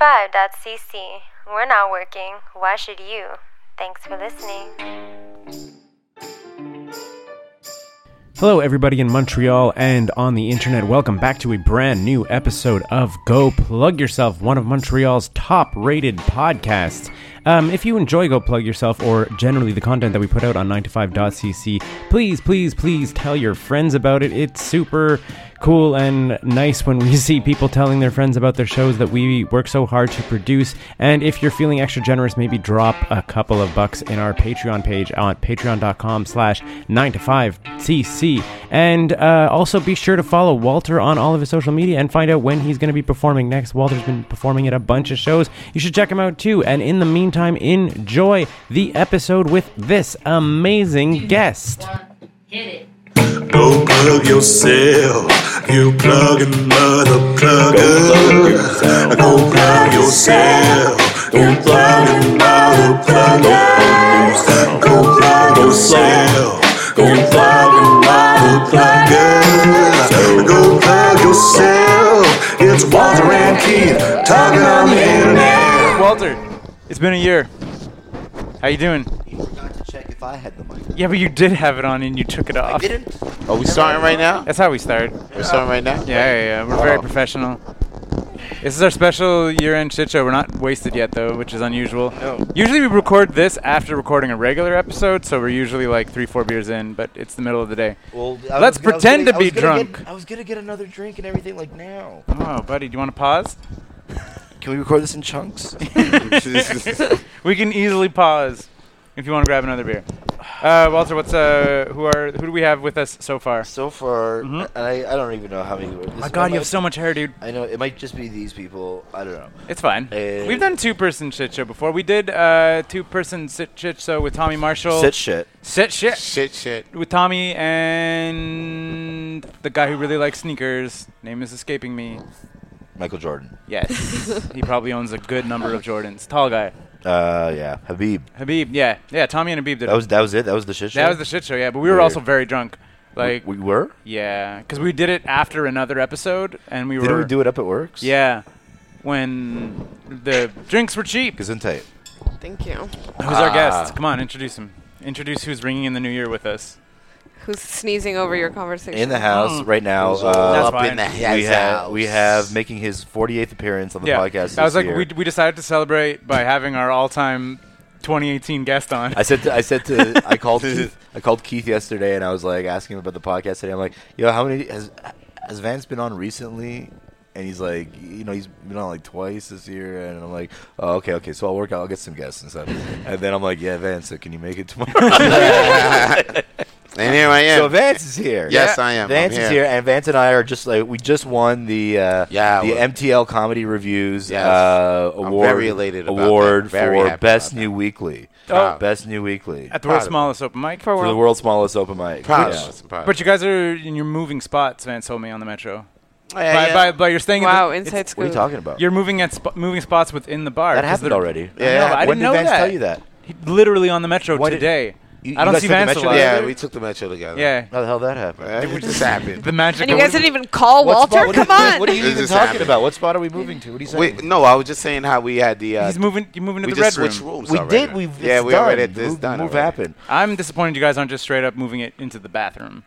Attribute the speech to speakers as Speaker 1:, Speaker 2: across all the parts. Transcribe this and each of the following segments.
Speaker 1: 9to5.cc. We're not working. Why should you? Thanks for listening.
Speaker 2: Hello, everybody in Montreal and on the internet. Welcome back to a brand new episode of Go Plug Yourself, one of Montreal's top rated podcasts. Um, if you enjoy Go Plug Yourself or generally the content that we put out on 9to5.cc, please, please, please tell your friends about it. It's super cool and nice when we see people telling their friends about their shows that we work so hard to produce. And if you're feeling extra generous, maybe drop a couple of bucks in our Patreon page on patreon.com slash 9to5cc. And uh, also be sure to follow Walter on all of his social media and find out when he's going to be performing next. Walter's been performing at a bunch of shows. You should check him out too. And in the meantime, enjoy the episode with this amazing guest.
Speaker 3: Go plug yourself. You plugging mother plugger. Go plug yourself. You plugging mother plugger. Go plug yourself. Go plugging mother plugger. Go plug yourself. It's Walter and Keith talking on the internet.
Speaker 4: Walter, it's been a year. How you doing?
Speaker 5: forgot to check if I had the mic.
Speaker 4: Yeah, but you did have it on and you took it off.
Speaker 5: Didn't.
Speaker 6: Are we starting right now?
Speaker 4: That's how we start. Yeah,
Speaker 6: We're starting right now?
Speaker 4: yeah, yeah. We're very
Speaker 6: Oh.
Speaker 4: professional. This is our special year-end shit show. We're not wasted yet though, which is unusual.
Speaker 6: No.
Speaker 4: Usually we record this after recording a regular episode, so we're usually like three, four beers in, but it's the middle of the day.
Speaker 5: Well,
Speaker 4: Let's pretend to be drunk.
Speaker 5: I was gonna get another drink and everything like now.
Speaker 4: Oh, buddy, do you want to pause?
Speaker 5: Can we record this in chunks?
Speaker 4: We can easily pause if you want to grab another beer. Uh, Walter, what's uh, who are who do we have with us so far?
Speaker 5: so far, and I, I don't even know how many. Were. This
Speaker 4: Mm-hmm. My God, you
Speaker 5: it
Speaker 4: have
Speaker 5: might-
Speaker 4: so much hair, dude.
Speaker 5: I know it might just be these people. I don't know.
Speaker 4: It's fine.
Speaker 5: Uh,
Speaker 4: We've done two person shit show before. We did uh, two person sit shit show with Tommy Marshall.
Speaker 5: Sit shit.
Speaker 4: Sit shit
Speaker 6: Shit, shit.
Speaker 4: with Tommy and the guy who really likes sneakers. Name is escaping me.
Speaker 5: Michael Jordan.
Speaker 4: Yes, he probably owns a good number of Jordans. Tall guy.
Speaker 5: Uh, yeah, Habib.
Speaker 4: Habib. Yeah, yeah. Tommy and Habib did.
Speaker 5: That was that was it. That was the shit show.
Speaker 4: that was the shit show. Yeah, but we were
Speaker 5: Weird.
Speaker 4: also very drunk. Like
Speaker 5: we were.
Speaker 4: yeah, because we did it after another episode, and we
Speaker 5: Didn't
Speaker 4: were
Speaker 5: we do it up at works?
Speaker 4: yeah when the drinks were cheap.
Speaker 5: Gesundheit.
Speaker 7: Thank you.
Speaker 4: Who's our
Speaker 5: Ah.
Speaker 4: guest? Come on, introduce him. Introduce who's ringing in the new year with us.
Speaker 7: Who's sneezing over your conversation?
Speaker 5: In the house right now.
Speaker 4: Mm. That's
Speaker 5: Uh,
Speaker 4: fine.
Speaker 5: we have we have making his 48th appearance on the
Speaker 4: yeah,
Speaker 5: podcast.
Speaker 4: I was
Speaker 5: this
Speaker 4: like,
Speaker 5: year.
Speaker 4: we, we decided to celebrate by having our all-time 2018 guest on.
Speaker 5: I said to, I said to I called Keith, I called Keith yesterday and I was like asking him about the podcast today. I'm like, yo, how many has has Vance been on recently? And he's like, you know, he's been on like twice this year. And I'm like, oh, okay, okay, so I'll work out. I'll get some guests and stuff. And then I'm like, yeah, Vance, so can you make it tomorrow?
Speaker 6: And here I am.
Speaker 5: so Vance is here.
Speaker 6: yes, I am.
Speaker 5: Vance
Speaker 6: I'm
Speaker 5: is here, and Vance and I are just like we just won the uh,
Speaker 6: Yeah,
Speaker 5: the
Speaker 6: well-
Speaker 5: MTL Comedy Reviews
Speaker 6: Yes.
Speaker 5: uh,
Speaker 6: I'm
Speaker 5: award
Speaker 6: very elated about that.
Speaker 5: award
Speaker 6: Very happy
Speaker 5: for
Speaker 6: about
Speaker 5: best
Speaker 6: that.
Speaker 5: new weekly,
Speaker 4: Oh.
Speaker 5: best new weekly
Speaker 4: At the world's
Speaker 6: Proud of
Speaker 4: smallest open mic.
Speaker 7: for
Speaker 5: for the
Speaker 7: world.
Speaker 5: world's smallest open mic.
Speaker 6: Proud.
Speaker 5: Yeah.
Speaker 6: Proud.
Speaker 4: But you guys are in your moving spots, Vance told me on the metro.
Speaker 6: Yeah,
Speaker 4: by,
Speaker 6: yeah.
Speaker 4: by, by you're staying.
Speaker 7: Wow,
Speaker 4: at the,
Speaker 7: inside scoop.
Speaker 5: What are you talking about?
Speaker 4: it's- You're moving at sp- moving spots within the bar.
Speaker 5: that
Speaker 4: 'cause
Speaker 5: happened
Speaker 4: they're-
Speaker 5: already. Oh,
Speaker 4: I know,
Speaker 6: Yeah.
Speaker 4: but I
Speaker 5: when
Speaker 4: didn't know
Speaker 5: did Vance
Speaker 4: that.
Speaker 5: tell you that?
Speaker 4: He- literally on the metro
Speaker 5: Why did-
Speaker 4: today.
Speaker 5: You- you
Speaker 4: I don't
Speaker 5: guys
Speaker 4: see
Speaker 5: took the
Speaker 4: Vance
Speaker 5: metro
Speaker 4: a lot.
Speaker 6: yeah, we took the metro together.
Speaker 4: yeah.
Speaker 5: How the hell that happened?
Speaker 6: Right? It just happened.
Speaker 4: The magic.
Speaker 7: and you
Speaker 4: of-
Speaker 7: guys didn't even call Walter. Come on.
Speaker 5: What are you
Speaker 6: This
Speaker 5: even
Speaker 6: is
Speaker 5: talking
Speaker 6: happening.
Speaker 5: about? What spot are we moving to? What are you saying?
Speaker 6: Wait, no, I was just saying how we had the. Uh,
Speaker 4: He's moving. You're moving to
Speaker 6: we
Speaker 4: the
Speaker 6: just
Speaker 4: red
Speaker 6: switched
Speaker 4: room.
Speaker 6: rooms.
Speaker 5: we
Speaker 6: already.
Speaker 5: did. We've it's
Speaker 6: yeah, we
Speaker 5: done.
Speaker 6: already did this
Speaker 5: move,
Speaker 6: done.
Speaker 5: move
Speaker 6: already.
Speaker 5: happened.
Speaker 4: I'm disappointed you guys aren't just straight up moving it into the bathroom.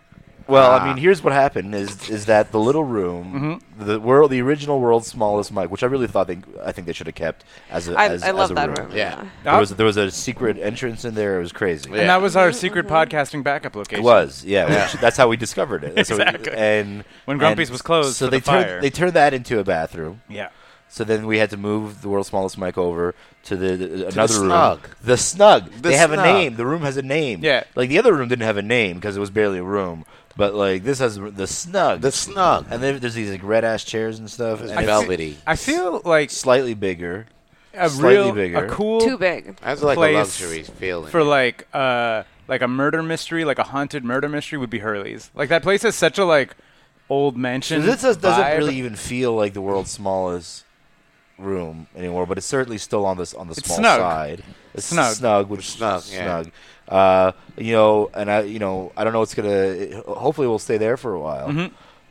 Speaker 5: Well,
Speaker 6: Ah. Mm-hmm.
Speaker 5: I mean, here's what happened: is is that the little room, the world, the original world's smallest mic, which I really thought they, I think they should have kept as a,
Speaker 7: I,
Speaker 5: as,
Speaker 7: I love
Speaker 5: as a
Speaker 7: that room.
Speaker 6: Yeah.
Speaker 5: There was there was a secret entrance in there. It was crazy.
Speaker 6: Ah. Yeah.
Speaker 4: And that was our secret
Speaker 7: uh-huh.
Speaker 4: podcasting backup location.
Speaker 5: It was, yeah. Which, that's how we discovered it. That's how we-
Speaker 4: Exactly.
Speaker 5: and
Speaker 4: When Grumpy's
Speaker 5: and
Speaker 4: was closed
Speaker 5: so
Speaker 4: for
Speaker 5: they
Speaker 4: the
Speaker 5: turned
Speaker 4: fire.
Speaker 5: they turned that into a bathroom.
Speaker 4: Yeah.
Speaker 5: So then we had to move the world's smallest mic over to the, the another
Speaker 6: Snug.
Speaker 5: room. The snug.
Speaker 6: The
Speaker 5: they have
Speaker 6: Snug.
Speaker 5: a name. The room has a name.
Speaker 4: Yeah.
Speaker 5: Like the other room didn't have a name because it was barely a room. But like this has the snug.
Speaker 6: The snug.
Speaker 5: and then there's these like red ass chairs and stuff. And
Speaker 6: I
Speaker 5: it's
Speaker 6: velvety.
Speaker 4: I feel like
Speaker 5: slightly bigger.
Speaker 4: a
Speaker 5: slightly
Speaker 4: real,
Speaker 5: bigger.
Speaker 4: a cool
Speaker 7: Too big.
Speaker 6: That's like
Speaker 4: place
Speaker 6: a luxury feeling.
Speaker 4: for like uh like a murder mystery, like a haunted murder mystery would be Hurley's. Like that place is such a like old mansion.
Speaker 5: This does,
Speaker 4: vibe.
Speaker 5: doesn't really even feel like the world's smallest room anymore, but it's certainly still on this on the
Speaker 4: It's
Speaker 5: small
Speaker 4: snug.
Speaker 5: side. It's
Speaker 4: Snug.
Speaker 5: snug, which
Speaker 6: Snug,
Speaker 5: snug,
Speaker 6: yeah.
Speaker 5: snug. Uh, you know, and I, you know, I don't know. It's gonna. It, hopefully, we'll stay there for a while.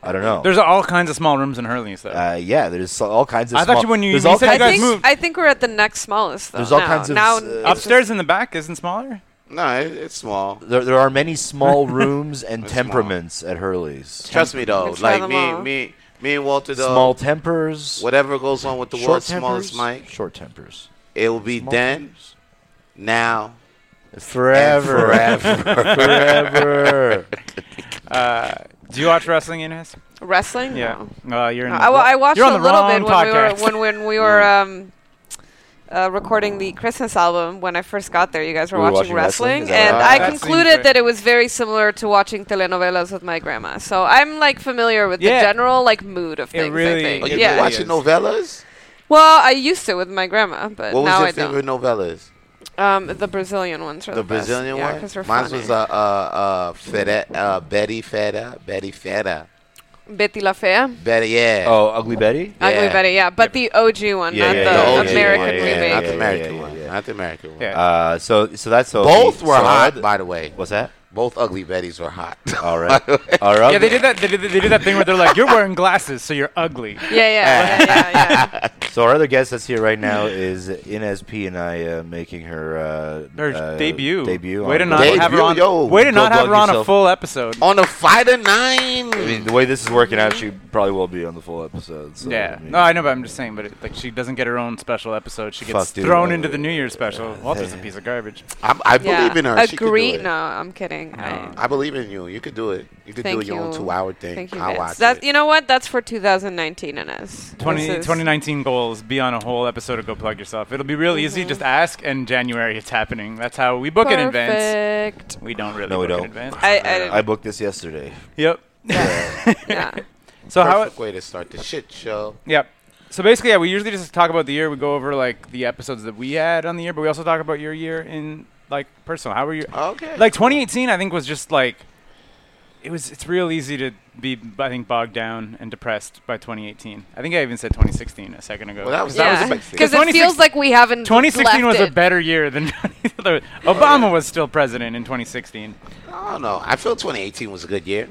Speaker 5: I don't know.
Speaker 4: Mm-hmm. There's all kinds of small rooms in Hurley's though.
Speaker 5: uh, yeah, there's so- all kinds of.
Speaker 4: I thought
Speaker 5: small-
Speaker 4: you- when you-
Speaker 5: there's
Speaker 4: you
Speaker 5: all
Speaker 4: said you
Speaker 7: I
Speaker 5: kinds
Speaker 4: guys
Speaker 5: of,
Speaker 7: think
Speaker 4: moved.
Speaker 7: I think we're at the next smallest though.
Speaker 5: There's all
Speaker 7: now.
Speaker 5: kinds of
Speaker 7: now.
Speaker 5: s- uh,
Speaker 7: it's-
Speaker 4: Upstairs in the back isn't smaller.
Speaker 6: No, it, it's small.
Speaker 5: There, there are many small rooms and
Speaker 6: It's small.
Speaker 5: temperaments at Hurley's.
Speaker 6: Trust me though,
Speaker 7: Let's try
Speaker 6: like
Speaker 7: them
Speaker 6: me,
Speaker 7: all.
Speaker 6: me, me and Walter though.
Speaker 5: Small tempers.
Speaker 6: whatever goes on with uh, the
Speaker 5: short
Speaker 6: world's
Speaker 5: tempers.
Speaker 6: smallest mic,
Speaker 5: Short tempers.
Speaker 6: it will be
Speaker 5: Small
Speaker 6: then,
Speaker 5: tempers.
Speaker 6: now,
Speaker 5: Forever.
Speaker 6: forever.
Speaker 5: forever.
Speaker 4: Uh, do you watch wrestling, Ines?
Speaker 7: Wrestling.
Speaker 4: Yeah.
Speaker 7: No.
Speaker 4: Uh, you're in
Speaker 7: No,
Speaker 4: the
Speaker 7: I, wa-
Speaker 4: wrong-
Speaker 7: I watched
Speaker 4: you're on
Speaker 7: a
Speaker 4: the
Speaker 7: little
Speaker 4: wrong
Speaker 7: bit when we were
Speaker 4: podcast.
Speaker 7: when, when we were um, uh, recording the Christmas album. When I first got there, you guys were,
Speaker 5: We were
Speaker 7: watching,
Speaker 5: watching wrestling?
Speaker 7: wrestling,
Speaker 5: Is that
Speaker 7: and
Speaker 4: right?
Speaker 7: I
Speaker 4: That seems
Speaker 7: concluded
Speaker 4: right.
Speaker 7: that it was very similar to watching telenovelas with my grandma. So I'm like familiar with
Speaker 4: Yeah.
Speaker 7: the general like mood of things.
Speaker 4: really-
Speaker 7: I think.
Speaker 6: Are
Speaker 4: it
Speaker 6: Oh, you
Speaker 7: yeah.
Speaker 6: been watching
Speaker 4: really
Speaker 6: novellas?
Speaker 7: Well, I used to with my grandma, but
Speaker 6: What was
Speaker 7: now
Speaker 6: your
Speaker 7: I don't.
Speaker 6: favorite novellas?
Speaker 7: Um, the Brazilian ones are the,
Speaker 6: The
Speaker 7: best.
Speaker 6: Brazilian
Speaker 7: Yeah,
Speaker 6: one.
Speaker 7: 'cause they're
Speaker 6: Mine
Speaker 7: funny.
Speaker 6: was uh, uh, uh, Fede, uh, Betty Feta, Betty Feta,
Speaker 7: Betty La Fea.
Speaker 6: Betty. Yeah.
Speaker 5: Oh, Ugly Betty?
Speaker 6: Yeah.
Speaker 7: Ugly Betty, yeah, but the OG one,
Speaker 5: Yeah,
Speaker 7: not
Speaker 5: yeah,
Speaker 7: the
Speaker 5: yeah, yeah,
Speaker 6: OG
Speaker 7: American
Speaker 6: one, yeah,
Speaker 7: remake.
Speaker 6: Not the
Speaker 5: Yeah,
Speaker 6: American
Speaker 5: yeah,
Speaker 6: one.
Speaker 5: yeah.
Speaker 6: Not the American one.
Speaker 4: Yeah.
Speaker 5: Uh, so, so that's Sophie.
Speaker 6: Both were
Speaker 5: So
Speaker 6: hot,
Speaker 5: other-
Speaker 6: by the way.
Speaker 5: What's that?
Speaker 6: Both ugly Bettys were hot.
Speaker 5: All right. All right.
Speaker 4: yeah, they did that. They did, they did that thing where they're like, "You're wearing glasses, so you're ugly."
Speaker 7: Yeah, yeah, yeah, yeah, yeah.
Speaker 5: So our other guest that's here right now is Inez P. and I uh, making her uh,
Speaker 4: Her
Speaker 5: uh,
Speaker 4: debut.
Speaker 5: Debut.
Speaker 4: Way to
Speaker 5: on-
Speaker 4: not have her
Speaker 6: Debut,
Speaker 4: on.
Speaker 6: yo.
Speaker 4: way to
Speaker 5: Go
Speaker 4: not have
Speaker 5: plug
Speaker 4: her on a
Speaker 5: yourself.
Speaker 4: full episode.
Speaker 6: On a fighter
Speaker 5: I mean,
Speaker 6: nine.
Speaker 5: the way this is working out, she probably will be on the full episode. So,
Speaker 4: yeah.
Speaker 5: I mean,
Speaker 4: No, I know, but I'm just saying. But it, like, she doesn't get her own special episode. She gets
Speaker 5: Fuck, dude.
Speaker 4: thrown into the New Year's special. Walter's a
Speaker 5: yeah.
Speaker 4: piece of garbage.
Speaker 6: I, I believe in her. She could do
Speaker 7: Agree?
Speaker 6: it.
Speaker 7: No, I'm kidding. I,
Speaker 6: I believe in you. You could do it. You could
Speaker 7: Thank
Speaker 6: do your own
Speaker 7: you.
Speaker 6: two-hour thing.
Speaker 7: thank you,
Speaker 6: I
Speaker 7: Vince.
Speaker 6: watch
Speaker 7: That's
Speaker 6: it.
Speaker 7: you know what? That's for 2019 in us.
Speaker 4: 20,
Speaker 7: This is-
Speaker 4: 2019 goals. Be on a whole episode of Go Plug Yourself. It'll be real
Speaker 7: Mm-hmm.
Speaker 4: easy. Just ask, and January it's happening. That's how we book in advance.
Speaker 7: Perfect.
Speaker 4: We don't really.
Speaker 5: No, we
Speaker 4: book
Speaker 5: don't.
Speaker 4: In advance.
Speaker 7: I, I,
Speaker 5: I booked this yesterday.
Speaker 4: yep.
Speaker 7: yeah.
Speaker 4: So how? It,
Speaker 6: Perfect way to start the shit show.
Speaker 4: Yep. So basically, yeah, we usually just talk about the year. We go over like the episodes that we had on the year, but we also talk about your year in like personal. How were you?
Speaker 6: Okay.
Speaker 4: Like 2018, I think was just like it was. It's real easy to be, I think, bogged down and depressed by 2018. I think I even said 2016 a second ago.
Speaker 6: well, that was
Speaker 7: yeah.
Speaker 6: that was a big
Speaker 7: Because
Speaker 6: thing.
Speaker 7: it
Speaker 4: 2016
Speaker 7: feels like we haven't.
Speaker 4: 2016 was
Speaker 7: left
Speaker 4: a
Speaker 7: it.
Speaker 4: better year than Obama was still president in 2016.
Speaker 6: I don't know. I feel 2018 was a good year.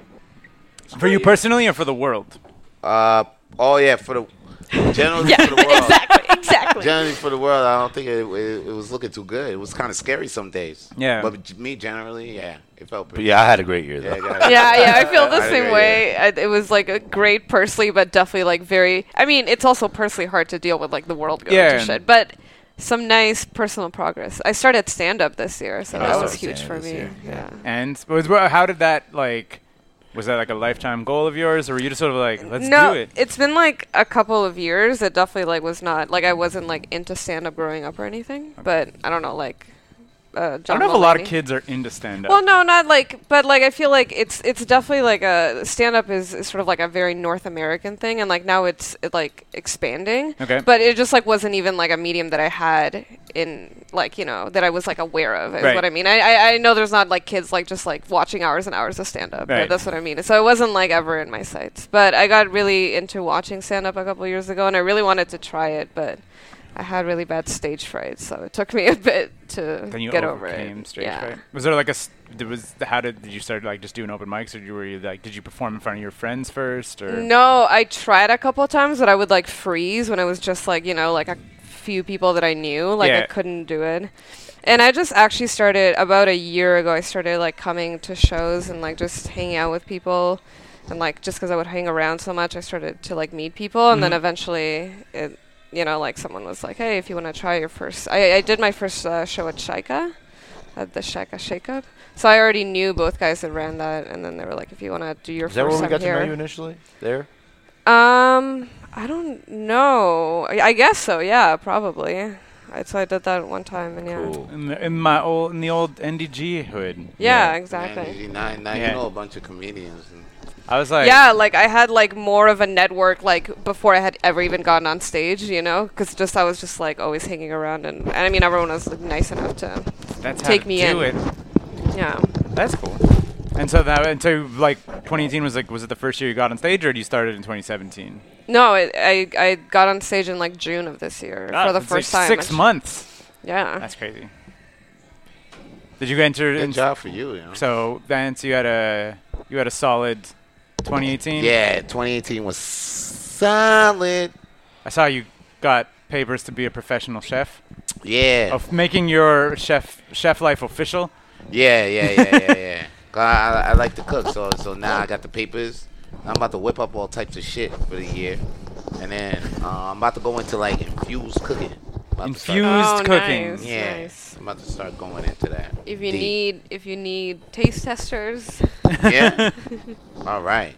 Speaker 4: For you personally or for the world?
Speaker 6: Uh, oh yeah, for the generally for the world.
Speaker 7: exactly. Exactly.
Speaker 6: Generally for the world, I don't think it, it, it was looking too good. It was kind of scary some days.
Speaker 4: Yeah.
Speaker 6: But g- me generally, yeah, it felt
Speaker 5: But
Speaker 6: pretty.
Speaker 5: yeah, I had a great year though.
Speaker 6: yeah,
Speaker 7: yeah, yeah, I feel the
Speaker 6: I
Speaker 7: same
Speaker 6: agree,
Speaker 7: way. I, it was like a great personally, but definitely like very. I mean, it's also personally hard to deal with like the world going
Speaker 4: Yeah.
Speaker 7: to shit, but some nice personal progress. I started stand up this year, so that
Speaker 5: started
Speaker 7: was huge
Speaker 5: stand-up
Speaker 7: for
Speaker 5: this
Speaker 7: me.
Speaker 5: year, yeah.
Speaker 7: Yeah.
Speaker 4: And was, how did that like? Was that like a lifetime goal of yours, or were you just sort of like, let's
Speaker 7: no,
Speaker 4: do it?
Speaker 7: has been like a couple of years. It definitely like was not like I wasn't like into stand up growing up or anything, but I don't know like. Uh,
Speaker 4: I
Speaker 7: John
Speaker 4: don't know if a lot of
Speaker 7: Mulaney.
Speaker 4: kids are into stand up.
Speaker 7: Well, no, not like, but like I feel like it's it's definitely like a stand up is, is sort of like a very North American thing, and like now it's it, like expanding.
Speaker 4: Okay.
Speaker 7: But it just like wasn't even like a medium that I had in like you know that I was like aware of is
Speaker 4: Right.
Speaker 7: what I mean. I, I I know there's not like kids like just like watching hours and hours of stand up.
Speaker 4: Right.
Speaker 7: That's what I mean. So it wasn't like ever in my sights. But I got really into watching stand up a couple years ago, and I really wanted to try it, but. I had really bad stage fright, so it took me a bit to
Speaker 4: then you
Speaker 7: get over
Speaker 4: overcame
Speaker 7: it.
Speaker 4: stage
Speaker 7: yeah.
Speaker 4: fright. Was there like a s- did- was how did, did you start like just doing open mics, or you- were you like did you perform in front of your friends first, or
Speaker 7: No, I tried a couple times, but I would like freeze when I was just like you know like a few people that I knew. Like
Speaker 4: Yeah.
Speaker 7: I couldn't do it, and I just actually started about a year ago. I started like coming to shows and like just hanging out with people, and like just because I would hang around so much, I started to like meet people, and then
Speaker 5: Mm-hmm.
Speaker 7: eventually it. You know, like someone was like, "Hey, if you want to try your first, I, I did my first uh, show at Shaika, at the Shaika Shakeup. So I already knew both guys that ran that, and then they were like, "If you want to do your
Speaker 5: Is
Speaker 7: first
Speaker 5: that where we
Speaker 7: time
Speaker 5: got
Speaker 7: here,
Speaker 5: to know you initially? There.
Speaker 7: um, I don't know. I I guess so. Yeah, probably. I, so I did that one time, and yeah,
Speaker 5: Cool.
Speaker 4: in, the, in my old in the old NDG hood?
Speaker 7: yeah,
Speaker 6: Man,
Speaker 7: exactly.
Speaker 6: you- now now
Speaker 4: Yeah.
Speaker 6: you know a bunch of comedians. And
Speaker 4: I was like,
Speaker 7: Yeah, like I had like more of a network like before I had ever even gotten on stage, you know, because just I was just like always hanging around, and, and I mean everyone was like, nice enough to,
Speaker 4: that's
Speaker 7: take
Speaker 4: how to
Speaker 7: me
Speaker 4: do
Speaker 7: in.
Speaker 4: it.
Speaker 7: yeah.
Speaker 4: That's cool. And so that and so like 2018 was like was it the first year you got on stage or did you started in 2017?
Speaker 7: No, I, I I got on stage in like June of this year
Speaker 4: Ah,
Speaker 7: for the
Speaker 4: it's, like,
Speaker 7: first time.
Speaker 4: Six months.
Speaker 7: Yeah.
Speaker 4: That's crazy. Did you enter?
Speaker 6: good
Speaker 4: in-
Speaker 6: job for you. you know?
Speaker 4: So then so you had a you had a solid 2018.
Speaker 6: Yeah, 2018 was solid.
Speaker 4: I saw you got papers to be a professional chef.
Speaker 6: Yeah.
Speaker 4: Of making your chef chef life official.
Speaker 6: Yeah, yeah, yeah, yeah, yeah. 'Cause I, I, I like to cook, so so now I got the papers. I'm about to whip up all types of shit for the year, and then uh, I'm about to go into like infused cooking. About to start-
Speaker 4: Infused
Speaker 7: Oh,
Speaker 4: cooking.
Speaker 7: nice.
Speaker 6: yeah,
Speaker 7: Nice.
Speaker 6: I'm about to start going into that.
Speaker 7: If you
Speaker 6: deep.
Speaker 7: need, if you need taste testers,
Speaker 6: yeah. All right.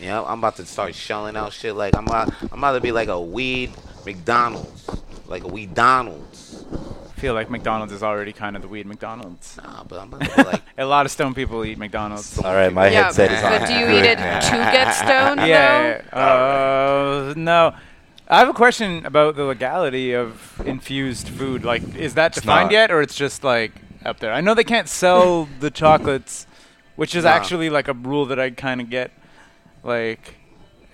Speaker 6: Yeah, I'm about to start shelling out shit like I'm about, I'm about to be like a weed McDonald's, like a weed Donald's.
Speaker 4: I feel like McDonald's is already kind of the weed McDonald's.
Speaker 6: Nah, but I'm about to be like
Speaker 4: A lot of stone people eat McDonald's.
Speaker 5: All right, my
Speaker 7: yeah.
Speaker 5: headset is on.
Speaker 7: But do you eat it to get stoned?
Speaker 4: Yeah. yeah, yeah. Uh, no. I have a question about the legality of infused food. Like, is that defined
Speaker 5: not.
Speaker 4: yet, or it's just like up there? I know they can't sell the chocolates, which is
Speaker 6: No.
Speaker 4: actually like a rule that I kind of get. Like,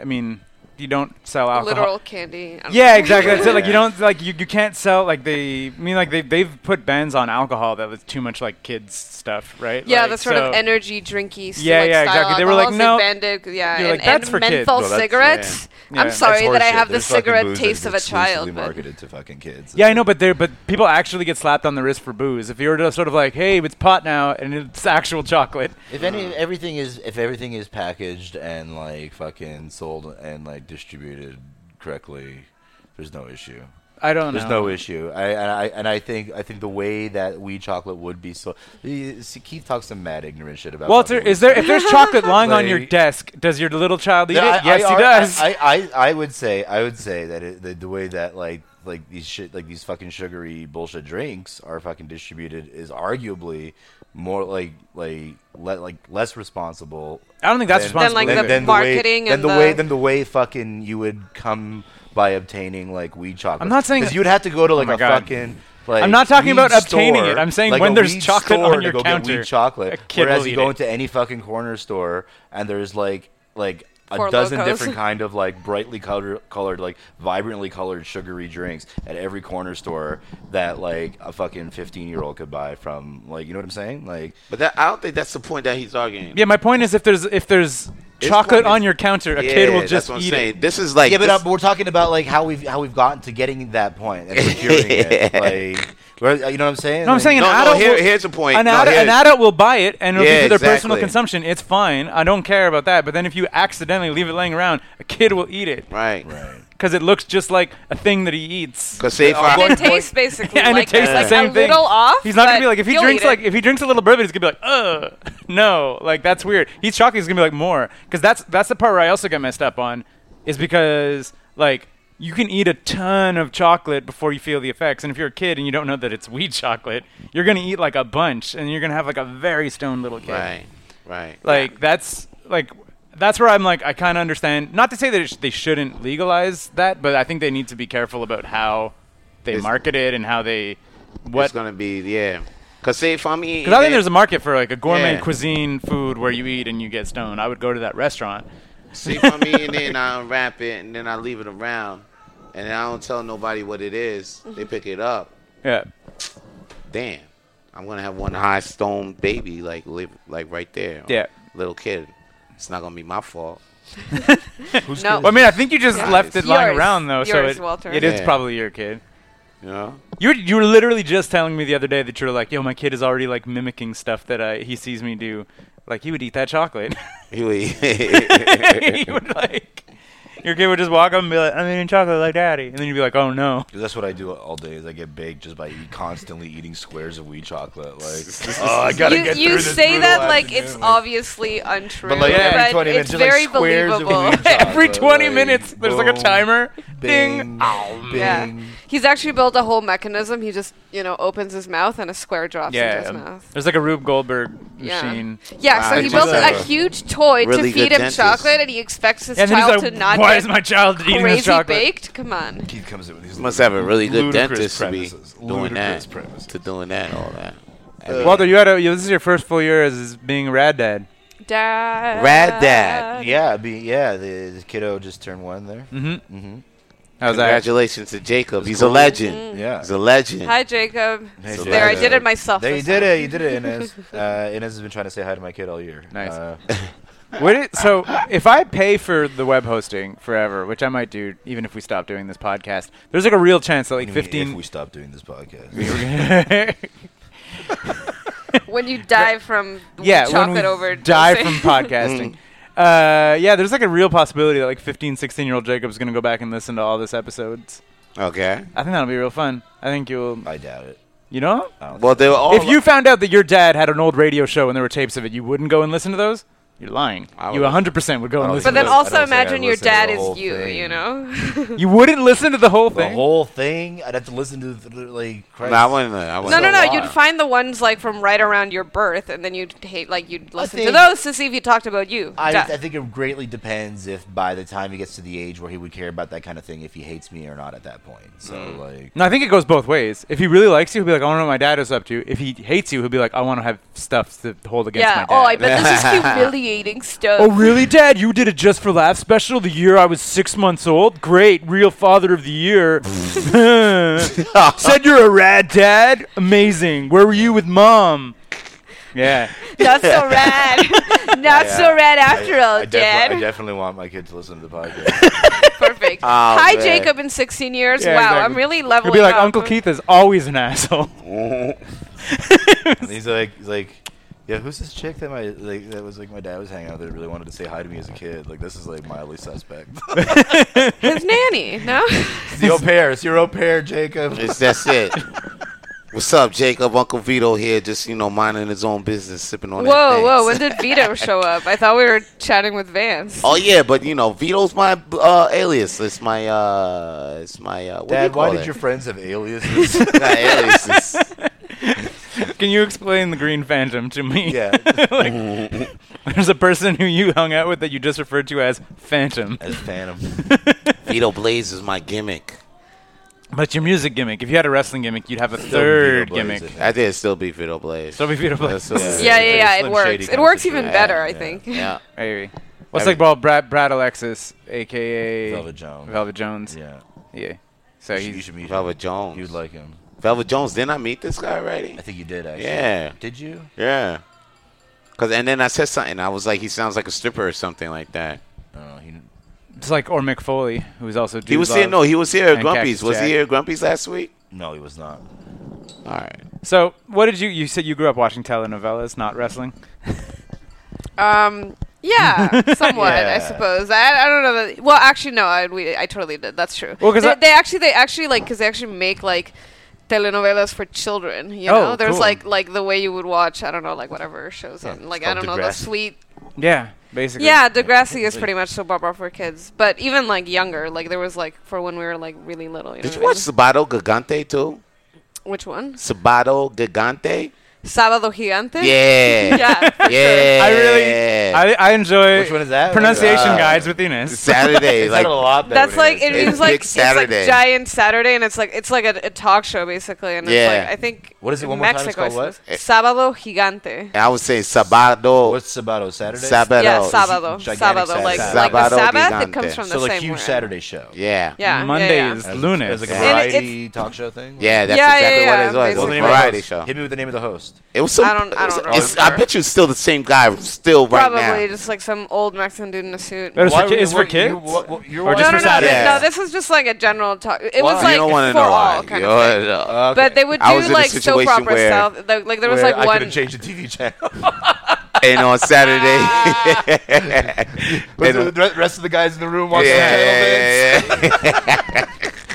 Speaker 4: I mean, you don't sell
Speaker 7: though?
Speaker 4: alcohol.
Speaker 7: Literal candy. I don't
Speaker 4: Uh-huh. Yeah,
Speaker 7: know.
Speaker 4: exactly. That's it. Like you
Speaker 5: Yeah.
Speaker 4: don't like you, you can't sell like they I mean like they they've put bans on alcohol that was too much like kids stuff, right?
Speaker 7: Yeah,
Speaker 4: Like,
Speaker 7: the sort of
Speaker 4: so-
Speaker 7: energy drinky. s-
Speaker 4: Yeah,
Speaker 7: like,
Speaker 4: yeah,
Speaker 7: style
Speaker 4: exactly. They were like, no.
Speaker 7: alcohols, banned it, 'cause- yeah,
Speaker 4: You're
Speaker 7: and,
Speaker 4: like, "That's
Speaker 7: and
Speaker 4: for kids."
Speaker 7: menthol
Speaker 5: No, that's-
Speaker 7: cigarettes.
Speaker 4: yeah.
Speaker 7: I'm
Speaker 4: Yeah.
Speaker 5: That's
Speaker 7: sorry that I
Speaker 5: horseshit.
Speaker 7: have the
Speaker 5: There's fucking
Speaker 7: cigarette
Speaker 5: booze
Speaker 7: taste
Speaker 5: that's
Speaker 7: of a
Speaker 5: exclusively
Speaker 7: child. But
Speaker 5: marketed to fucking kids.
Speaker 4: Yeah, I know, but they but people actually get slapped on the wrist for booze. If you were to sort of like, hey, it's pot now and it's actual chocolate.
Speaker 5: If any everything is if everything is packaged and like fucking sold and like distributed correctly, there's no issue.
Speaker 4: I don't
Speaker 5: There's
Speaker 4: know.
Speaker 5: no issue. I and I and I think I think the way that weed chocolate would be sold. See, Keith talks some mad ignorant shit about.
Speaker 4: Walter,
Speaker 5: fucking weed
Speaker 4: is there if there's chocolate lying on your
Speaker 5: Like-
Speaker 4: desk, does your little child eat
Speaker 5: No,
Speaker 4: it? yes,
Speaker 5: I,
Speaker 4: he
Speaker 5: I-
Speaker 4: does.
Speaker 5: I, I, I would say I would say that it, the, the way that like like these shit like these fucking sugary bullshit drinks are fucking distributed is arguably more like like le- like less responsible.
Speaker 4: I don't think that's responsible
Speaker 7: Than, like,
Speaker 4: either.
Speaker 7: the
Speaker 5: way,
Speaker 7: marketing
Speaker 5: than
Speaker 7: and
Speaker 5: the,
Speaker 7: the-
Speaker 5: way than the way fucking you would come by obtaining like weed chocolate.
Speaker 4: I'm not saying- Oh
Speaker 5: because you'd have to go to like
Speaker 4: my
Speaker 5: a
Speaker 4: God.
Speaker 5: fucking. Like,
Speaker 4: I'm not talking
Speaker 5: weed
Speaker 4: about obtaining
Speaker 5: store,
Speaker 4: it. I'm saying
Speaker 5: like
Speaker 4: when
Speaker 5: a
Speaker 4: there's
Speaker 5: weed
Speaker 4: chocolate
Speaker 5: store
Speaker 4: on your
Speaker 5: to go
Speaker 4: counter,
Speaker 5: get weed chocolate.
Speaker 4: a kid
Speaker 5: whereas
Speaker 4: will
Speaker 5: you
Speaker 4: eat
Speaker 5: go
Speaker 4: it.
Speaker 5: into any fucking corner store and there's like like a
Speaker 7: Four
Speaker 5: dozen
Speaker 7: Locos.
Speaker 5: different kind of like brightly color, colored like vibrantly colored sugary drinks at every corner store that like a fucking 15 year old could buy from like you know what i'm saying like
Speaker 6: But that, I don't think that's the point that he's arguing.
Speaker 4: yeah, my point is if there's if there's
Speaker 6: His
Speaker 4: chocolate
Speaker 6: point is-
Speaker 4: on your counter, a
Speaker 6: Yeah,
Speaker 4: kid will
Speaker 6: that's
Speaker 4: just
Speaker 6: what I'm
Speaker 4: eat
Speaker 6: saying.
Speaker 4: it.
Speaker 6: This is like
Speaker 5: yeah but,
Speaker 6: this-
Speaker 5: uh, but we're talking about like how we've how we've gotten to getting that point and procuring it like where- you know what i'm saying
Speaker 4: No, I'm
Speaker 5: Like,
Speaker 4: saying an
Speaker 6: no, no,
Speaker 4: adult.
Speaker 6: here,
Speaker 4: will-
Speaker 6: here's the point.
Speaker 4: An,
Speaker 6: No,
Speaker 4: adult,
Speaker 6: here-
Speaker 4: an adult will buy it and it'll be
Speaker 6: Yeah,
Speaker 4: for their personal
Speaker 6: exactly.
Speaker 4: consumption. It's fine. I don't care about that. But then if you accidentally leave it laying around, a kid will eat it
Speaker 6: Right.
Speaker 5: right
Speaker 4: because it looks just like a thing that he eats.
Speaker 6: Because say if I,
Speaker 7: And it tastes basically
Speaker 4: and
Speaker 7: like
Speaker 4: it tastes
Speaker 7: like
Speaker 4: the same
Speaker 7: a
Speaker 4: thing.
Speaker 7: little off.
Speaker 4: he's not gonna
Speaker 7: but
Speaker 4: be like if he
Speaker 7: you'll
Speaker 4: drinks
Speaker 7: eat it.
Speaker 4: like if he drinks a little bourbon, he's gonna be like, ugh, no, like that's weird. He's chocolate. He's gonna be like more because that's that's the part where I also got messed up on, is because like you can eat a ton of chocolate before you feel the effects, and if you're a kid and you don't know that it's weed chocolate, you're gonna eat like a bunch, and you're gonna have like a very stoned little kid.
Speaker 6: right, right.
Speaker 4: Like that's like. That's where I'm like I kind of understand. Not to say that it sh- they shouldn't legalize that, but I think they need to be careful about how they
Speaker 6: It's-
Speaker 4: market it and how they what
Speaker 6: What's gonna be? Yeah. Because say if I'm eating,
Speaker 4: because I think
Speaker 6: it-
Speaker 4: there's a market for like a gourmet
Speaker 6: Yeah.
Speaker 4: cuisine food where you eat and you get stoned. I would go to that restaurant.
Speaker 6: See if I'm eating it and I unwrap it and then I leave it around and I don't tell nobody what it is. They pick it up.
Speaker 4: Yeah.
Speaker 6: Damn. I'm gonna have one high stone baby like live like right there.
Speaker 4: Yeah.
Speaker 6: Little kid. It's not gonna be my fault.
Speaker 7: no.
Speaker 4: Well, I mean, I think you just
Speaker 7: Yeah.
Speaker 4: left it lying
Speaker 7: Yours.
Speaker 4: around though, so
Speaker 7: Yours,
Speaker 4: it,
Speaker 7: Walter.
Speaker 4: it is
Speaker 6: Yeah.
Speaker 4: probably your kid.
Speaker 6: You know?
Speaker 4: You were, you were literally just telling me the other day that you were like, "Yo, my kid is already like mimicking stuff that I, he sees me do. Like he would eat that chocolate.
Speaker 6: He would-
Speaker 4: he would like your kid would just walk up and be like, "I'm eating chocolate like daddy," and then you'd be like, "Oh no."
Speaker 5: 'Cause that's what I do all day. Is I get baked just by eat, constantly eating squares of weed chocolate. Like, oh, I gotta
Speaker 7: you,
Speaker 5: get
Speaker 7: you
Speaker 5: through this
Speaker 7: say
Speaker 5: brutal
Speaker 7: that like
Speaker 5: afternoon,"
Speaker 7: it's obviously untrue, but,
Speaker 5: like,
Speaker 4: every
Speaker 5: 20 minutes, just,
Speaker 7: it's
Speaker 5: like,
Speaker 7: very
Speaker 5: squares of
Speaker 7: believable.
Speaker 5: weed chocolate.
Speaker 4: Every 20
Speaker 5: like,
Speaker 4: minutes, there's like a
Speaker 5: boom,
Speaker 4: timer. Ding.
Speaker 5: Bing, bing.
Speaker 7: yeah, he's actually built a whole mechanism. He just you know opens his mouth and a square drops into his
Speaker 4: Yeah.
Speaker 7: mouth.
Speaker 4: There's like a Rube Goldberg
Speaker 7: Yeah.
Speaker 4: machine.
Speaker 7: Yeah,
Speaker 6: Wow.
Speaker 7: so he
Speaker 6: He's
Speaker 7: built
Speaker 6: a
Speaker 7: a huge toy to
Speaker 6: really
Speaker 7: feed
Speaker 6: good
Speaker 7: him
Speaker 6: dentist.
Speaker 7: chocolate, and he expects his
Speaker 4: And then he's
Speaker 7: child
Speaker 4: like,
Speaker 7: to not
Speaker 4: "Why
Speaker 7: get
Speaker 4: is my child eating this
Speaker 7: crazy
Speaker 4: chocolate?"
Speaker 7: baked. Come on.
Speaker 5: Keith comes in with these
Speaker 6: Must have a really good
Speaker 5: ludicrous
Speaker 6: dentist to be
Speaker 5: premises,
Speaker 6: doing
Speaker 5: ludicrous
Speaker 6: that.
Speaker 5: premises.
Speaker 6: To doing that, all that.
Speaker 4: Walter, you had a, you, this is your first full year as- as being a rad dad.
Speaker 7: Dad.
Speaker 6: Rad dad.
Speaker 5: Yeah, be, yeah. The, the kiddo just turned one there.
Speaker 4: Mm-hmm. How's that?
Speaker 6: Congratulations to Jacob. He's a
Speaker 5: cool. Mm.
Speaker 7: Mm-hmm.
Speaker 6: legend.
Speaker 5: Yeah.
Speaker 6: He's a legend.
Speaker 7: Hi, Jacob.
Speaker 5: Hey,
Speaker 7: So
Speaker 5: Jacob.
Speaker 7: there, I did it myself.
Speaker 5: There you did
Speaker 7: this time.
Speaker 5: it. You did it, Inez. Uh, Inez has been trying to say hi to my kid all year.
Speaker 4: Nice.
Speaker 5: Uh,
Speaker 4: Would it, so if I pay for the web hosting forever, which I might do even if we stop doing this podcast, there's like a real chance that like
Speaker 5: Even If
Speaker 4: 15
Speaker 5: we stop doing this podcast.
Speaker 7: when you die from
Speaker 4: yeah,
Speaker 7: chocolate
Speaker 4: when we
Speaker 7: over
Speaker 4: die
Speaker 7: dosing.
Speaker 4: from
Speaker 5: Mm.
Speaker 4: podcasting. Uh, yeah, there's like a real possibility that like 15, 16 year old Jacob's gonna go back and listen to all this episodes.
Speaker 6: Okay.
Speaker 4: I think that'll be real fun. I think you'll,
Speaker 5: I doubt it.
Speaker 4: you know,
Speaker 6: Well, they were all.
Speaker 4: if you found out that your dad had an old radio show and there were tapes of it, you wouldn't go and listen to those. You're lying.
Speaker 6: I
Speaker 4: You
Speaker 6: would.
Speaker 4: 100% would go and
Speaker 5: I would.
Speaker 4: listen.
Speaker 7: but then
Speaker 4: to
Speaker 5: I don't
Speaker 7: also
Speaker 5: think I
Speaker 7: imagine your
Speaker 5: listened to
Speaker 7: dad
Speaker 5: the whole
Speaker 7: is you,
Speaker 5: thing.
Speaker 7: you know?
Speaker 4: those. You wouldn't listen to the whole
Speaker 5: The
Speaker 4: thing.
Speaker 5: whole thing? I'd have to listen to the, like Christ.
Speaker 6: No, I wouldn't. I wouldn't.
Speaker 7: No, no, no.
Speaker 5: lot.
Speaker 7: You'd find the ones like from right around your birth, and then you'd hate like you'd listen to
Speaker 5: think-
Speaker 7: those to see if you talked about you.
Speaker 5: I,
Speaker 7: Duh.
Speaker 5: I think it greatly depends if by the time he gets to the age where he would care about that kind of thing, if he hates me or not at that point. So like,
Speaker 4: No, I think it goes both ways. If he really likes you, he'll be like, I want to know what my dad is up to. If he hates you, he'll be like, I want to have stuff to hold against
Speaker 7: yeah.
Speaker 4: my
Speaker 7: Oh, I
Speaker 4: dad.
Speaker 7: bet this is humiliating stuff.
Speaker 4: oh, really, Dad? You did a Just for Laughs special the year I was six months old? Great. Real father of the year. Said you're a rad dad? Amazing. Where were you with mom? Yeah.
Speaker 7: Not so rad. Not so rad after all,
Speaker 5: I,
Speaker 7: Dad.
Speaker 5: defi- I definitely want my kid to listen to the podcast.
Speaker 7: Perfect. Hi,
Speaker 6: man.
Speaker 7: Jacob. In 16 years.
Speaker 4: Yeah,
Speaker 7: wow,
Speaker 4: exactly.
Speaker 7: I'm really
Speaker 4: He'll
Speaker 7: leveling
Speaker 4: be like,
Speaker 7: up.
Speaker 4: Uncle Keith is always an asshole.
Speaker 5: and he's like, he's like, yeah, who's this chick that my like that was like my dad was hanging out with that really wanted to say hi to me as a kid? Like this is like mildly suspect.
Speaker 7: His nanny. No.
Speaker 5: it's the au pair. It's your au pair, Jacob.
Speaker 6: It's that's it. What's up, Jacob? Uncle Vito here, just you know, minding his own business, sipping on. that
Speaker 7: whoa,
Speaker 6: Vans.
Speaker 7: whoa. When did Vito show up? I thought we were chatting with Vance.
Speaker 6: Oh yeah, but you know, Vito's my uh, alias. It's my uh, it's my uh, what do you
Speaker 5: Dad, why
Speaker 6: call
Speaker 5: did
Speaker 6: it?
Speaker 5: your friends have aliases?
Speaker 6: Not aliases.
Speaker 4: Can you explain the Green Phantom to me?
Speaker 5: yeah,
Speaker 4: like, there's a person who you hung out with that you just referred to as Phantom.
Speaker 5: as Phantom.
Speaker 6: Vito Blaze is my gimmick.
Speaker 4: But your music gimmick, if you had a wrestling gimmick, you'd have a third gimmick.
Speaker 6: I think it still be Vito Blaze.
Speaker 4: So if you
Speaker 6: That's still-
Speaker 7: yeah, yeah, yeah. It
Speaker 5: Slim
Speaker 7: works.
Speaker 5: Shady
Speaker 7: It
Speaker 5: kind of
Speaker 7: works even
Speaker 5: situation.
Speaker 7: better, I
Speaker 5: Yeah,
Speaker 7: think.
Speaker 6: yeah.
Speaker 4: Maybe. What's
Speaker 6: Maybe.
Speaker 4: like well, Brad, Brad Alexis, aka
Speaker 5: Velvet Jones.
Speaker 4: Velvet Jones. Yeah.
Speaker 5: Yeah,
Speaker 4: So
Speaker 5: you,
Speaker 4: he's
Speaker 5: should meet him.
Speaker 6: Velvet Jones.
Speaker 5: You'd like him.
Speaker 6: Velvet Jones? Didn't I meet this guy already?
Speaker 5: I think you did actually.
Speaker 6: Yeah.
Speaker 5: Did you?
Speaker 6: Yeah. Cause and then I said something. I was like, he sounds like a stripper or something like that.
Speaker 5: I don't know. He,
Speaker 4: it's like or Mick Foley, who was also
Speaker 6: He
Speaker 4: Dude
Speaker 6: was here.
Speaker 4: Love.
Speaker 6: No, he was here at
Speaker 4: and
Speaker 6: Grumpy's.
Speaker 4: Cactus
Speaker 6: Was
Speaker 4: Jack.
Speaker 6: he here at Grumpy's last week?
Speaker 5: no, he was not.
Speaker 6: All right.
Speaker 4: So what did you? You said you grew up watching telenovelas, not wrestling.
Speaker 7: Um. Yeah, somewhat, I
Speaker 5: Yeah.
Speaker 7: suppose. I, I don't know. That, well, actually, no. I we, I totally did. That's true.
Speaker 4: Well, 'cause
Speaker 7: they,
Speaker 4: I-
Speaker 7: they actually they actually like because they actually make like telenovelas for children. You
Speaker 4: Oh,
Speaker 7: know, there's
Speaker 4: cool.
Speaker 7: like like the way you would watch. I don't know, like whatever shows on. Like I
Speaker 5: called
Speaker 7: don't know, the
Speaker 5: Degrassi.
Speaker 7: sweet.
Speaker 4: Yeah, basically.
Speaker 7: Yeah, Degrassi is pretty much soap opera for kids, but even like younger, like there was like for when we were like really little. You
Speaker 6: Did
Speaker 7: know
Speaker 6: you
Speaker 7: what
Speaker 6: watch Sabato Gigante too?
Speaker 7: I mean? which one?
Speaker 6: Sabato Gigante?
Speaker 7: Sábado Gigante.
Speaker 6: Yeah.
Speaker 7: Yeah. for sure.
Speaker 6: Yeah.
Speaker 4: I really, I, I enjoy
Speaker 5: Which one is that?
Speaker 4: pronunciation
Speaker 5: Uh,
Speaker 4: guides with Ines.
Speaker 6: Saturday.
Speaker 5: Is that
Speaker 6: like,
Speaker 5: a lot better
Speaker 7: That's
Speaker 5: than
Speaker 7: like
Speaker 5: it
Speaker 7: it
Speaker 5: is?
Speaker 6: It's
Speaker 7: was like
Speaker 6: Big
Speaker 7: it's like
Speaker 6: Saturday.
Speaker 7: giant Saturday, and it's like it's like a, a talk show basically, and
Speaker 6: Yeah. Eh.
Speaker 7: it's like I think
Speaker 5: What is it
Speaker 7: in
Speaker 5: one more time? It's
Speaker 7: Mexico,
Speaker 5: called
Speaker 7: I suppose. Sábado gigante.
Speaker 6: I would say Sabato.
Speaker 5: What's Sabato Saturday?
Speaker 6: Sabato.
Speaker 7: yeah, sábado,
Speaker 5: gigantic
Speaker 7: sábado, like
Speaker 5: Saturday.
Speaker 7: like the
Speaker 6: Sábado
Speaker 7: Sabbath. It
Speaker 6: gigante.
Speaker 7: comes from
Speaker 5: so
Speaker 7: the
Speaker 5: like
Speaker 7: same
Speaker 5: huge
Speaker 7: word.
Speaker 5: Saturday show.
Speaker 6: Yeah.
Speaker 7: Yeah, yeah,
Speaker 4: Monday
Speaker 7: yeah.
Speaker 4: is
Speaker 5: As-
Speaker 4: lunas.
Speaker 5: As like a
Speaker 6: Yeah.
Speaker 7: And it-
Speaker 5: variety talk show thing.
Speaker 6: Yeah, that's
Speaker 7: Yeah,
Speaker 6: exactly
Speaker 7: yeah,
Speaker 6: what
Speaker 7: yeah,
Speaker 6: it was. It
Speaker 5: What's
Speaker 6: was
Speaker 5: the
Speaker 6: a
Speaker 5: name of the
Speaker 6: variety
Speaker 5: host?
Speaker 6: show.
Speaker 5: Hit me with the name of the host.
Speaker 6: It was some.
Speaker 7: I don't- I
Speaker 6: it was-
Speaker 7: don't know.
Speaker 6: it's- I bet you still the same guy still right
Speaker 7: Probably
Speaker 6: now.
Speaker 7: just like some old Mexican dude in a suit.
Speaker 4: That is
Speaker 5: Why
Speaker 4: for,
Speaker 5: would
Speaker 4: ki-
Speaker 5: you
Speaker 4: is for
Speaker 5: work-
Speaker 4: kids.
Speaker 5: you- what- what- you're
Speaker 4: Or
Speaker 5: working-
Speaker 4: just
Speaker 7: no, no,
Speaker 4: for
Speaker 7: no,
Speaker 4: Saturday.
Speaker 6: Yeah.
Speaker 7: no. This was just like a general talk. It was
Speaker 5: Why?
Speaker 7: like
Speaker 6: you don't
Speaker 7: for
Speaker 6: want to know why.
Speaker 7: all kind
Speaker 6: You're,
Speaker 7: of thing.
Speaker 6: uh,
Speaker 5: Okay.
Speaker 7: But they would
Speaker 6: I was
Speaker 7: do
Speaker 6: in a
Speaker 7: like soap
Speaker 6: situation
Speaker 7: opera
Speaker 6: where-
Speaker 7: stuff. Like, like there was
Speaker 5: Where
Speaker 7: like
Speaker 5: I could
Speaker 7: one.
Speaker 5: have changed the TV channel.
Speaker 6: and on Saturday.
Speaker 5: but
Speaker 6: and on-
Speaker 5: the the rest of the guys in the room watching
Speaker 6: yeah,
Speaker 5: the channel.
Speaker 6: yeah, yeah, yeah.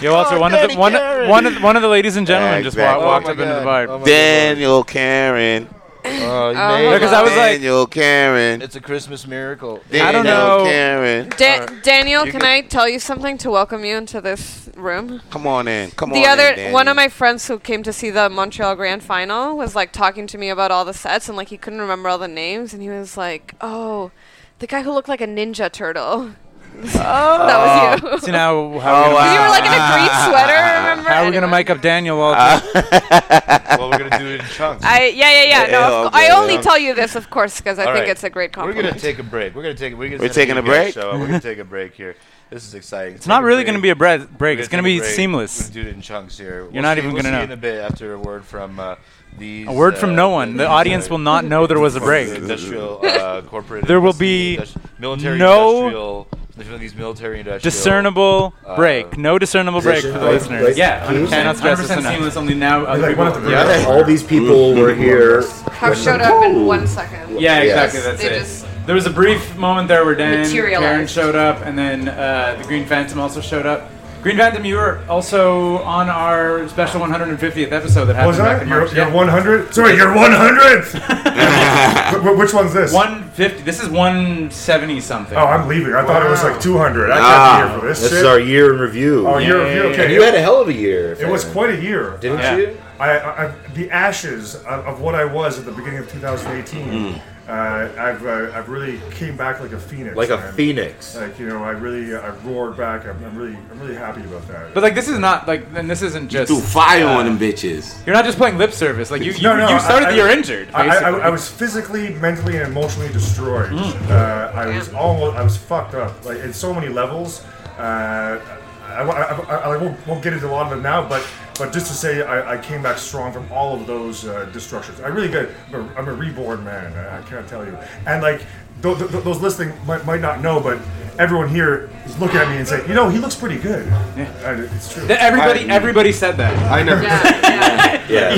Speaker 4: Yo, Walter,
Speaker 5: Oh,
Speaker 4: one of the
Speaker 5: Daddy
Speaker 4: one
Speaker 5: Karen.
Speaker 4: one of, one of the ladies and gentlemen
Speaker 6: Yeah,
Speaker 4: just
Speaker 6: exactly.
Speaker 4: wa-
Speaker 6: Oh
Speaker 4: walked
Speaker 5: my
Speaker 4: up into the bar.
Speaker 5: God. Oh my
Speaker 6: Daniel Karen.
Speaker 5: Oh, you
Speaker 7: Oh,
Speaker 5: made
Speaker 7: my
Speaker 5: it.
Speaker 4: Because I was like-
Speaker 6: Daniel Karen.
Speaker 5: it's a Christmas miracle.
Speaker 6: Daniel
Speaker 4: don't know.
Speaker 6: Karen.
Speaker 7: Da- Daniel,
Speaker 5: You
Speaker 7: can
Speaker 5: can-
Speaker 7: I tell you something to welcome you into this room?
Speaker 6: Come on in. Come on
Speaker 7: the other
Speaker 6: in,
Speaker 7: one of
Speaker 6: Daniel.
Speaker 7: my friends who came to see the Montreal Grand Final was like talking to me about all the sets and like he couldn't remember all the names and he was like, "Oh, the guy who looked like a ninja turtle." oh, that was you.
Speaker 4: See now how
Speaker 6: Oh,
Speaker 4: we're
Speaker 7: you
Speaker 4: gonna,
Speaker 7: were like in a green sweater, remember?
Speaker 4: how are we gonna
Speaker 7: Anyway.
Speaker 4: make up Daniel Walter?
Speaker 5: Uh, well, we're gonna do it in chunks.
Speaker 7: I yeah yeah yeah. No,
Speaker 6: Yeah,
Speaker 7: of co-
Speaker 6: okay,
Speaker 7: I only
Speaker 6: yeah.
Speaker 7: tell you this, of course, because I
Speaker 5: All
Speaker 7: think
Speaker 5: right.
Speaker 7: it's a great
Speaker 5: We're
Speaker 7: compliment.
Speaker 5: gonna take a break. We're gonna take. We're, gonna
Speaker 6: We're
Speaker 5: send
Speaker 6: taking a
Speaker 5: you guys
Speaker 6: break?
Speaker 5: Show. up. We're gonna take a break here.
Speaker 8: This is exciting.
Speaker 4: It's not really going to be a bre- break. It's going to be
Speaker 8: We're
Speaker 4: seamless.
Speaker 8: gonna do it in chunks here. You're
Speaker 4: not even
Speaker 8: we'll
Speaker 4: gonna
Speaker 8: see
Speaker 4: know.
Speaker 8: in a bit after a word from uh, these.
Speaker 4: A word from
Speaker 8: uh,
Speaker 4: no one. The
Speaker 8: these,
Speaker 4: audience
Speaker 8: uh,
Speaker 4: will not know there was a
Speaker 8: from the
Speaker 4: break.
Speaker 8: Industrial uh, corporate.
Speaker 4: There will
Speaker 8: industry,
Speaker 4: be
Speaker 8: industri- military
Speaker 4: no
Speaker 8: industrial. from These military industrial.
Speaker 4: Discernible
Speaker 8: Uh,
Speaker 4: break. No discernible break for
Speaker 9: Right,
Speaker 4: the
Speaker 9: right.
Speaker 4: listeners. Yeah,
Speaker 9: Can you say
Speaker 4: cannot stress this enough.
Speaker 2: only now other people are-
Speaker 9: Yeah, all these people were here.
Speaker 7: Have showed up in one second.
Speaker 4: Yeah, exactly.
Speaker 9: Yes.
Speaker 4: That's
Speaker 7: They
Speaker 4: it.
Speaker 7: just-
Speaker 4: there was a brief moment there where Dan Karen
Speaker 7: Materialized.
Speaker 4: showed up, and then uh, the Green Phantom also showed up. Green Phantom, you were also on our special 150th episode that happened
Speaker 9: Was
Speaker 4: back
Speaker 9: I?
Speaker 4: in
Speaker 9: Your,
Speaker 4: March.
Speaker 9: your
Speaker 4: Yeah.
Speaker 9: 100? Sorry, your 100th! Wh- wh- Which one's this?
Speaker 4: 150. This is 170 something.
Speaker 9: Oh, I'm leaving. I thought it was like 200.
Speaker 5: Oh.
Speaker 9: I
Speaker 6: Ah.
Speaker 9: can't be here for this,
Speaker 5: This
Speaker 9: shit.
Speaker 5: is our year in review.
Speaker 9: oh, you're,
Speaker 4: Yeah.
Speaker 9: you're okay.
Speaker 5: You had a hell of a year.
Speaker 9: it was
Speaker 5: Fabian.
Speaker 9: quite a year.
Speaker 5: Didn't
Speaker 4: Yeah.
Speaker 5: you?
Speaker 9: I, I, I- the ashes of, of what I was at the beginning of
Speaker 5: Hmm.
Speaker 9: 2018, uh, I've, uh, I've really came back like a phoenix.
Speaker 5: Like a
Speaker 9: man.
Speaker 5: phoenix.
Speaker 9: Like, you know, I really, I roared back. I'm, I'm really, I'm really happy about that.
Speaker 4: But like, this is not like, and this isn't just. uh,
Speaker 6: Threw fire on them bitches.
Speaker 4: You're not just playing lip service. Like you, you,
Speaker 9: No, no,
Speaker 4: you started
Speaker 9: I-
Speaker 4: the
Speaker 9: I-
Speaker 4: year injured.
Speaker 9: I, I,
Speaker 4: basically. Hmm.
Speaker 9: I was physically, mentally, and emotionally destroyed. Uh, I was almost, I was fucked up, like in so many levels. Uh, I, I, I, I won't, won't get into a lot of it now, but but just to say, I, I came back strong from all of those uh, destructions. I really did. I'm a, I'm a reborn man. I, I can't tell you. And like th- th- those listening might, might not know, but everyone here is looking at me and saying, you know, he looks pretty good. And it's true.
Speaker 4: That everybody,
Speaker 8: I-
Speaker 4: everybody said that.
Speaker 8: I never.
Speaker 7: Yeah, yeah.
Speaker 5: Yeah.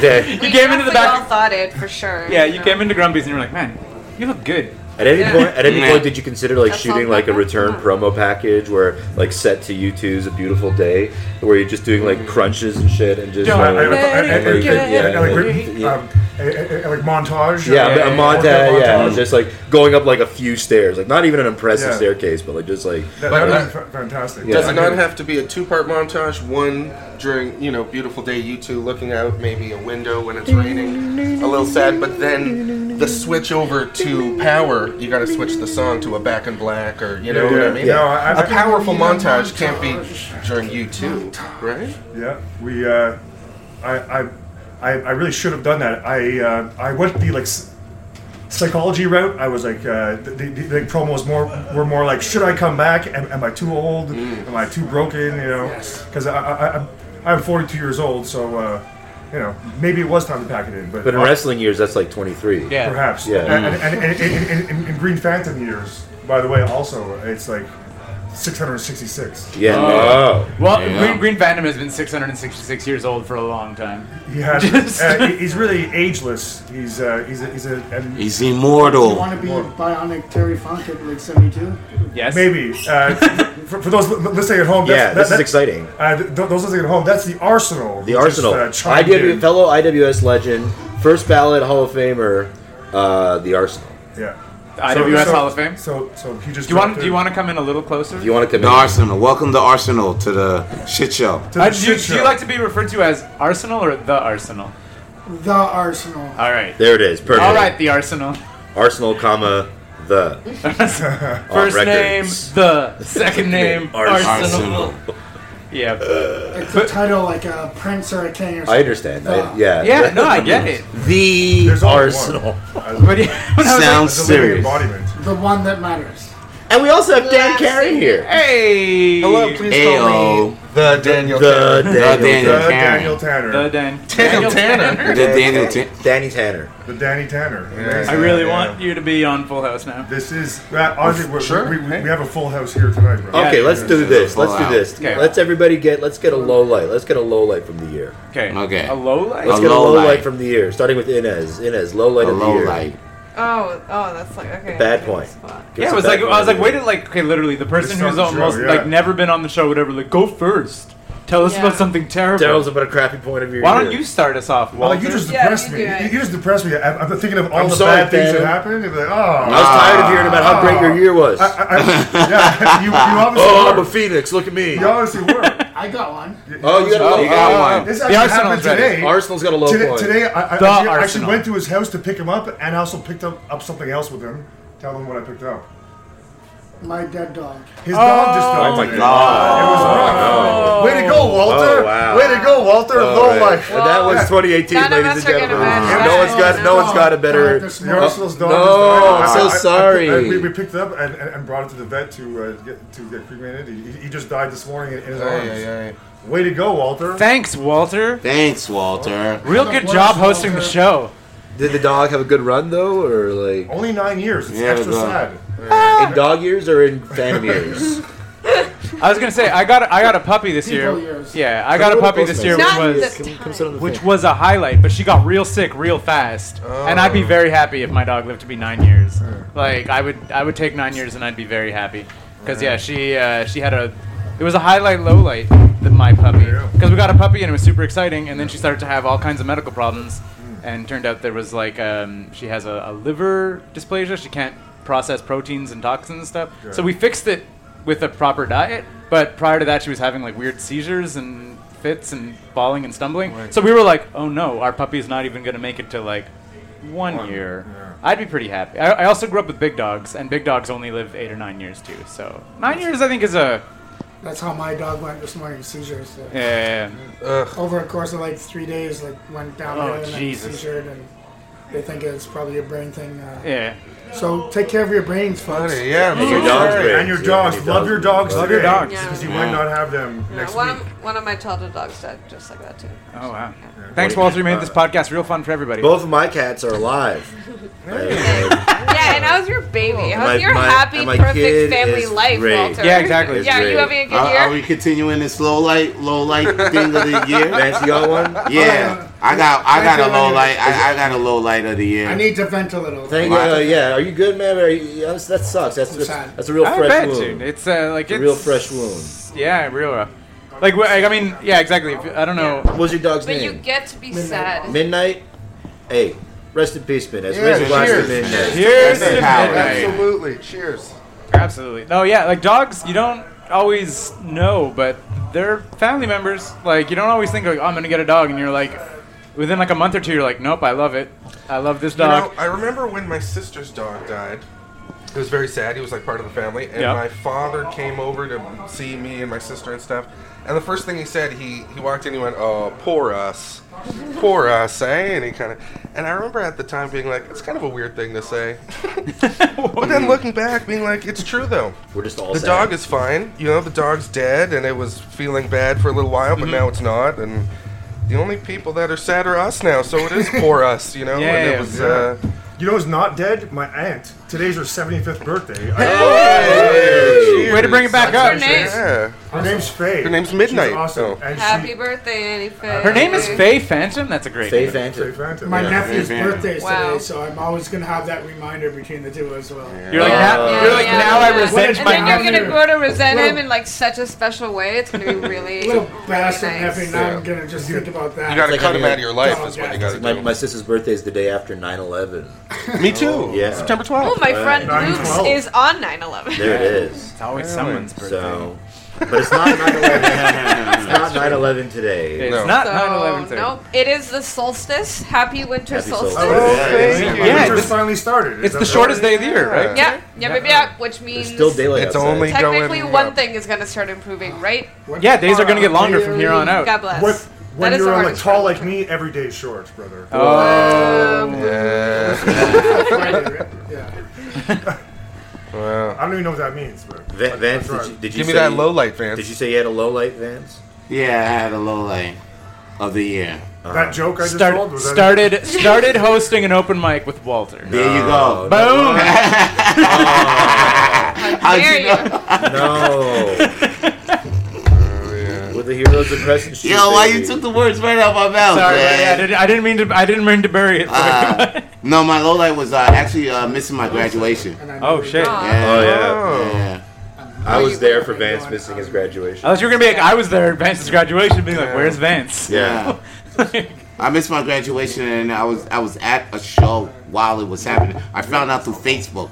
Speaker 5: That-
Speaker 7: We
Speaker 4: came into the
Speaker 7: definitely
Speaker 4: back-
Speaker 7: all thought it for sure.
Speaker 4: Yeah, you
Speaker 7: know?
Speaker 4: came into Grumpy's and you were like, man, you look good.
Speaker 5: At any
Speaker 7: Yeah.
Speaker 5: point, at any
Speaker 6: Yeah.
Speaker 5: point, did you consider like
Speaker 7: That's
Speaker 5: shooting
Speaker 7: all
Speaker 5: like a
Speaker 7: that
Speaker 5: return
Speaker 7: matters.
Speaker 5: promo package where like set to you two's a beautiful day, where you're just doing like crunches and shit and just
Speaker 9: No, I- I- I- I-
Speaker 5: like,
Speaker 9: I- I-
Speaker 5: and,
Speaker 9: I-
Speaker 5: yeah,
Speaker 9: I- I- like,
Speaker 5: and- yeah.
Speaker 9: um, I- I- I- like montage.
Speaker 5: Yeah,
Speaker 9: uh,
Speaker 5: but a montage,
Speaker 9: workout
Speaker 5: yeah,
Speaker 9: montage.
Speaker 5: just like going up like a few stairs, like not even an impressive
Speaker 9: Yeah.
Speaker 5: staircase, but like just like
Speaker 3: But,
Speaker 9: That, that
Speaker 3: uh,
Speaker 9: would be fa- fantastic.
Speaker 5: Yeah.
Speaker 3: Does it not have to be a two-part montage? One during, you know, beautiful day, you two looking out, maybe a window when it's raining, a little sad. But then the switch over to power, you got to switch the song to a back in black, or you know
Speaker 9: Yeah,
Speaker 3: what
Speaker 9: yeah,
Speaker 3: I mean.
Speaker 9: yeah. No, I-
Speaker 3: A
Speaker 9: I-
Speaker 3: powerful montage can't be during you two, right?
Speaker 9: Yeah, we. Uh, I, I, I, I really should have done that. I, uh, I went the like s- psychology route. I was like, uh, the, the, the promos more were more like, should I come back? Am, am I too old?
Speaker 5: Mm.
Speaker 9: Am I too broken? You know, because I, I, I'm, I'm 42 years old, so uh, you know, maybe it was time to pack it in. But,
Speaker 5: But in wrestling years, that's like 23.
Speaker 4: Yeah.
Speaker 9: Perhaps.
Speaker 5: Yeah.
Speaker 9: And, and, and, and- and- and- and Green Phantom years, by the way, also, it's like 666.
Speaker 5: Yeah. Oh.
Speaker 4: Well, Green, Green Phantom has been 666 years old for a long time.
Speaker 9: He has,
Speaker 4: Just-
Speaker 9: uh, he- he's really ageless. He's, uh, he's a, he's a and
Speaker 6: He's immortal.
Speaker 10: Want to be bionic Terry Funk at like 72?
Speaker 4: Yes.
Speaker 9: maybe, uh, for, for those li- listening at home, that's,
Speaker 5: Yeah,
Speaker 9: that-
Speaker 5: this is
Speaker 9: that-
Speaker 5: exciting.
Speaker 9: Uh, th- those listening at home, that's the Arsenal.
Speaker 5: The Arsenal,
Speaker 9: uh,
Speaker 5: IW, fellow IWS legend, first ballot Hall of Famer, uh, the Arsenal.
Speaker 9: yeah.
Speaker 4: IWS Hall of Fame.
Speaker 9: So, so he just.
Speaker 4: Do you want?
Speaker 9: dropped
Speaker 4: Do you
Speaker 9: in.
Speaker 4: want to come in a little closer?
Speaker 5: If you want to come
Speaker 6: The
Speaker 5: in,
Speaker 6: Arsenal. Welcome to Arsenal to the shit show.
Speaker 9: To the
Speaker 4: Uh, do, you,
Speaker 9: shit
Speaker 4: do you
Speaker 9: show.
Speaker 4: like to be referred to as Arsenal or the Arsenal?
Speaker 10: The Arsenal.
Speaker 4: All right.
Speaker 5: there it is. Perfect.
Speaker 4: All right, the Arsenal.
Speaker 5: Arsenal, comma the
Speaker 4: First
Speaker 5: record.
Speaker 4: name the, second name Arsenal.
Speaker 6: Arsenal.
Speaker 4: Yeah.
Speaker 10: It's a title like a prince or a king or
Speaker 5: I
Speaker 10: something.
Speaker 5: understand.
Speaker 6: Uh,
Speaker 5: I, yeah.
Speaker 4: yeah. No, I get it.
Speaker 6: The
Speaker 9: There's only
Speaker 5: Arsenal.
Speaker 9: One. As-
Speaker 4: But yeah, when I was
Speaker 6: sounds
Speaker 9: as a living
Speaker 6: serious.
Speaker 9: embodiment.
Speaker 10: The one that matters.
Speaker 5: And we also have Dan Karen here.
Speaker 4: like, hey.
Speaker 3: Hello, please call
Speaker 6: Ayo.
Speaker 3: me the Daniel.
Speaker 5: The
Speaker 3: Kennedy.
Speaker 5: Daniel,
Speaker 6: Uh, Daniel.
Speaker 9: The
Speaker 6: Tanner.
Speaker 9: Daniel Tanner.
Speaker 4: The Dan.
Speaker 3: Daniel Tanner.
Speaker 6: the Daniel. T-
Speaker 5: Danny Tanner.
Speaker 9: The Danny Tanner. Amazing.
Speaker 4: I really
Speaker 9: Yeah.
Speaker 4: want you to be on Full House now.
Speaker 9: This is that,
Speaker 4: Oh,
Speaker 9: honestly. We're,
Speaker 3: Sure,
Speaker 9: we,
Speaker 3: hey.
Speaker 9: we have a full house here tonight, bro.
Speaker 5: Okay, let's do this.
Speaker 6: Full
Speaker 5: Let's do
Speaker 6: out.
Speaker 5: this.
Speaker 4: Okay.
Speaker 5: Let's everybody get. Let's get a low light. Let's get a low light from the year.
Speaker 4: Okay.
Speaker 6: Okay.
Speaker 4: A low
Speaker 5: Let's
Speaker 6: A
Speaker 4: light.
Speaker 5: get a
Speaker 6: low
Speaker 5: low light.
Speaker 6: light.
Speaker 5: from the year, starting with Inez. Inez, low light
Speaker 6: a
Speaker 5: of the
Speaker 6: low
Speaker 5: year.
Speaker 6: light.
Speaker 7: Oh, oh, that's like okay.
Speaker 5: Bad
Speaker 7: that's a
Speaker 5: point.
Speaker 7: spot.
Speaker 5: Give us
Speaker 4: Yeah,
Speaker 5: a
Speaker 4: it was
Speaker 5: bad
Speaker 4: like I
Speaker 5: point
Speaker 4: was
Speaker 5: of
Speaker 4: like
Speaker 5: the
Speaker 4: wait
Speaker 5: year.
Speaker 4: till like okay, literally the person
Speaker 9: Just
Speaker 4: who's
Speaker 9: on the
Speaker 4: almost
Speaker 9: show, yeah.
Speaker 4: like never been on the show would ever like go first. Tell us
Speaker 7: Yeah.
Speaker 4: about something terrible.
Speaker 5: Tell us about a crappy point of your
Speaker 4: Why
Speaker 5: year.
Speaker 4: don't you start us off?
Speaker 9: Well,
Speaker 4: Walter?
Speaker 9: Oh, you just
Speaker 7: Yeah,
Speaker 9: depressed
Speaker 7: you
Speaker 9: me.
Speaker 7: do it.
Speaker 9: You, you just depressed me. I, I'm thinking of all
Speaker 5: I'm
Speaker 9: the
Speaker 5: sorry,
Speaker 9: bad things
Speaker 5: Ben.
Speaker 9: that happened. and Like, oh,
Speaker 5: I was tired of hearing about how great your year was.
Speaker 9: I- I- yeah, you, you obviously
Speaker 5: oh, I'm
Speaker 9: were.
Speaker 5: a phoenix. Look at me.
Speaker 9: you obviously were.
Speaker 10: I got one.
Speaker 5: Oh, you got a low.
Speaker 4: Oh, you got one.
Speaker 9: This
Speaker 4: The
Speaker 9: actually
Speaker 4: Arsenal's
Speaker 9: happened
Speaker 4: ready.
Speaker 9: today.
Speaker 5: Arsenal's got a low
Speaker 9: today,
Speaker 5: point.
Speaker 9: today I, I
Speaker 4: The
Speaker 9: actually, actually
Speaker 4: Arsenal.
Speaker 9: went to his house to pick him up, and I also picked up, up something else with him. Tell him what I picked up.
Speaker 11: My dead dog.
Speaker 9: His dog just fell.
Speaker 12: Oh my
Speaker 9: today.
Speaker 12: God.
Speaker 9: It was rough. Way to go, Walter!
Speaker 6: uh,
Speaker 5: Oh, wow.
Speaker 9: Way to go, Walter!
Speaker 5: Oh,
Speaker 9: Low
Speaker 5: man.
Speaker 9: life.
Speaker 5: And that was 2018,
Speaker 7: None of
Speaker 5: ladies
Speaker 7: us
Speaker 5: and
Speaker 7: are gonna
Speaker 5: gentlemen.
Speaker 7: match
Speaker 5: No
Speaker 7: that.
Speaker 5: one's got no one's got a better.
Speaker 11: This
Speaker 9: The
Speaker 11: morning.
Speaker 9: Arsenal's dog.
Speaker 5: No,
Speaker 9: is
Speaker 5: I'm
Speaker 9: dead.
Speaker 5: so sorry.
Speaker 9: I- we, we picked it up and, and, and brought it to the vet to uh, get to get cremated. He, he just died this morning in, in his arms. Way to go, Walter!
Speaker 4: Thanks, Walter.
Speaker 6: Thanks, Walter.
Speaker 4: Real good job hosting the show.
Speaker 5: Did the dog have a good run though, or like
Speaker 9: Only nine years. It's
Speaker 12: Yeah,
Speaker 9: extra
Speaker 12: dog.
Speaker 9: sad.
Speaker 5: in dog years or in phantom years?
Speaker 4: I was gonna say I got a, I got a puppy this
Speaker 11: People
Speaker 4: year.
Speaker 11: years.
Speaker 4: Yeah, I got a puppy this year, which
Speaker 7: Not
Speaker 4: was
Speaker 7: the
Speaker 5: Come
Speaker 7: time.
Speaker 5: sit on the
Speaker 4: which
Speaker 5: thing.
Speaker 4: was a highlight. But she got real sick real fast, and I'd be very happy if my dog lived to be nine years. Like I would I would take nine years, and I'd be very happy. Cause yeah, she uh, she had a it was a highlight low light the, my puppy.
Speaker 9: Yeah.
Speaker 4: Cause we got a puppy and it was super exciting, and then she started to have all kinds of medical problems, and turned out there was like um, she has a, a liver dysplasia. She can't process proteins and toxins and stuff. So we fixed it with a proper diet. But prior to that, she was having like weird seizures and fits and falling and stumbling. So we were like, oh no, our puppy's not even gonna make it to like one, year. I'd be pretty happy. I, I also grew up with big dogs, and big dogs only live eight or nine years too. So nine years, I think, is a
Speaker 11: That's how my dog went this morning. Seizures. So.
Speaker 4: yeah.
Speaker 11: Over a course of like three days, like went down
Speaker 4: Oh,
Speaker 11: there and then
Speaker 4: Jesus.
Speaker 11: seizured, and they think it's probably a brain thing. Uh,
Speaker 4: yeah.
Speaker 11: So take care of your brains, folks.
Speaker 3: Funny, yeah.
Speaker 5: And your dog's great.
Speaker 9: And your
Speaker 5: Yeah,
Speaker 9: dogs.
Speaker 5: your
Speaker 9: Love your dogs.
Speaker 5: Love
Speaker 4: your
Speaker 9: today,
Speaker 4: dogs.
Speaker 7: Yeah.
Speaker 9: Because you might not have them next
Speaker 7: one,
Speaker 9: week.
Speaker 7: of, one of my childhood dogs died just like that too.
Speaker 4: Oh wow. Thanks, Walter. You made this podcast real fun for everybody.
Speaker 5: Both of my cats are alive.
Speaker 7: yeah, and how's your baby? How's
Speaker 5: my-
Speaker 7: your
Speaker 5: my-
Speaker 7: happy,
Speaker 5: and my
Speaker 7: perfect
Speaker 5: kid
Speaker 7: family
Speaker 5: is
Speaker 7: life,
Speaker 5: great.
Speaker 7: Walter?
Speaker 4: Yeah, exactly.
Speaker 7: Yeah, are you
Speaker 5: great.
Speaker 7: having a good
Speaker 6: Are,
Speaker 7: year?
Speaker 6: are we continuing this low light, low light thing of the year?
Speaker 5: Vance, you got one?
Speaker 6: Yeah, I got, I got a
Speaker 11: Thank you.
Speaker 6: low light. I, I got a low light of the
Speaker 11: I
Speaker 6: year.
Speaker 11: need to vent a little.
Speaker 5: Thank you.
Speaker 6: Wow.
Speaker 5: Uh, yeah. Are you good, man? Are you, yeah, that's- that sucks. That's that's,
Speaker 11: sad.
Speaker 5: that's a real
Speaker 4: I
Speaker 5: fresh
Speaker 4: bet,
Speaker 5: wound.
Speaker 4: dude. It's uh, like
Speaker 5: a
Speaker 4: it's
Speaker 5: real fresh wound.
Speaker 4: Yeah, real rough. Like, wh- like, I mean, yeah, exactly. If you- I don't know.
Speaker 5: What was your dog's
Speaker 7: but you
Speaker 5: name?
Speaker 7: get to be sad.
Speaker 5: Midnight. Hey, rest in peace, Midnight.
Speaker 3: Yeah,
Speaker 5: Raise a glass to
Speaker 3: cheers.
Speaker 5: Midnight.
Speaker 4: Here's
Speaker 6: That's
Speaker 4: to
Speaker 6: how,
Speaker 4: midnight.
Speaker 6: right?
Speaker 3: Absolutely. Cheers.
Speaker 4: Absolutely. No, yeah, like dogs, you don't always know, but they're family members. Like, you don't always think, like, oh, I'm going to get a dog. And you're like, within like a month or two, you're like, nope, I love it. I love this dog.
Speaker 3: You know, I remember when my sister's dog died. It was very sad. He was like part of the family, and
Speaker 4: Yeah.
Speaker 3: my father came over to see me and my sister and stuff. And the first thing he said, he he walked in, he went, "Oh, poor us, poor us," eh? And he kind of, and I remember at the time being like, "It's kind of a weird thing to say," but then looking back, being like, "It's true though."
Speaker 5: We're just all
Speaker 3: The
Speaker 5: sad.
Speaker 3: dog is fine. You know, the dog's dead, and it was feeling bad for a little while, but now it's not. And the only people that are sad are us now, so it is poor us. You know, and
Speaker 4: Yeah.
Speaker 3: it was. Uh,
Speaker 9: You know who's not dead? My aunt. Today's her 75th birthday. I-
Speaker 4: Way to bring it back
Speaker 7: That's
Speaker 4: up.
Speaker 7: her name.
Speaker 3: Yeah.
Speaker 9: Her name's Faye.
Speaker 3: Her name's Midnight,
Speaker 9: She's awesome.
Speaker 6: Oh.
Speaker 3: so-
Speaker 9: And
Speaker 7: Happy
Speaker 9: she,
Speaker 7: birthday, Annie Faye.
Speaker 4: Her name is Faye Phantom? That's a great
Speaker 5: Faye
Speaker 4: name.
Speaker 9: Faye
Speaker 5: Phantom.
Speaker 9: Phantom.
Speaker 11: My
Speaker 9: Yeah.
Speaker 11: nephew's
Speaker 6: Yeah.
Speaker 11: birthday is
Speaker 7: Wow.
Speaker 11: today, so I'm always gonna have that reminder between the two as well.
Speaker 4: You're like, now,
Speaker 5: Yeah,
Speaker 4: you're like, now I resent
Speaker 7: Uh, and
Speaker 4: my
Speaker 7: then you're gonna
Speaker 11: nephew.
Speaker 7: grow to resent him
Speaker 11: Little-
Speaker 7: in like such a special way. It's gonna be really,
Speaker 11: Little
Speaker 7: really
Speaker 11: bastard
Speaker 7: nice.
Speaker 11: nephew. Now I'm gonna just think about that.
Speaker 3: You gotta
Speaker 5: like
Speaker 3: cut
Speaker 5: having
Speaker 3: him
Speaker 5: a
Speaker 3: out of your life,
Speaker 11: dog
Speaker 3: is what you
Speaker 11: as
Speaker 3: gotta
Speaker 5: My,
Speaker 3: do.
Speaker 5: my sister's birthday is the day after 9/11.
Speaker 3: Me too.
Speaker 5: yeah.
Speaker 3: September
Speaker 7: Oh,
Speaker 3: 12th.
Speaker 7: my friend
Speaker 9: Nine
Speaker 7: Luke's
Speaker 9: twelve.
Speaker 7: is on 9/11.
Speaker 5: There it is.
Speaker 4: It's always someone's birthday.
Speaker 5: So, but it's not 9/11. it's not 9/11 today.
Speaker 4: it's
Speaker 3: No.
Speaker 4: not 9
Speaker 7: So
Speaker 4: 11
Speaker 7: nope, it is the solstice. Happy winter
Speaker 5: Happy
Speaker 7: solstice.
Speaker 5: solstice.
Speaker 9: Yeah,
Speaker 4: Yeah,
Speaker 9: winter's
Speaker 4: this-
Speaker 9: finally started. Is
Speaker 4: It's
Speaker 9: that
Speaker 4: the
Speaker 9: right?
Speaker 4: shortest day of the year, right?
Speaker 7: Yeah, yeah, baby, yeah, which means
Speaker 5: There's still daylight
Speaker 3: It's
Speaker 5: outside.
Speaker 3: only-
Speaker 7: technically
Speaker 3: Going
Speaker 7: one
Speaker 3: up.
Speaker 7: thing is gonna start improving, right?
Speaker 11: What
Speaker 4: Yeah,
Speaker 11: the
Speaker 4: days are
Speaker 11: fuck?
Speaker 4: going to get longer from here on out.
Speaker 7: God bless.
Speaker 9: What, when
Speaker 7: That is the
Speaker 9: you're like
Speaker 7: hardest
Speaker 9: tall
Speaker 7: part.
Speaker 9: like me, every day's short, brother.
Speaker 4: Oh.
Speaker 3: Yeah.
Speaker 11: Yeah.
Speaker 3: Wow.
Speaker 9: I don't even know what that means, but
Speaker 5: Va- Vance,
Speaker 9: That's
Speaker 5: did
Speaker 9: right.
Speaker 5: you, did you
Speaker 3: Give me
Speaker 5: say
Speaker 3: that low light, Vance.
Speaker 5: Did you say you had a low light, Vance?
Speaker 6: Yeah, I had a low light of the year.
Speaker 9: that joke I just told
Speaker 4: Start,
Speaker 9: was that-
Speaker 4: started started hosting an open mic with Walter.
Speaker 5: Oh,
Speaker 6: There you go.
Speaker 4: Boom!
Speaker 7: How dare you?
Speaker 3: Oh,
Speaker 5: No. Oh. With the heroes of Crescent Street.
Speaker 6: Yo, why you
Speaker 5: baby.
Speaker 6: took the words right out my mouth?
Speaker 4: Sorry, buddy. I
Speaker 6: man?
Speaker 4: didn't, I didn't mean to. I didn't mean to bury it.
Speaker 5: Ah.
Speaker 6: Uh, no, my low light was uh, actually uh, missing my graduation.
Speaker 11: And I know
Speaker 4: oh
Speaker 11: you're
Speaker 4: shit!
Speaker 7: Aw.
Speaker 6: Yeah.
Speaker 5: Oh yeah.
Speaker 6: Yeah.
Speaker 5: I was there for Vance missing his graduation.
Speaker 4: Unless you're gonna be like, I was there at Vance's graduation, being like, "Where's Vance?"
Speaker 6: Yeah. I missed my graduation and I was I was at a show while it was happening. I found out through Facebook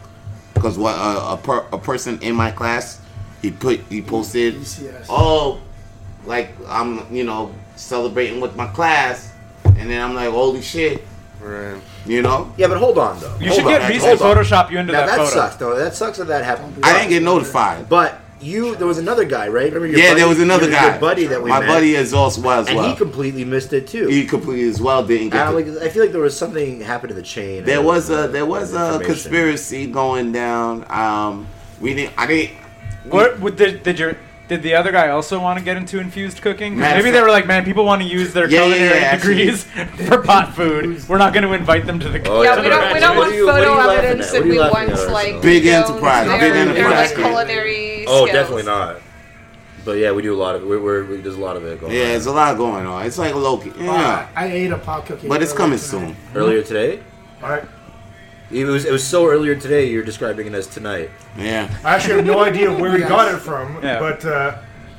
Speaker 6: because what uh, a a, per, a person in my class he put he posted
Speaker 11: ECS.
Speaker 6: oh like I'm you know celebrating with my class and then I'm like holy shit
Speaker 3: Right.
Speaker 6: You know?
Speaker 5: Yeah, but hold on though.
Speaker 4: You
Speaker 5: Hold
Speaker 4: should
Speaker 5: on,
Speaker 4: get
Speaker 5: hold
Speaker 4: Reese to
Speaker 5: on.
Speaker 4: Photoshop you into
Speaker 5: Now
Speaker 4: that,
Speaker 5: that
Speaker 4: photo.
Speaker 5: sucks though. That sucks that that happened.
Speaker 6: I didn't get notified.
Speaker 5: But you, there was another guy, right? Remember your
Speaker 6: yeah,
Speaker 5: buddy?
Speaker 6: there was another
Speaker 5: your,
Speaker 6: guy.
Speaker 5: your buddy that we
Speaker 6: My
Speaker 5: met.
Speaker 6: buddy is also was
Speaker 5: and
Speaker 6: well.
Speaker 5: he completely missed it too.
Speaker 6: he completely as well didn't
Speaker 5: I,
Speaker 6: get.
Speaker 5: don't
Speaker 6: The,
Speaker 5: like, I feel like there was something happened in the chain.
Speaker 6: there
Speaker 5: or-
Speaker 6: was a
Speaker 5: or
Speaker 6: there was a
Speaker 5: information.
Speaker 6: conspiracy going down. Um, we didn't. I didn't.
Speaker 4: What, what did, did your did the other guy also want to get into infused cooking? 'Cause
Speaker 6: Matter
Speaker 4: Maybe
Speaker 6: of
Speaker 4: they
Speaker 6: fact-
Speaker 4: were like, man, people want to use their
Speaker 6: Yeah, yeah,
Speaker 4: culinary
Speaker 6: yeah, actually.
Speaker 4: degrees for pot food. We're not going to invite them to the. to
Speaker 5: Oh, yeah,
Speaker 7: Yeah,
Speaker 4: the
Speaker 7: we don't, we don't
Speaker 5: What
Speaker 4: restaurant."
Speaker 5: are
Speaker 7: want
Speaker 5: you- what are you
Speaker 7: photo
Speaker 5: laughing
Speaker 7: evidence
Speaker 5: at?
Speaker 7: that
Speaker 5: What are you
Speaker 7: we
Speaker 5: laughing at,
Speaker 7: want
Speaker 5: Arsenal?
Speaker 7: like
Speaker 6: Big
Speaker 7: shown
Speaker 6: enterprise,
Speaker 7: their-
Speaker 6: big
Speaker 7: Their,
Speaker 6: enterprise.
Speaker 7: like culinary
Speaker 5: Oh,
Speaker 7: skills.
Speaker 5: definitely not. But yeah, we do a lot of we're, we're, we there's a lot of it going.
Speaker 6: Yeah,
Speaker 5: on.
Speaker 6: there's a lot going on. It's like Loki.
Speaker 10: Uh,
Speaker 6: Yeah,
Speaker 10: I ate a pot cookie.
Speaker 6: but it's
Speaker 10: earlier
Speaker 6: coming
Speaker 10: tonight.
Speaker 6: soon.
Speaker 5: earlier today.
Speaker 9: All right.
Speaker 5: It was it was so earlier today. You're describing it as tonight.
Speaker 6: Yeah.
Speaker 9: I actually have no idea where he
Speaker 10: Yes.
Speaker 9: got it from,
Speaker 4: Yeah.
Speaker 9: but uh,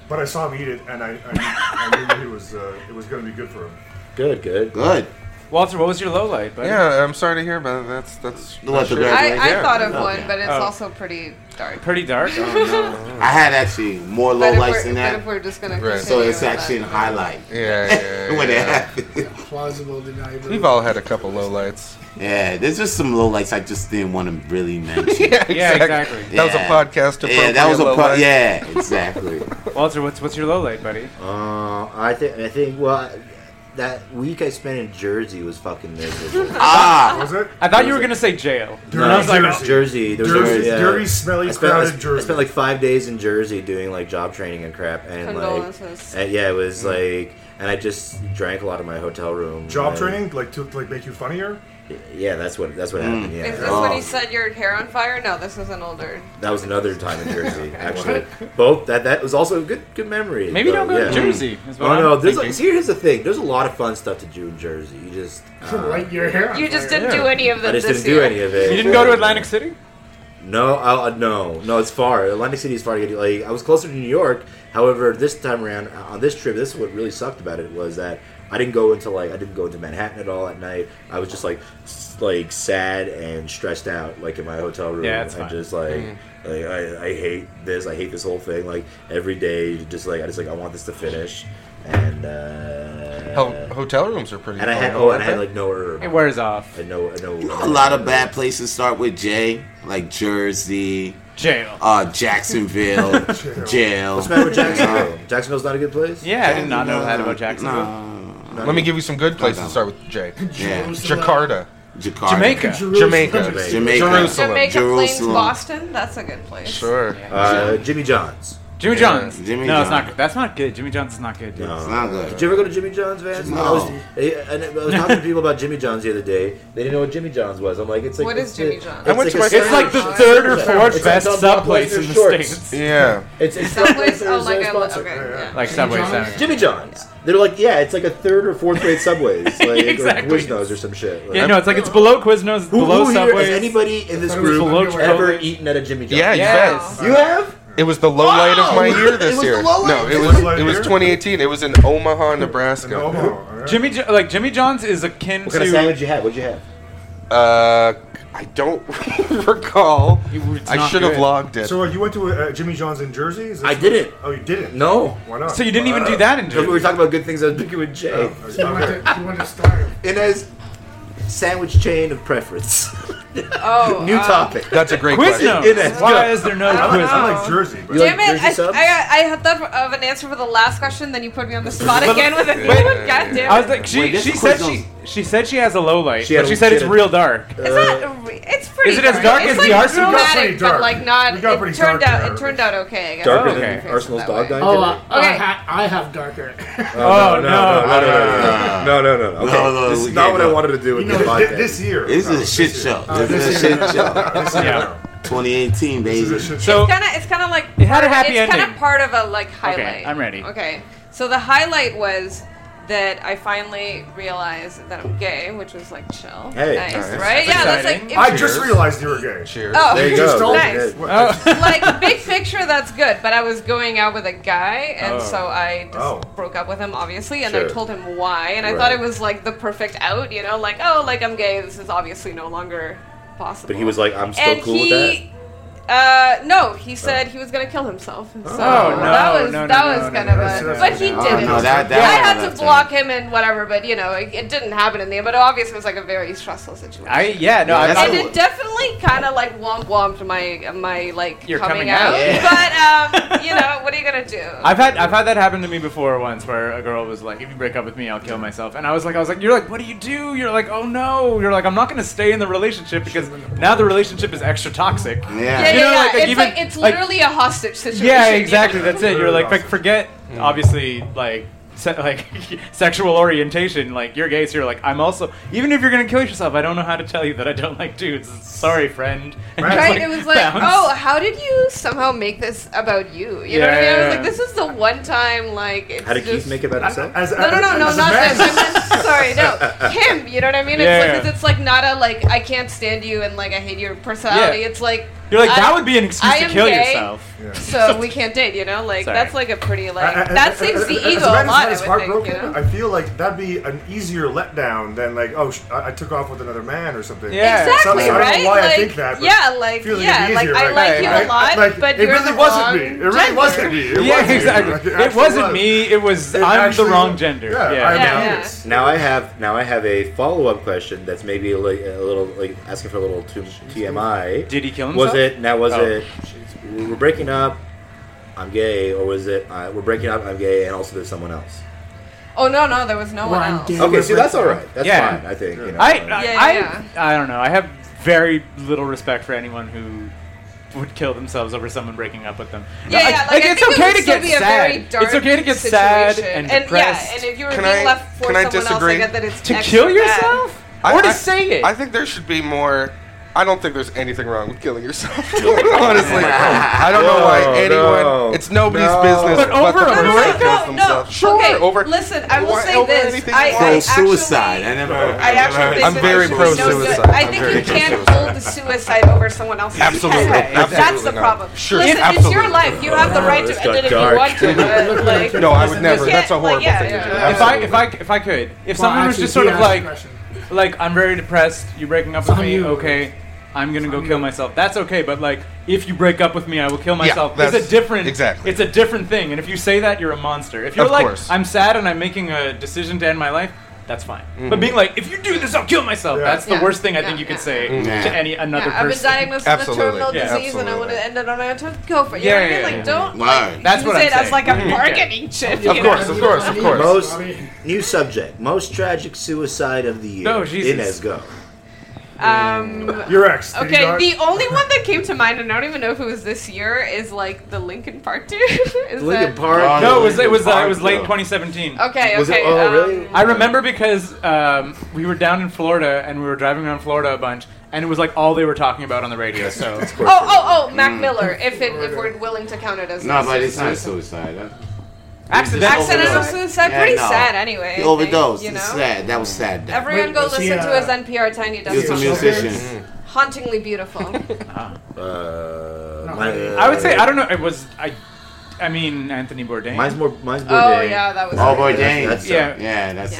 Speaker 9: but I saw him eat it, and I, I, knew- I knew he was uh, it was going to be good for him.
Speaker 5: Good, good.
Speaker 6: Good.
Speaker 4: Walter, what was your low light? buddy?
Speaker 3: Yeah, I'm sorry to hear about it. That's that's.
Speaker 6: What,
Speaker 3: that's
Speaker 6: the
Speaker 3: shit.
Speaker 6: guy-
Speaker 7: I, I
Speaker 3: Yeah.
Speaker 7: thought of one, but it's
Speaker 4: Oh.
Speaker 7: also pretty dark.
Speaker 4: Pretty dark. Oh,
Speaker 6: I had actually more
Speaker 7: But
Speaker 6: low
Speaker 7: if,
Speaker 6: lights
Speaker 7: we're,
Speaker 6: than
Speaker 7: but if
Speaker 6: that,
Speaker 7: we're just gonna
Speaker 3: Right.
Speaker 6: so
Speaker 7: continue
Speaker 6: it's
Speaker 7: with
Speaker 6: actually in
Speaker 7: that.
Speaker 6: highlight
Speaker 3: Yeah, yeah,
Speaker 6: when it
Speaker 3: yeah.
Speaker 6: happened.
Speaker 10: Plausible deniability.
Speaker 3: We've all had a couple lowlights.
Speaker 6: Yeah, there's just some low lights I just didn't want to really mention.
Speaker 3: yeah,
Speaker 4: Yeah, exactly.
Speaker 3: That was a
Speaker 6: Yeah.
Speaker 3: podcast.
Speaker 6: yeah, that was a pro-
Speaker 3: lowlight.
Speaker 6: yeah, exactly.
Speaker 4: Walter, what's what's your low light, buddy?
Speaker 5: Uh, I think I think well, I- that week I spent in Jersey was fucking miserable.
Speaker 6: ah,
Speaker 9: Was it?
Speaker 4: I thought you were going to say jail.
Speaker 9: Dirty
Speaker 4: And I was like,
Speaker 5: Jersey,
Speaker 9: Jersey.
Speaker 5: there was a-
Speaker 9: Jersey-
Speaker 5: yeah.
Speaker 9: dirty, smelly,
Speaker 5: I spent, I
Speaker 9: crowded
Speaker 5: sp- I
Speaker 9: Jersey.
Speaker 5: spent like five days in Jersey doing like job training and crap, and like,
Speaker 7: Condolences.
Speaker 5: and, yeah, it was like, and I just drank a lot in my hotel room.
Speaker 9: Job
Speaker 5: and-
Speaker 9: training, like to like make you funnier.
Speaker 5: Yeah, that's what
Speaker 4: Mm.
Speaker 5: that's what happened. Yeah, Oh,
Speaker 7: Is this when you set your hair on fire? No, this is an older.
Speaker 5: that was another time in Jersey. Actually, both that that was also a good good memory.
Speaker 4: Maybe don't go
Speaker 5: yeah.
Speaker 4: to Jersey. is what
Speaker 5: Oh
Speaker 4: I'm
Speaker 5: no! There's like,
Speaker 4: thinking.
Speaker 5: see, here's the thing. There's a lot of fun stuff to do in Jersey. You just uh,
Speaker 10: light your hair. on
Speaker 7: You just
Speaker 10: fire.
Speaker 7: didn't do any of
Speaker 5: I
Speaker 7: them
Speaker 5: just
Speaker 7: this
Speaker 5: didn't do
Speaker 7: year.
Speaker 5: any of it.
Speaker 4: You didn't go to Atlantic City?
Speaker 5: No, I, uh, no, no. It's far. Atlantic City is far to get to. Like I was closer to New York. However, this time around uh, on this trip, this is what really sucked about it was that I didn't go into like I didn't go into Manhattan at all at night. I was just like s- like sad and stressed out, like in my hotel room.
Speaker 4: Yeah, it's
Speaker 5: and
Speaker 4: fine.
Speaker 5: just like. Like, I, I hate this. I hate this whole thing. Like every day, just like I just like I want this to finish, and uh,
Speaker 3: Hell, hotel rooms are pretty.
Speaker 5: and I
Speaker 3: fun,
Speaker 5: had
Speaker 3: though,
Speaker 5: oh, and
Speaker 3: aren't
Speaker 5: I had
Speaker 3: they?
Speaker 5: like no herb.
Speaker 4: It wears off.
Speaker 5: I know, I know.
Speaker 6: a lot of bad places start with J, like Jersey,
Speaker 4: Jail.
Speaker 6: uh, Jacksonville, jail.
Speaker 5: What's the matter with Jacksonville? Oh, Jacksonville's not a good place.
Speaker 4: Yeah, I did not know that
Speaker 6: No,
Speaker 4: about Jacksonville.
Speaker 6: no,
Speaker 3: Let me give you some good places
Speaker 6: no.
Speaker 3: to start with J.
Speaker 6: yeah,
Speaker 10: Jerusalem.
Speaker 3: Jakarta,
Speaker 6: Jakarta,
Speaker 4: Jamaica.
Speaker 3: Jamaica,
Speaker 6: Jamaica.
Speaker 3: Jerusalem.
Speaker 7: Jamaica Plains,
Speaker 6: Jerusalem.
Speaker 7: Boston. That's a good place.
Speaker 3: Sure.
Speaker 5: Uh, Jimmy John's.
Speaker 4: Jimmy
Speaker 3: Yeah.
Speaker 4: John's.
Speaker 6: Jimmy
Speaker 4: no, it's
Speaker 6: John's.
Speaker 4: not good. That's not good. Jimmy John's is not good. dude.
Speaker 6: It's
Speaker 5: No.
Speaker 6: not good.
Speaker 5: Did you ever go to Jimmy John's, Vance?
Speaker 6: No.
Speaker 5: I was, eh, and I was talking to people about Jimmy John's the other day. They didn't know what Jimmy John's was. I'm like, it's like
Speaker 7: What is
Speaker 5: it's
Speaker 7: Jimmy
Speaker 5: a-
Speaker 7: John's?
Speaker 5: It's
Speaker 3: I went
Speaker 5: like
Speaker 3: to
Speaker 5: a
Speaker 3: my
Speaker 4: It's like the
Speaker 5: sandwich.
Speaker 4: third or fourth
Speaker 5: It's
Speaker 4: best
Speaker 5: like
Speaker 4: sub
Speaker 5: Don
Speaker 4: place in
Speaker 5: Blockbuster
Speaker 4: the
Speaker 5: shorts.
Speaker 4: states.
Speaker 3: Yeah.
Speaker 5: It's, it's
Speaker 7: Subway's.
Speaker 5: Blockbuster's,
Speaker 7: Oh my
Speaker 5: uh,
Speaker 7: god.
Speaker 5: sponsor.
Speaker 7: Okay. Yeah.
Speaker 4: Like Subway
Speaker 10: John's?
Speaker 4: Sandwich.
Speaker 5: Jimmy John's. They're like, yeah, it's like a third or fourth grade Subway's, like
Speaker 4: Exactly.
Speaker 5: or Quiznos or some shit. Like,
Speaker 4: Yeah, no, it's like it's below Quiznos, it's
Speaker 5: who,
Speaker 4: below
Speaker 5: who here,
Speaker 4: Subway.
Speaker 5: has anybody in this
Speaker 10: Thought it was
Speaker 5: group
Speaker 4: below
Speaker 5: ever
Speaker 4: Chipotle.
Speaker 5: eaten at a Jimmy John's?
Speaker 3: Yeah, you
Speaker 4: Yeah.
Speaker 3: bet.
Speaker 5: you have.
Speaker 3: It was the low light of my year this
Speaker 5: was the
Speaker 3: year.
Speaker 5: low light.
Speaker 3: No,
Speaker 5: It
Speaker 3: it
Speaker 9: was
Speaker 3: was
Speaker 9: the low light
Speaker 3: it was
Speaker 9: year?
Speaker 3: 2018. It was in Omaha,
Speaker 9: No,
Speaker 3: Nebraska.
Speaker 9: Oh, all right.
Speaker 4: Jimmy, Jo- like Jimmy John's is akin
Speaker 5: What
Speaker 4: to
Speaker 5: kind of sandwich you have? What'd you have?
Speaker 3: Uh, I don't recall.
Speaker 4: You- it's
Speaker 3: I
Speaker 4: not
Speaker 3: should have
Speaker 4: good.
Speaker 3: logged it.
Speaker 9: So uh, you went to uh, Jimmy John's in Jersey? Is that-
Speaker 5: I didn't.
Speaker 9: Oh, you didn't.
Speaker 5: No.
Speaker 9: Why not?
Speaker 4: So you didn't even do that in
Speaker 5: Because we were
Speaker 4: Jersey.
Speaker 5: talking about good things I was picking with Jay.
Speaker 9: Oh,
Speaker 10: He
Speaker 9: okay.
Speaker 10: wanted to- he wanted to starve.
Speaker 5: In his sandwich chain of preference.
Speaker 7: Oh,
Speaker 5: New
Speaker 7: uh,
Speaker 5: topic.
Speaker 3: That's a great question.
Speaker 4: Quiznos.
Speaker 5: It is.
Speaker 4: Why is there no
Speaker 7: I don't
Speaker 9: I like,
Speaker 4: Quiznos?
Speaker 9: I
Speaker 7: Oh.
Speaker 9: like Jersey, but
Speaker 5: You like
Speaker 7: Damn it!
Speaker 5: Jersey
Speaker 7: I,
Speaker 5: subs?
Speaker 7: I, I had thought of an answer for the last question, then you put me on the spot again with a new
Speaker 4: Wait.
Speaker 7: one. God damn
Speaker 4: I was
Speaker 7: it!
Speaker 4: like, she,
Speaker 6: Wait, this
Speaker 4: she
Speaker 6: is
Speaker 4: said
Speaker 6: Quiznos.
Speaker 4: she, she said she has a low light,
Speaker 5: She had
Speaker 4: but she
Speaker 5: a-
Speaker 4: said
Speaker 5: she
Speaker 4: it's
Speaker 5: had a-
Speaker 4: real dark.
Speaker 7: it's not. It's pretty.
Speaker 4: Is it as dark
Speaker 7: It's
Speaker 4: as
Speaker 7: like
Speaker 4: the Arsenal? We got
Speaker 7: Dramatic,
Speaker 9: pretty
Speaker 7: but
Speaker 9: dark.
Speaker 7: like not.
Speaker 9: We got
Speaker 7: It
Speaker 9: pretty
Speaker 7: turned
Speaker 9: dark
Speaker 7: out.
Speaker 9: there.
Speaker 5: It
Speaker 7: It turned out okay. I guess.
Speaker 5: Darker
Speaker 4: Oh, okay.
Speaker 5: than Arsenal's
Speaker 7: That
Speaker 5: dog
Speaker 7: way.
Speaker 5: died.
Speaker 10: Oh,
Speaker 5: today.
Speaker 10: uh, I,
Speaker 7: Okay.
Speaker 10: ha- I have darker.
Speaker 4: Oh, no.
Speaker 5: no, no, no, no, no, no, no, no, no.
Speaker 6: No, Oh, no,
Speaker 5: Okay, this
Speaker 6: we
Speaker 5: is not
Speaker 6: can't
Speaker 5: what I
Speaker 6: go.
Speaker 5: wanted Oh, to do
Speaker 9: you
Speaker 5: with
Speaker 9: know,
Speaker 5: this
Speaker 9: thi-
Speaker 5: podcast.
Speaker 9: this year.
Speaker 6: This is
Speaker 9: No,
Speaker 6: a shit show. This
Speaker 9: this
Speaker 6: is a shit show.
Speaker 4: Yeah.
Speaker 6: 2018,
Speaker 9: This is
Speaker 6: baby.
Speaker 9: a shit show.
Speaker 4: So
Speaker 7: It's kind of. It's kind of like.
Speaker 4: It had a happy
Speaker 7: it's kind
Speaker 4: ending.
Speaker 7: of part of a like highlight.
Speaker 4: I'm ready.
Speaker 7: Okay. So the highlight was that I finally realized that I'm gay, which was like chill.
Speaker 5: Hey.
Speaker 7: nice,
Speaker 3: Nice.
Speaker 7: right? yeah, that's
Speaker 4: exciting.
Speaker 7: like.
Speaker 9: I just
Speaker 3: Cheers.
Speaker 9: realized you were gay.
Speaker 3: Cheers.
Speaker 7: oh,
Speaker 5: There you
Speaker 9: Just
Speaker 5: go.
Speaker 9: all-
Speaker 5: That's
Speaker 7: Nice.
Speaker 5: good.
Speaker 9: What-
Speaker 7: like big picture that's good but i was going out with a guy and
Speaker 4: Oh.
Speaker 7: so i just
Speaker 9: Oh.
Speaker 7: broke up with him obviously and
Speaker 5: Sure.
Speaker 7: i told him why and i
Speaker 5: Right.
Speaker 7: thought it was like the perfect out you know like oh like i'm gay this is obviously no longer possible
Speaker 5: But he was like, I'm still
Speaker 7: and
Speaker 5: cool
Speaker 7: he
Speaker 5: with that.
Speaker 7: Uh, no, he said he was gonna kill himself. So
Speaker 4: no,
Speaker 7: that was
Speaker 4: no, no,
Speaker 7: that
Speaker 4: no, no,
Speaker 7: was kind of
Speaker 4: no,
Speaker 7: a,
Speaker 9: that's-
Speaker 7: but he
Speaker 9: no,
Speaker 7: didn't.
Speaker 13: no, that- that
Speaker 7: I
Speaker 13: was
Speaker 7: had
Speaker 13: enough
Speaker 7: to block him and whatever, but you know, it, it didn't happen in the end. But obviously, it was like a very stressful situation.
Speaker 4: I yeah no I,
Speaker 13: Yeah,
Speaker 4: I,
Speaker 7: and it definitely kind of like womp womped my my like
Speaker 4: Your
Speaker 7: coming,
Speaker 4: coming
Speaker 7: out.
Speaker 4: out.
Speaker 7: But um, you know, what are you gonna do?
Speaker 4: I've had I've had that happen to me before once where a girl was like, "If you break up with me, I'll kill myself," and I was like, "I was like, you're like, what do you do?" You're like, "Oh no!" You're like, "I'm not gonna stay in the relationship because now the relationship is extra toxic."
Speaker 7: yeah,
Speaker 6: Yeah.
Speaker 7: yeah,
Speaker 4: You know,
Speaker 7: yeah.
Speaker 4: like, like,
Speaker 7: it's
Speaker 4: even-
Speaker 7: like it's
Speaker 4: like-
Speaker 7: literally a hostage situation.
Speaker 4: Yeah,
Speaker 7: you know?
Speaker 4: exactly. That's it. You're like, like forget obviously like se- like sexual orientation. Like you're gay, so you're like, I'm also. Even if you're gonna kill yourself, I don't know how to tell you that I don't like dudes. Sorry, friend. And
Speaker 9: Right,
Speaker 4: just,
Speaker 7: Right? it was like,
Speaker 4: bounce.
Speaker 7: oh, how did you somehow make this about you? You know what I
Speaker 4: Yeah,
Speaker 7: mean? I
Speaker 4: yeah,
Speaker 7: was
Speaker 4: yeah.
Speaker 7: like, this is the one time, like, it's
Speaker 5: How did
Speaker 7: just...
Speaker 5: Keith make it about himself?
Speaker 9: As,
Speaker 7: No, no, no, no,
Speaker 9: as a
Speaker 7: not
Speaker 9: man-
Speaker 7: this. I meant, sorry, no, him. You know what I mean? It's
Speaker 4: Yeah,
Speaker 7: like,
Speaker 4: yeah.
Speaker 7: 'cause it's like not a like I can't stand you and like I hate your personality. It's like
Speaker 4: You're like
Speaker 7: I-
Speaker 4: that would be an excuse
Speaker 7: I
Speaker 4: to
Speaker 7: am
Speaker 4: kill
Speaker 7: gay,
Speaker 4: yourself.
Speaker 7: So we can't date. You know, like
Speaker 4: Sorry.
Speaker 7: that's like a pretty like
Speaker 9: I- I- I-
Speaker 7: that saves the
Speaker 9: as a
Speaker 7: ego
Speaker 9: man
Speaker 7: a
Speaker 9: who's
Speaker 7: lot.
Speaker 9: had his
Speaker 7: I
Speaker 9: uh, heart uh,
Speaker 7: would think.
Speaker 9: broken,
Speaker 7: You know?
Speaker 9: I feel like that'd be an easier letdown than like, oh, sh- I, I took off with another man or something.
Speaker 4: Yeah.
Speaker 7: Exactly,
Speaker 9: So- so I don't know
Speaker 7: right?
Speaker 9: why I
Speaker 7: like,
Speaker 9: think that, but
Speaker 7: yeah, like,
Speaker 9: feels like
Speaker 7: yeah,
Speaker 9: it'd be
Speaker 7: like,
Speaker 9: easier,
Speaker 7: I
Speaker 9: right?
Speaker 7: like you
Speaker 4: Right,
Speaker 7: a lot,
Speaker 9: like,
Speaker 7: but
Speaker 9: it
Speaker 7: you're
Speaker 9: really
Speaker 7: the
Speaker 9: wasn't
Speaker 7: wrong
Speaker 9: me. It really
Speaker 7: gender.
Speaker 9: wasn't me. It
Speaker 4: Yeah,
Speaker 9: wasn't me.
Speaker 4: exactly.
Speaker 9: actually
Speaker 4: It wasn't
Speaker 9: was.
Speaker 4: me. It was
Speaker 9: It
Speaker 4: I'm
Speaker 9: actually-
Speaker 4: the wrong gender.
Speaker 9: Yeah,
Speaker 4: yeah.
Speaker 9: I'm
Speaker 7: Yeah,
Speaker 9: a
Speaker 7: yeah.
Speaker 9: penis.
Speaker 5: Now I have now I have a follow up question that's maybe a, li- a little like asking for a little t- TMI.
Speaker 4: Did he kill
Speaker 5: Was
Speaker 4: himself?
Speaker 5: it now? Was
Speaker 4: Oh.
Speaker 5: it we- we're breaking up? I'm gay, or was it uh, we're breaking up? I'm gay, and also there's someone else.
Speaker 7: Oh no, no, there was no
Speaker 10: Well,
Speaker 7: one
Speaker 10: I'm
Speaker 7: else.
Speaker 10: gay.
Speaker 5: Okay, so that's all right. That's
Speaker 4: Yeah.
Speaker 5: fine. I think. You know,
Speaker 4: I,
Speaker 5: uh,
Speaker 4: I,
Speaker 7: Yeah, yeah.
Speaker 4: I, I don't know. I have very little respect for anyone who would kill themselves over someone breaking up with them.
Speaker 7: Yeah, yeah. Like, I
Speaker 4: it's
Speaker 7: think it
Speaker 4: okay
Speaker 7: would
Speaker 4: to
Speaker 7: still
Speaker 4: get
Speaker 7: be a
Speaker 4: sad.
Speaker 7: very dark
Speaker 4: it's okay to get
Speaker 7: situation.
Speaker 4: sad and
Speaker 7: yeah,
Speaker 4: depressed.
Speaker 7: and if you were
Speaker 3: Can
Speaker 7: being
Speaker 3: I-
Speaker 7: left for
Speaker 3: can I
Speaker 7: someone
Speaker 3: disagree?
Speaker 7: else, I get that it's
Speaker 4: to
Speaker 7: extra
Speaker 4: kill
Speaker 7: bad.
Speaker 4: yourself or to say it.
Speaker 3: I think there should be more. I don't think there's anything wrong with killing yourself. Honestly, I don't know why
Speaker 5: Whoa,
Speaker 3: anyone.
Speaker 5: no.
Speaker 3: It's nobody's
Speaker 5: No.
Speaker 3: business.
Speaker 4: But over
Speaker 3: the
Speaker 4: a
Speaker 7: No,
Speaker 3: person
Speaker 7: no,
Speaker 3: that
Speaker 7: no,
Speaker 4: breakup.
Speaker 3: kills
Speaker 7: no, no.
Speaker 3: themselves.
Speaker 7: Sure. Okay,
Speaker 3: over.
Speaker 7: listen, I will
Speaker 3: Why-
Speaker 7: say
Speaker 3: over
Speaker 7: this.
Speaker 3: anything
Speaker 7: I,
Speaker 3: you
Speaker 7: I
Speaker 3: want.
Speaker 6: Pro
Speaker 3: Well,
Speaker 7: actually,
Speaker 6: suicide. I never.
Speaker 7: I actually think
Speaker 3: I'm
Speaker 7: that
Speaker 3: very
Speaker 7: there should
Speaker 3: pro
Speaker 7: be no good-
Speaker 3: suicide.
Speaker 7: I
Speaker 3: I'm
Speaker 7: think
Speaker 3: very
Speaker 7: you
Speaker 3: pro
Speaker 7: can't
Speaker 3: suicide.
Speaker 7: hold the suicide over someone else's.
Speaker 3: Absolutely.
Speaker 7: head. That's
Speaker 3: Absolutely
Speaker 7: the
Speaker 3: not.
Speaker 7: problem.
Speaker 3: Sure.
Speaker 7: Listen, it's your
Speaker 3: Absolutely.
Speaker 7: life. You have the right to
Speaker 5: this
Speaker 7: end
Speaker 5: got
Speaker 7: it if
Speaker 5: dark.
Speaker 7: you want to. But like,
Speaker 3: No, I would never.
Speaker 7: can't-
Speaker 3: That's a
Speaker 7: like,
Speaker 3: horrible
Speaker 7: yeah,
Speaker 3: thing to
Speaker 7: yeah.
Speaker 3: do.
Speaker 4: if I if
Speaker 3: Absolutely.
Speaker 4: I if I could, if
Speaker 10: Well,
Speaker 4: someone was
Speaker 10: actually,
Speaker 4: just sort
Speaker 10: yeah,
Speaker 4: of
Speaker 10: that's
Speaker 4: like
Speaker 10: aggression.
Speaker 4: like I'm very depressed, you're breaking up with
Speaker 10: on
Speaker 4: me,
Speaker 10: you.
Speaker 4: okay. I'm gonna go kill myself. That's okay, but like, if you break up with me, I will kill myself. it's
Speaker 3: that's-
Speaker 4: a different,
Speaker 3: exactly.
Speaker 4: It's a different thing. And if you say that, you're a monster. If you're
Speaker 3: Of
Speaker 4: like,
Speaker 3: course.
Speaker 4: I'm sad and I'm making a decision to end my life, that's fine.
Speaker 3: Mm-hmm.
Speaker 4: But being like, if you do this, I'll kill myself.
Speaker 9: Yeah.
Speaker 4: That's the
Speaker 7: Yeah.
Speaker 4: worst thing I
Speaker 7: Yeah,
Speaker 4: think you could
Speaker 7: yeah.
Speaker 4: say
Speaker 3: Mm-hmm.
Speaker 13: Yeah.
Speaker 4: to any another
Speaker 7: Yeah, I've been
Speaker 4: person.
Speaker 7: diagnosed with a
Speaker 3: Absolutely.
Speaker 7: terminal
Speaker 4: Yeah,
Speaker 7: disease and I want
Speaker 3: absolutely.
Speaker 7: to end it on my own terms. Go for it. You
Speaker 4: Yeah,
Speaker 7: know what
Speaker 4: yeah,
Speaker 7: I mean?
Speaker 4: yeah.
Speaker 7: Like, don't
Speaker 13: Word.
Speaker 4: That's
Speaker 7: use
Speaker 4: what I'm
Speaker 7: it as
Speaker 4: saying.
Speaker 7: like a bargaining chip.
Speaker 3: Of
Speaker 7: you know?
Speaker 3: course, of course, of course.
Speaker 5: most
Speaker 10: I mean-
Speaker 5: new subject, most tragic suicide of the year.
Speaker 4: Oh, Jesus.
Speaker 5: Inez, go.
Speaker 7: Um,
Speaker 9: Your ex. did he
Speaker 7: okay,
Speaker 9: not-
Speaker 7: the only one that came to mind, and I don't even know if it was this year, is like the Lincoln Park dude. is
Speaker 5: Lincoln
Speaker 7: that-
Speaker 5: Park.
Speaker 4: no, it was it was uh, it was
Speaker 13: Fuck,
Speaker 4: late
Speaker 13: no.
Speaker 4: 2017.
Speaker 7: Okay,
Speaker 5: Was it-
Speaker 7: okay.
Speaker 5: oh,
Speaker 7: um,
Speaker 5: really?
Speaker 4: I remember because um, we were down in Florida and we were driving around Florida a bunch, and it was like all they were talking about on the radio. So
Speaker 7: Oh, oh, oh, Mac Miller. If it, if we're willing to count it as
Speaker 13: No, Mm. but it's not
Speaker 7: suicide.
Speaker 13: suicide. huh?
Speaker 4: accidental.
Speaker 7: accidental
Speaker 13: Overdose.
Speaker 7: suicide.
Speaker 13: Yeah,
Speaker 7: Pretty
Speaker 13: no.
Speaker 7: sad, anyway.
Speaker 13: He
Speaker 7: I think,
Speaker 13: overdosed.
Speaker 7: You know.
Speaker 13: It's sad. That was sad. death.
Speaker 7: Everyone,
Speaker 10: Wait,
Speaker 7: go
Speaker 10: was
Speaker 7: listen
Speaker 10: he,
Speaker 7: to his
Speaker 10: uh,
Speaker 7: NPR Tiny
Speaker 13: He was
Speaker 7: Desk.
Speaker 13: a musician.
Speaker 7: Hauntingly beautiful. Oh,
Speaker 5: Uh,
Speaker 10: No,
Speaker 5: my-
Speaker 4: I would say I don't know. It was I. I mean Anthony Bourdain.
Speaker 5: uh, Mine's more. Mine's more.
Speaker 7: oh yeah, that was.
Speaker 13: Oh,
Speaker 7: great.
Speaker 13: Bourdain.
Speaker 5: That's- uh,
Speaker 4: yeah, yeah,
Speaker 13: Yeah, that's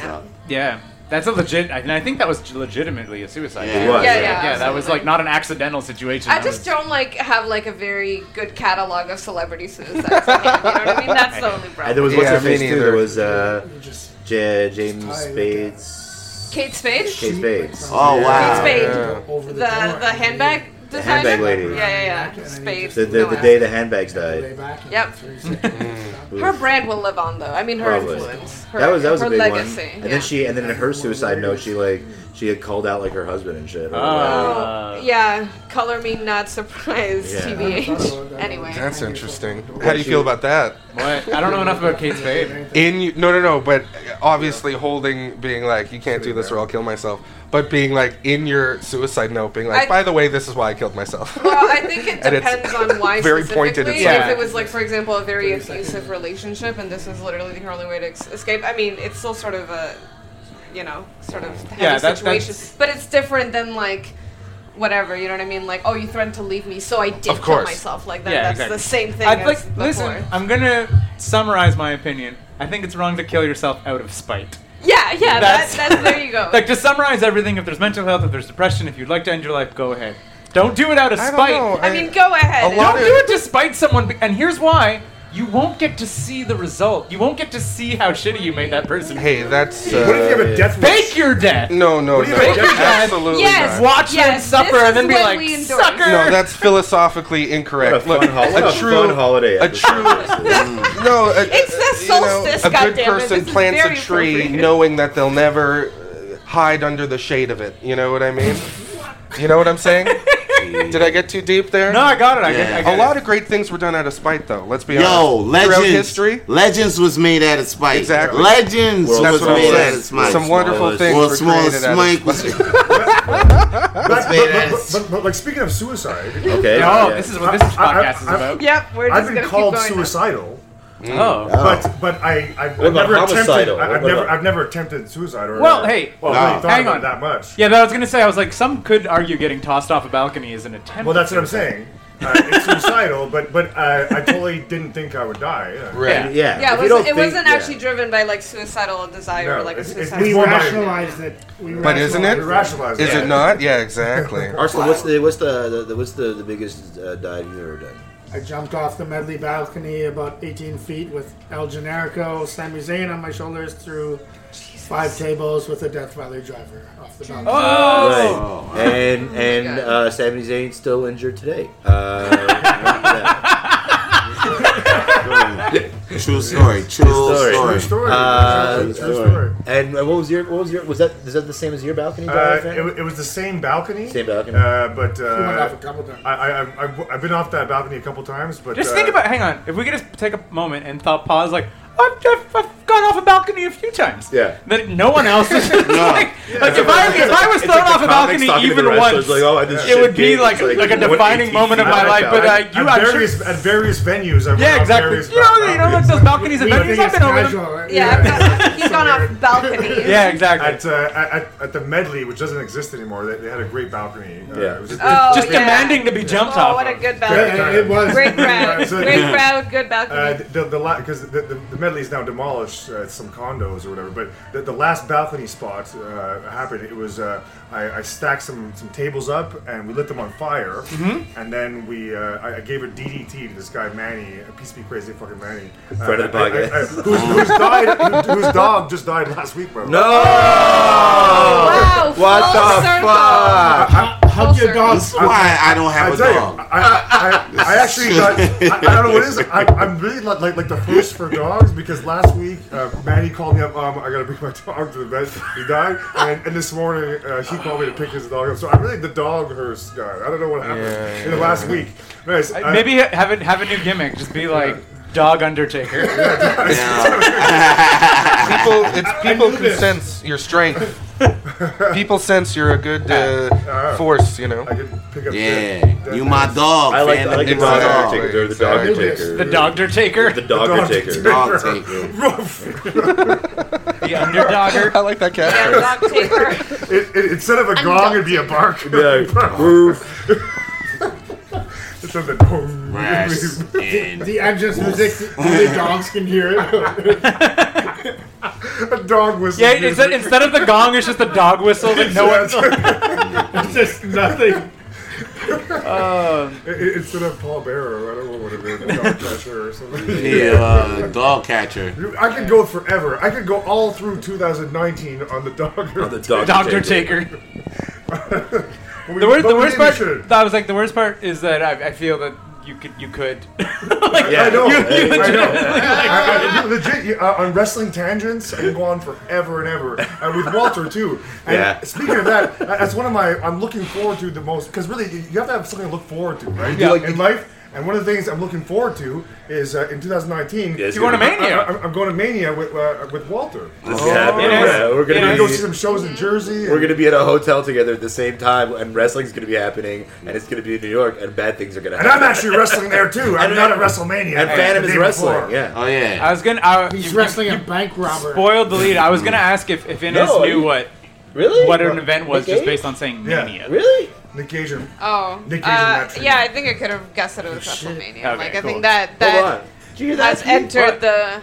Speaker 7: Yeah.
Speaker 13: tough.
Speaker 4: That's a legit. I- And I think that was legitimately a suicide.
Speaker 13: Yeah. It
Speaker 5: was,
Speaker 7: Yeah, yeah,
Speaker 4: that was
Speaker 7: absolutely.
Speaker 4: like not an accidental situation.
Speaker 7: I
Speaker 4: that
Speaker 7: just
Speaker 4: was-
Speaker 7: don't like have like a very good catalog of celebrity suicides. on hand, you know what I mean? That's the only
Speaker 5: And
Speaker 7: problem.
Speaker 5: there was what's
Speaker 3: Yeah,
Speaker 5: her
Speaker 3: me
Speaker 5: face too. There
Speaker 3: neither.
Speaker 5: was uh,
Speaker 10: You just-
Speaker 5: J- James
Speaker 10: Tired.
Speaker 5: Spades.
Speaker 7: Kate Spade.
Speaker 5: Kate Spades.
Speaker 13: Oh
Speaker 7: Kate
Speaker 13: wow.
Speaker 7: Spade.
Speaker 3: Yeah.
Speaker 10: over
Speaker 7: The
Speaker 10: the, door.
Speaker 7: the handbag designer.
Speaker 5: handbag lady.
Speaker 7: Yeah, yeah, yeah. Spade.
Speaker 5: The, the,
Speaker 7: no
Speaker 5: the
Speaker 7: ass.
Speaker 5: day the handbags
Speaker 10: Lay
Speaker 5: died.
Speaker 10: back and
Speaker 7: Yep.
Speaker 10: three seconds.
Speaker 7: Her brand will live on, though. I mean, her
Speaker 5: Probably.
Speaker 7: influence. Her,
Speaker 5: That was that was
Speaker 7: her
Speaker 5: a big
Speaker 7: legacy.
Speaker 5: one. And
Speaker 7: yeah.
Speaker 5: then she and then in her suicide note she like she had called out like her husband and shit.
Speaker 7: Oh, yeah, color me not surprised,
Speaker 5: uh, Yeah.
Speaker 7: TBH. anyway.
Speaker 3: That's interesting. How do you feel about that?
Speaker 4: What? I don't know enough about Kate Spade.
Speaker 3: In you, no, no, no. But obviously, holding, being like, you can't do this or I'll kill myself. But being like in your suicide note, being like,
Speaker 7: I-
Speaker 3: by the way, this is why I killed myself.
Speaker 7: Well, I think it
Speaker 3: And it's
Speaker 7: depends on why
Speaker 3: very
Speaker 7: specifically.
Speaker 3: pointed, it's
Speaker 7: Like,
Speaker 4: like-
Speaker 7: If it was like, for example, a very abusive relationship, and this is literally her only way to ex- escape. I mean, it's still sort of a, you know, sort of heavy
Speaker 4: Yeah, that-
Speaker 7: situation, but it's different than like. Whatever, you know what I mean? Like, oh, you threatened to leave me, so I did
Speaker 3: Of
Speaker 7: kill
Speaker 3: course.
Speaker 7: myself. Like that.
Speaker 4: Yeah,
Speaker 7: that's
Speaker 4: exactly.
Speaker 7: the same thing.
Speaker 4: I'd
Speaker 7: as
Speaker 4: like
Speaker 7: before.
Speaker 4: listen. I'm gonna summarize my opinion. I think it's wrong to kill yourself out of spite.
Speaker 7: Yeah, yeah.
Speaker 4: That's-
Speaker 7: That's, that, that's there you go.
Speaker 4: Like to summarize everything, if there's mental health, if there's depression, if you'd like to end your life, go ahead. Don't do it out of
Speaker 3: I don't
Speaker 4: spite.
Speaker 3: know.
Speaker 7: I mean, go ahead.
Speaker 3: A lot-
Speaker 4: Don't do it to spite someone. be- And here's why: you won't get to see the result. You won't get to see how shitty you made that person.
Speaker 3: Hey, that's. Uh,
Speaker 9: What if you have a death wish?
Speaker 4: Fake your death.
Speaker 3: No, no, no.
Speaker 9: do you think?
Speaker 3: Absolutely
Speaker 7: Yes.
Speaker 3: not.
Speaker 4: Watch
Speaker 7: Yes,
Speaker 4: them suffer
Speaker 7: this
Speaker 4: and then
Speaker 7: is
Speaker 4: be
Speaker 7: what
Speaker 4: like,
Speaker 7: we endorse.
Speaker 4: sucker.
Speaker 3: No, that's philosophically
Speaker 5: What
Speaker 3: incorrect.
Speaker 5: a fun,
Speaker 3: Look,
Speaker 5: hol- what a
Speaker 3: a true
Speaker 5: fun holiday.
Speaker 3: a true- no. A,
Speaker 7: It's the
Speaker 3: you know,
Speaker 7: solstice,
Speaker 3: a good
Speaker 7: goddammit,
Speaker 3: person
Speaker 7: this is
Speaker 3: plants a
Speaker 7: very
Speaker 3: tree
Speaker 7: appropriate.
Speaker 3: knowing that they'll never uh, hide under the shade of it. You know what I mean? you know what I'm saying? Did I get too deep there?
Speaker 4: No, I got it. I get, I get
Speaker 3: A lot of great things were done out of spite, though. Let's be
Speaker 6: Yo,
Speaker 3: honest. Throughout
Speaker 6: Legends.
Speaker 3: history,
Speaker 6: Legends was made out of spite.
Speaker 3: Exactly.
Speaker 6: Legends
Speaker 5: That's
Speaker 6: was
Speaker 3: what I'm
Speaker 6: made
Speaker 3: saying.
Speaker 6: out of spite.
Speaker 3: some wonderful
Speaker 5: Smallest.
Speaker 3: things
Speaker 6: well,
Speaker 3: were
Speaker 6: small
Speaker 3: created out of
Speaker 6: Smike
Speaker 3: spite.
Speaker 6: was.
Speaker 9: But,
Speaker 6: made
Speaker 9: but, but,
Speaker 6: us.
Speaker 9: but, but, like speaking of suicide,
Speaker 5: Okay.
Speaker 4: Oh,
Speaker 5: yeah.
Speaker 4: this is what this
Speaker 9: I- I-
Speaker 4: podcast is
Speaker 9: I-
Speaker 4: about.
Speaker 7: Yep, we're just
Speaker 9: I've been
Speaker 7: gonna
Speaker 9: called
Speaker 7: keep going.
Speaker 9: suicidal.
Speaker 3: Mm.
Speaker 4: Oh.
Speaker 9: But but I I've,
Speaker 5: What about
Speaker 9: I've never attempted
Speaker 5: homicidal?
Speaker 9: I, I've
Speaker 5: What
Speaker 9: never
Speaker 5: about-
Speaker 9: I've never attempted suicide or
Speaker 4: Well, hey,
Speaker 9: well
Speaker 6: nah.
Speaker 9: really thought
Speaker 4: Hang
Speaker 9: about
Speaker 4: on.
Speaker 9: it that much
Speaker 4: Yeah, that I was gonna say. I was like, some could argue getting tossed off a balcony is an attempt.
Speaker 9: well that's what I'm saying uh, it's suicidal but but uh, I totally didn't think I would die yeah.
Speaker 3: Right.
Speaker 4: Yeah.
Speaker 5: yeah.
Speaker 7: Yeah,
Speaker 5: if you
Speaker 7: it, was,
Speaker 5: don't
Speaker 7: it
Speaker 5: think-
Speaker 7: wasn't
Speaker 5: yeah.
Speaker 7: actually driven by like suicidal desire
Speaker 9: No,
Speaker 7: or like a
Speaker 9: it's- it's
Speaker 7: suicidal.
Speaker 9: more
Speaker 10: We
Speaker 9: Well, my-
Speaker 10: rationalized it. We
Speaker 3: But isn't it?
Speaker 9: We rationalize
Speaker 3: Is
Speaker 9: it.
Speaker 3: it not? Yeah, exactly.
Speaker 5: Arsenal, what's the what's the, the, the what's the, the biggest uh, dive you've ever done?
Speaker 10: I jumped off the medley balcony about 18 feet with El Generico, Sami Zayn on my shoulders through five tables with a Death Valley driver off the balcony.
Speaker 5: Oh, right. and and uh, Sami Zayn still injured today. Uh, yeah.
Speaker 6: True story. True
Speaker 5: story.
Speaker 6: story.
Speaker 9: True story.
Speaker 5: Uh,
Speaker 9: True story.
Speaker 5: and what was your what was your was that is that the same as your balcony
Speaker 9: Uh,
Speaker 5: dive?
Speaker 9: it,
Speaker 5: Fran?
Speaker 9: wa- it was the same balcony.
Speaker 5: Same balcony.
Speaker 9: Uh, but
Speaker 10: We went off a
Speaker 9: uh,
Speaker 10: couple times.
Speaker 9: I, I, I, I've- I've been off that balcony a couple times. But
Speaker 4: Just
Speaker 9: uh,
Speaker 4: think about. Hang on. If we could just take a moment and thought, pause, like. I've, I've, I've gone off a balcony a few times.
Speaker 5: Yeah.
Speaker 4: That no one else is like, like if I if I was
Speaker 5: It's
Speaker 4: thrown
Speaker 5: like the
Speaker 4: off a
Speaker 5: comics
Speaker 4: balcony
Speaker 5: talking to
Speaker 4: even
Speaker 5: the wrestlers,
Speaker 4: once,
Speaker 5: like, oh, I just
Speaker 4: it
Speaker 5: shit
Speaker 4: would be
Speaker 5: big.
Speaker 4: like
Speaker 5: It's
Speaker 4: like a defining
Speaker 5: 118
Speaker 4: moment of
Speaker 5: feet
Speaker 4: my
Speaker 5: out
Speaker 4: life. But
Speaker 5: balcony.
Speaker 4: uh, you,
Speaker 9: at
Speaker 4: I'm sure-
Speaker 9: various at various venues. I've been
Speaker 4: yeah,
Speaker 9: off
Speaker 4: exactly.
Speaker 9: various
Speaker 4: You know, you know, like
Speaker 9: balconies.
Speaker 4: those balconies at
Speaker 10: We
Speaker 4: venues.
Speaker 10: think
Speaker 4: I've
Speaker 10: it's
Speaker 4: been over them.
Speaker 10: casual, right?
Speaker 7: yeah, I've got- he's gone off balconies.
Speaker 4: Yeah, exactly.
Speaker 9: At, uh, at, at the medley, which doesn't exist anymore, they, they had a great balcony. Uh,
Speaker 5: Yeah.
Speaker 9: it was
Speaker 7: Oh,
Speaker 4: just
Speaker 7: yeah.
Speaker 4: demanding to be jumped
Speaker 7: Oh,
Speaker 4: off.
Speaker 7: what a good balcony!
Speaker 10: Yeah, it was.
Speaker 7: Great crowd,
Speaker 9: So-
Speaker 7: great crowd, good balcony.
Speaker 9: Uh, the, the la because the, the, the medley is now demolished uh, at some condos or whatever. But the, the last balcony spot uh, happened. It was uh, I, I stacked some, some tables up and we lit them on fire. And then we uh, I, I gave a DDT to this guy Manny, a piece of me crazy fucking Manny, uh,
Speaker 5: Friend of the
Speaker 9: I- I- I-
Speaker 5: podcast.
Speaker 9: who's, who's died, who- whose dog just died last week, bro.
Speaker 5: no.
Speaker 7: wow,
Speaker 5: What
Speaker 7: full
Speaker 5: the
Speaker 7: circle.
Speaker 5: fuck?
Speaker 10: Hug your dog.
Speaker 6: That's why I don't
Speaker 9: I
Speaker 6: have a
Speaker 9: tell you,
Speaker 6: dog.
Speaker 9: I, I, I, I actually got, I, I don't know what it is. I, I'm really not like like the first for dogs because last week uh, Manny called me up. Um, I gotta bring my dog to the vet. He died, and, and this morning uh, he called me to pick his dog up. So I'm really the dog hearse guy. I don't know what happened in the last week. Anyways, I-
Speaker 4: Maybe ha- have it have a new gimmick. Just be like dog Undertaker.
Speaker 3: people, it's people who sense your strength. people sense you're a good uh, force, you know.
Speaker 9: I could pick up.
Speaker 6: Yeah,
Speaker 9: shit. That-
Speaker 6: you my dog.
Speaker 5: I like
Speaker 6: fan.
Speaker 5: I like the
Speaker 6: You
Speaker 3: It's
Speaker 5: dog
Speaker 3: dog.
Speaker 5: taker. They're the dog
Speaker 3: Exactly.
Speaker 5: taker.
Speaker 4: the dog Undertaker.
Speaker 5: The dog taker.
Speaker 6: Dog taker.
Speaker 9: Rough.
Speaker 4: The underdogger.
Speaker 3: I like that
Speaker 7: Yeah,
Speaker 3: catchphrase.
Speaker 7: dog taker.
Speaker 9: It, it, instead of a gong, it'd be a bark.
Speaker 5: Yeah. Roof.
Speaker 9: It's something.
Speaker 6: Brass and
Speaker 10: The entrance music, the dogs can hear it.
Speaker 9: a dog whistle.
Speaker 4: Yeah, instead, instead of the gong, it's just the dog whistle that no one.
Speaker 10: It's just nothing.
Speaker 9: I- I- Instead of Paul Bearer, I don't know what it is, dog catcher or something.
Speaker 6: the uh, dog catcher.
Speaker 9: I could go forever. I could go all through 2019 on the dog.
Speaker 5: The dog
Speaker 4: Doctor Taker. The, wor- the worst part. I was like, the worst part is that I, I feel that you could you could. like,
Speaker 5: Yeah.
Speaker 9: I know.
Speaker 5: You-
Speaker 9: I know. I, I, legit, you- uh, on wrestling tangents, I can go on forever and ever. And with Walter, too. And
Speaker 5: Yeah.
Speaker 9: Speaking of that, tha- that's one of my, I'm looking forward to the most, because really, you you have to have something to look forward to, right?
Speaker 4: Yeah.
Speaker 9: In life. And one of the things I'm looking forward to is uh, in 2019.
Speaker 5: Yes,
Speaker 4: You're going to
Speaker 5: yeah.
Speaker 9: I,
Speaker 4: Mania.
Speaker 9: I, I'm going to Mania with uh, with Walter.
Speaker 5: This is happening.
Speaker 4: Yes.
Speaker 5: Yeah, we're
Speaker 9: We're
Speaker 5: gonna
Speaker 9: gonna
Speaker 5: be
Speaker 9: go see some shows in Jersey.
Speaker 5: We're gonna be at a hotel together at the same time, and wrestling's gonna be happening, and it's gonna be in New York, and bad things are gonna
Speaker 9: and
Speaker 5: happen.
Speaker 9: I'm actually wrestling there too. I'm not at WrestleMania.
Speaker 5: And
Speaker 9: I'm
Speaker 5: Phantom
Speaker 9: the
Speaker 5: is
Speaker 9: day
Speaker 5: wrestling.
Speaker 9: before.
Speaker 5: Yeah.
Speaker 6: Oh yeah.
Speaker 4: I was gonna. I,
Speaker 10: He's
Speaker 4: you-
Speaker 10: wrestling
Speaker 4: you,
Speaker 10: a bank robber.
Speaker 4: spoiled the lead. I was gonna ask if if Innes
Speaker 5: No,
Speaker 4: knew
Speaker 5: you-
Speaker 4: what
Speaker 5: Really?
Speaker 4: what an event was
Speaker 5: Nick
Speaker 4: just
Speaker 5: Gage?
Speaker 4: based on saying
Speaker 9: Yeah.
Speaker 4: Mania.
Speaker 5: Really?
Speaker 9: Nick Gage and
Speaker 7: Oh,
Speaker 9: Nick Cage
Speaker 7: uh,
Speaker 9: and Matt
Speaker 7: yeah, I
Speaker 9: Tree.
Speaker 7: think I could have guessed that it was WrestleMania. like I
Speaker 4: Okay,
Speaker 9: cool.
Speaker 7: think that
Speaker 5: Hold on.
Speaker 7: that
Speaker 5: Did you hear that?
Speaker 7: has entered the.